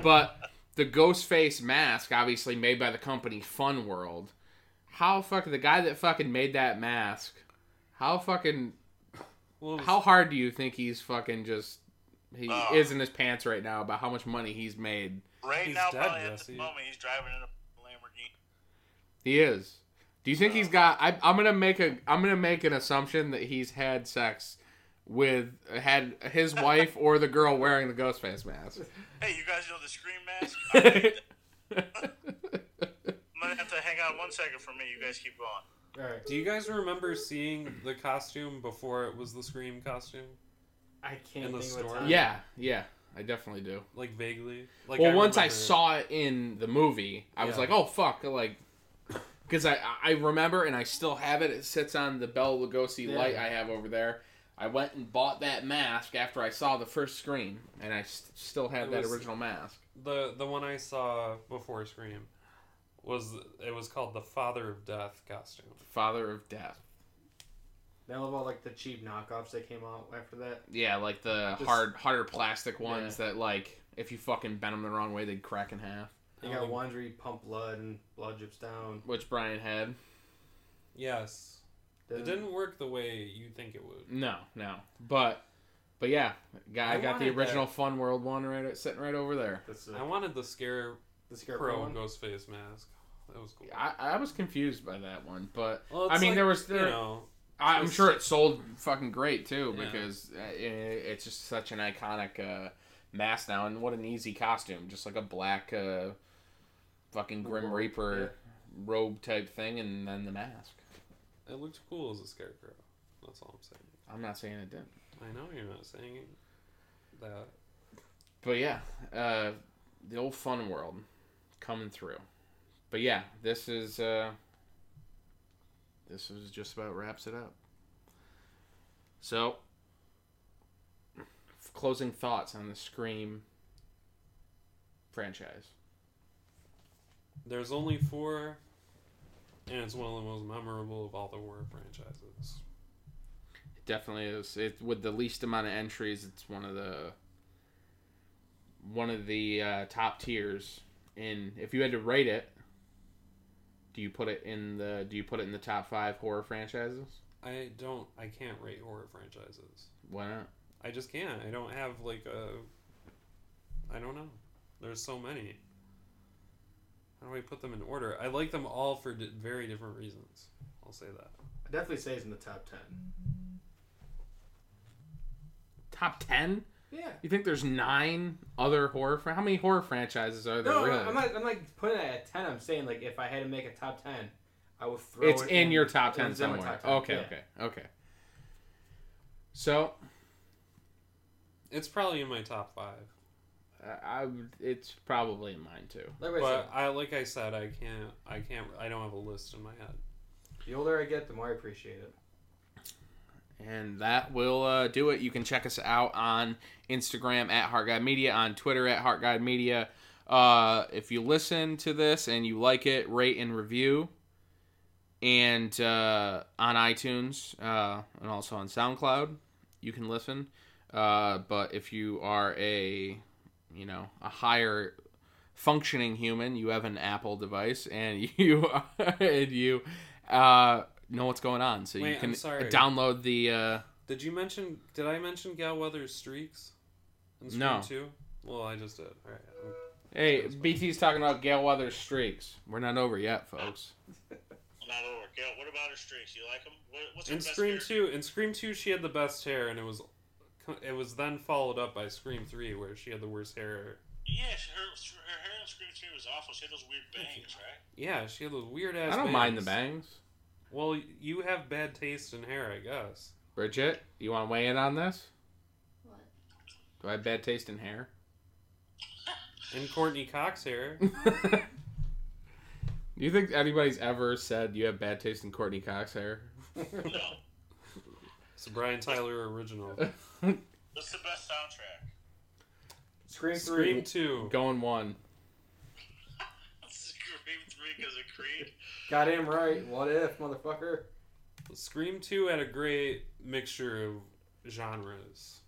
[SPEAKER 1] but the ghost face mask, obviously made by the company Fun World. How fucking the guy that fucking made that mask? How fucking
[SPEAKER 3] Well,
[SPEAKER 1] how hard do you think he's fucking just he
[SPEAKER 4] Oh.
[SPEAKER 1] is in his pants right now about how much money he's made?
[SPEAKER 4] Right
[SPEAKER 3] He's
[SPEAKER 4] now,
[SPEAKER 3] dead,
[SPEAKER 4] probably at
[SPEAKER 3] Jesse.
[SPEAKER 4] this moment, he's driving in a Lamborghini.
[SPEAKER 1] He is. Do you think he's got? I, I'm gonna make a. I'm gonna make an assumption that he's had sex with had his wife or the girl wearing the ghost face mask.
[SPEAKER 4] Hey, you guys know the Scream mask? I'm gonna have to hang on one second for me. You guys keep going.
[SPEAKER 2] All right.
[SPEAKER 3] Do you guys remember seeing the costume before it was the Scream costume?
[SPEAKER 2] I can't
[SPEAKER 3] In the
[SPEAKER 2] think of
[SPEAKER 3] store?
[SPEAKER 2] a time.
[SPEAKER 1] Yeah, yeah, I definitely do.
[SPEAKER 3] Like vaguely. Like
[SPEAKER 1] well, once I
[SPEAKER 3] remember-
[SPEAKER 1] saw it in the movie, I was
[SPEAKER 3] Yeah.
[SPEAKER 1] like, "Oh fuck!" Like, because I I remember and I still have it. It sits on the Bell Lugosi
[SPEAKER 2] Yeah.
[SPEAKER 1] light I have over there. I went and bought that mask after I saw the first Scream, and I st- still have
[SPEAKER 3] It
[SPEAKER 1] that
[SPEAKER 3] was-
[SPEAKER 1] original mask.
[SPEAKER 3] the the one I saw before Scream was it was called the Father of Death costume.
[SPEAKER 1] Father of Death.
[SPEAKER 2] They love all like the cheap knockoffs that came out after that.
[SPEAKER 1] Yeah, like the
[SPEAKER 2] Just-
[SPEAKER 1] hard, harder plastic ones that like if you fucking bent them the wrong way, they'd crack in half.
[SPEAKER 2] You got ones where you pump blood and blood drips down.
[SPEAKER 1] Which Brian had.
[SPEAKER 3] Yes. It
[SPEAKER 2] Doesn't-
[SPEAKER 3] didn't work the way you think it would.
[SPEAKER 1] No, no, but but yeah, got, I,
[SPEAKER 3] I
[SPEAKER 1] got the
[SPEAKER 3] wanted
[SPEAKER 1] original Fun World one right sitting right over there.
[SPEAKER 2] That's
[SPEAKER 3] I
[SPEAKER 2] the,
[SPEAKER 3] wanted the scare
[SPEAKER 2] the
[SPEAKER 3] pro
[SPEAKER 2] scarecrow one.
[SPEAKER 3] Ghostface mask. That was cool.
[SPEAKER 1] I, I was confused by that one, but
[SPEAKER 3] Well,
[SPEAKER 1] I
[SPEAKER 3] it's
[SPEAKER 1] mean
[SPEAKER 3] like,
[SPEAKER 1] there was
[SPEAKER 3] you
[SPEAKER 1] there,
[SPEAKER 3] know
[SPEAKER 1] I- I'm
[SPEAKER 3] it's-
[SPEAKER 1] sure it sold fucking great too
[SPEAKER 3] Yeah.
[SPEAKER 1] because uh, it, it's just such an iconic uh, mask now, and what an easy costume, just like a black uh, fucking Grim
[SPEAKER 2] Robe,
[SPEAKER 1] Reaper robe type thing, and then the mask.
[SPEAKER 3] it looked cool as a scarecrow. That's all I'm saying.
[SPEAKER 1] I'm not saying it didn't.
[SPEAKER 3] I know you're not saying that.
[SPEAKER 1] But yeah, uh, the old fun world coming through. But yeah, this is uh, this is just about wraps it up. So, f- closing thoughts on the Scream franchise.
[SPEAKER 3] There's only four, and it's one of the most memorable of all the horror franchises.
[SPEAKER 1] It definitely is it with the least amount of entries. It's one of the one of the uh, top tiers. And if you had to rate it, do you put it in the do you put it in the top five horror franchises?
[SPEAKER 3] I don't. I can't rate horror franchises.
[SPEAKER 1] Why not?
[SPEAKER 3] I just can't. I don't have like a. I don't know. There's so many. How do I put them in order? I like them all for di- very different reasons. I'll say that.
[SPEAKER 2] I definitely say it's in the top ten.
[SPEAKER 1] Top ten?
[SPEAKER 2] Yeah.
[SPEAKER 1] You think there's nine other horror? Fra- how many horror franchises are there
[SPEAKER 2] No,
[SPEAKER 1] really?
[SPEAKER 2] I'm not. I'm like putting it at a ten. I'm saying like if I had to make a top ten, I would throw.
[SPEAKER 1] it's
[SPEAKER 2] it
[SPEAKER 1] in your top ten
[SPEAKER 2] it's in my
[SPEAKER 1] somewhere.
[SPEAKER 2] top 10,
[SPEAKER 1] okay,
[SPEAKER 2] yeah.
[SPEAKER 1] okay, okay. So
[SPEAKER 3] It's probably in my top five,
[SPEAKER 1] uh, I, would- it's probably mine too.
[SPEAKER 2] Like I
[SPEAKER 3] but
[SPEAKER 2] said,
[SPEAKER 3] I like I said, I can't. I can't. I don't have a list in my head.
[SPEAKER 2] the older I get, the more I appreciate it.
[SPEAKER 1] And that will uh, do it. You can check us out on Instagram at Heart Guide Media, on Twitter at Heart Guide Media. Uh, if you listen to this and you like it, rate and review. And uh, on iTunes uh, and also on SoundCloud, you can listen. Uh, but if you are a, you know, a higher functioning human, you have an Apple device and you and you uh, know what's going on, so
[SPEAKER 3] Wait,
[SPEAKER 1] you
[SPEAKER 3] I'm
[SPEAKER 1] can
[SPEAKER 3] sorry.
[SPEAKER 1] download the. Uh,
[SPEAKER 3] Did you mention? Did I mention Gal Weather's streaks? In Scream
[SPEAKER 1] No.
[SPEAKER 3] Two. Well, I just did. All right. I'm-
[SPEAKER 1] Hey, BT's talking about Gale Weather's streaks. We're not over yet, folks.
[SPEAKER 4] Not over. Gail, what about her streaks? You like them? What, what's her
[SPEAKER 3] In
[SPEAKER 4] best
[SPEAKER 3] Scream
[SPEAKER 4] character?
[SPEAKER 3] Two, in Scream Two, she had the best hair, and it was, it was then followed up by Scream Three, where she had the worst hair.
[SPEAKER 4] Yeah, she- her, her hair in Scream 2 was awful. She had those weird bangs, right?
[SPEAKER 3] Yeah, she had those weird ass.
[SPEAKER 1] I don't mind the bangs.
[SPEAKER 3] Well, you have bad taste in hair, I guess.
[SPEAKER 1] Bridget, you want to weigh in on this?
[SPEAKER 5] What?
[SPEAKER 1] Do I have bad taste in hair?
[SPEAKER 3] And Courtney Cox hair.
[SPEAKER 1] Do you think anybody's ever said you have bad taste in Courtney Cox hair?
[SPEAKER 4] No.
[SPEAKER 3] It's a Brian Tyler original.
[SPEAKER 4] What's the best soundtrack?
[SPEAKER 1] Uh,
[SPEAKER 2] Scream
[SPEAKER 3] Scream
[SPEAKER 2] three.
[SPEAKER 3] Two.
[SPEAKER 1] Going one.
[SPEAKER 4] Scream 3 because of Creed?
[SPEAKER 2] Goddamn right. What if, motherfucker?
[SPEAKER 3] Scream Two had a great mixture of genres.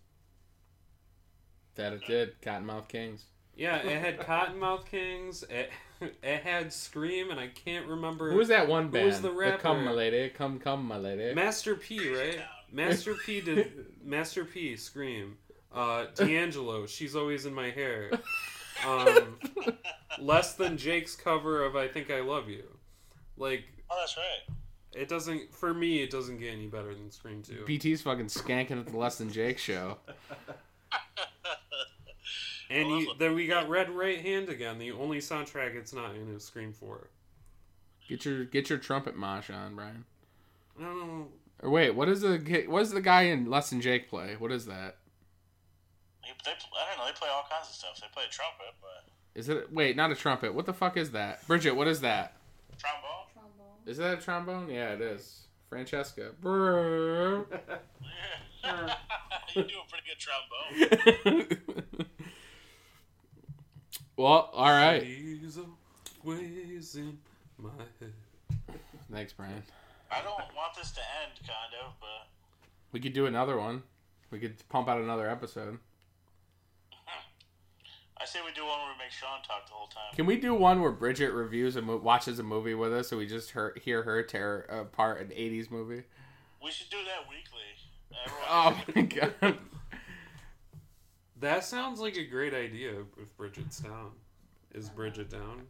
[SPEAKER 1] That it did. Cottonmouth Kings.
[SPEAKER 3] Yeah, it had Cottonmouth Kings. It, it had Scream, and I can't remember.
[SPEAKER 1] Who was that one band?
[SPEAKER 3] Who was the rapper?
[SPEAKER 1] Come, my lady. Come, come, my lady.
[SPEAKER 3] Master P, right? Master P did Master P scream. Uh, D'Angelo, she's always in my hair. Um, less than Jake's cover of "I Think I Love You." Like
[SPEAKER 4] Oh, that's right.
[SPEAKER 3] it doesn't for me. It doesn't get any better than Scream Two.
[SPEAKER 1] BT's fucking skanking at the Less Than Jake show.
[SPEAKER 3] And you, then we got Red Right Hand again. The only soundtrack it's not in is Scream Four.
[SPEAKER 1] Get your get your trumpet mosh on, Brian.
[SPEAKER 3] I don't know.
[SPEAKER 1] Or wait, what is the ki- what is the guy in Less Than Jake play? What is that?
[SPEAKER 4] They, they, I don't know. They play all kinds of stuff. They play trumpet, but
[SPEAKER 1] Is it wait, not a trumpet. What the fuck is that? Bridget, what is that?
[SPEAKER 4] trombone.
[SPEAKER 5] Trombone.
[SPEAKER 1] Is that a trombone? Yeah, it is. Francesca. Brrr.
[SPEAKER 4] Yeah. you do a pretty good trombone.
[SPEAKER 1] well, all right.
[SPEAKER 3] She's always in my head.
[SPEAKER 1] Thanks, Brian.
[SPEAKER 4] I don't want this to end, kind of, but
[SPEAKER 1] We could do another one. We could pump out another episode.
[SPEAKER 4] I say we do one where we make Sean talk the whole time.
[SPEAKER 1] Can we do one where Bridget reviews and mo- watches a movie with us, so we just hear, hear her tear apart an '80s movie?
[SPEAKER 4] We should do that weekly. Everyone
[SPEAKER 1] Oh my god!
[SPEAKER 3] That sounds like a great idea if Bridget's down. Is Bridget down?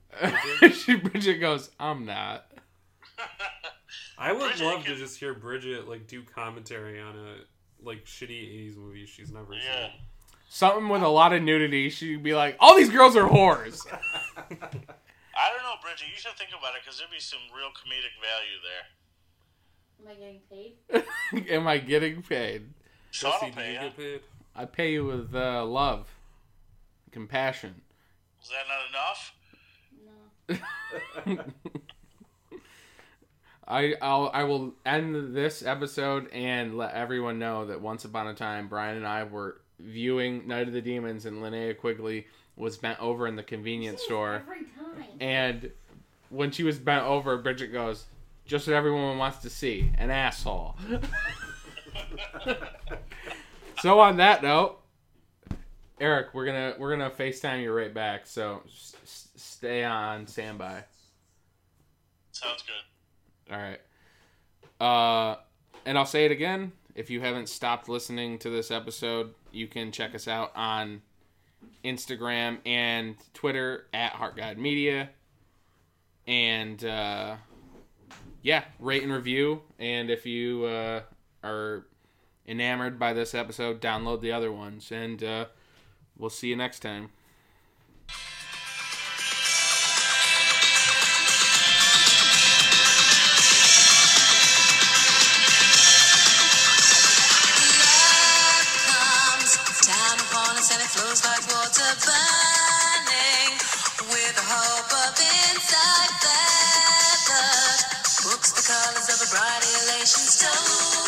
[SPEAKER 1] she, Bridget goes, "I'm not."
[SPEAKER 3] I would
[SPEAKER 4] Bridget
[SPEAKER 3] love to
[SPEAKER 4] can-
[SPEAKER 3] just hear Bridget like do commentary on a like shitty 80s movie she's never
[SPEAKER 4] Yeah.
[SPEAKER 1] Something with a lot of nudity. She'd be like, "All these girls are whores."
[SPEAKER 4] I don't know, Bridget. You should think about it because there'd be some real comedic value there.
[SPEAKER 5] Am I getting paid?
[SPEAKER 1] Am I getting paid?
[SPEAKER 3] seen.
[SPEAKER 4] Sean
[SPEAKER 3] Jesse, do
[SPEAKER 4] will
[SPEAKER 3] you
[SPEAKER 4] pay you.
[SPEAKER 3] get paid?
[SPEAKER 1] I pay you with uh, love, compassion.
[SPEAKER 4] Is that not enough?
[SPEAKER 5] No.
[SPEAKER 1] I I'll, I will end this episode and let everyone know that once upon a time Brian and I were viewing Night of the Demons and Linnea Quigley was bent over in the convenience
[SPEAKER 5] Say it
[SPEAKER 1] store
[SPEAKER 5] Every time.
[SPEAKER 1] and when she was bent over Bridget goes just what everyone wants to see an asshole. so on that note, Eric, we're gonna we're gonna Facetime you right back. So s- s- stay on standby.
[SPEAKER 4] Sounds good.
[SPEAKER 1] All right. Uh, and I'll say it again. If you haven't stopped listening to this episode, you can check us out on Instagram and Twitter at Heart God Media. And uh, yeah, rate and review. And if you uh, are enamored by this episode, download the other ones. And uh, we'll see you next time.
[SPEAKER 6] comes down upon us and it flows like water burning with the hope of inside feathered. Books the colors of a bright elation stone.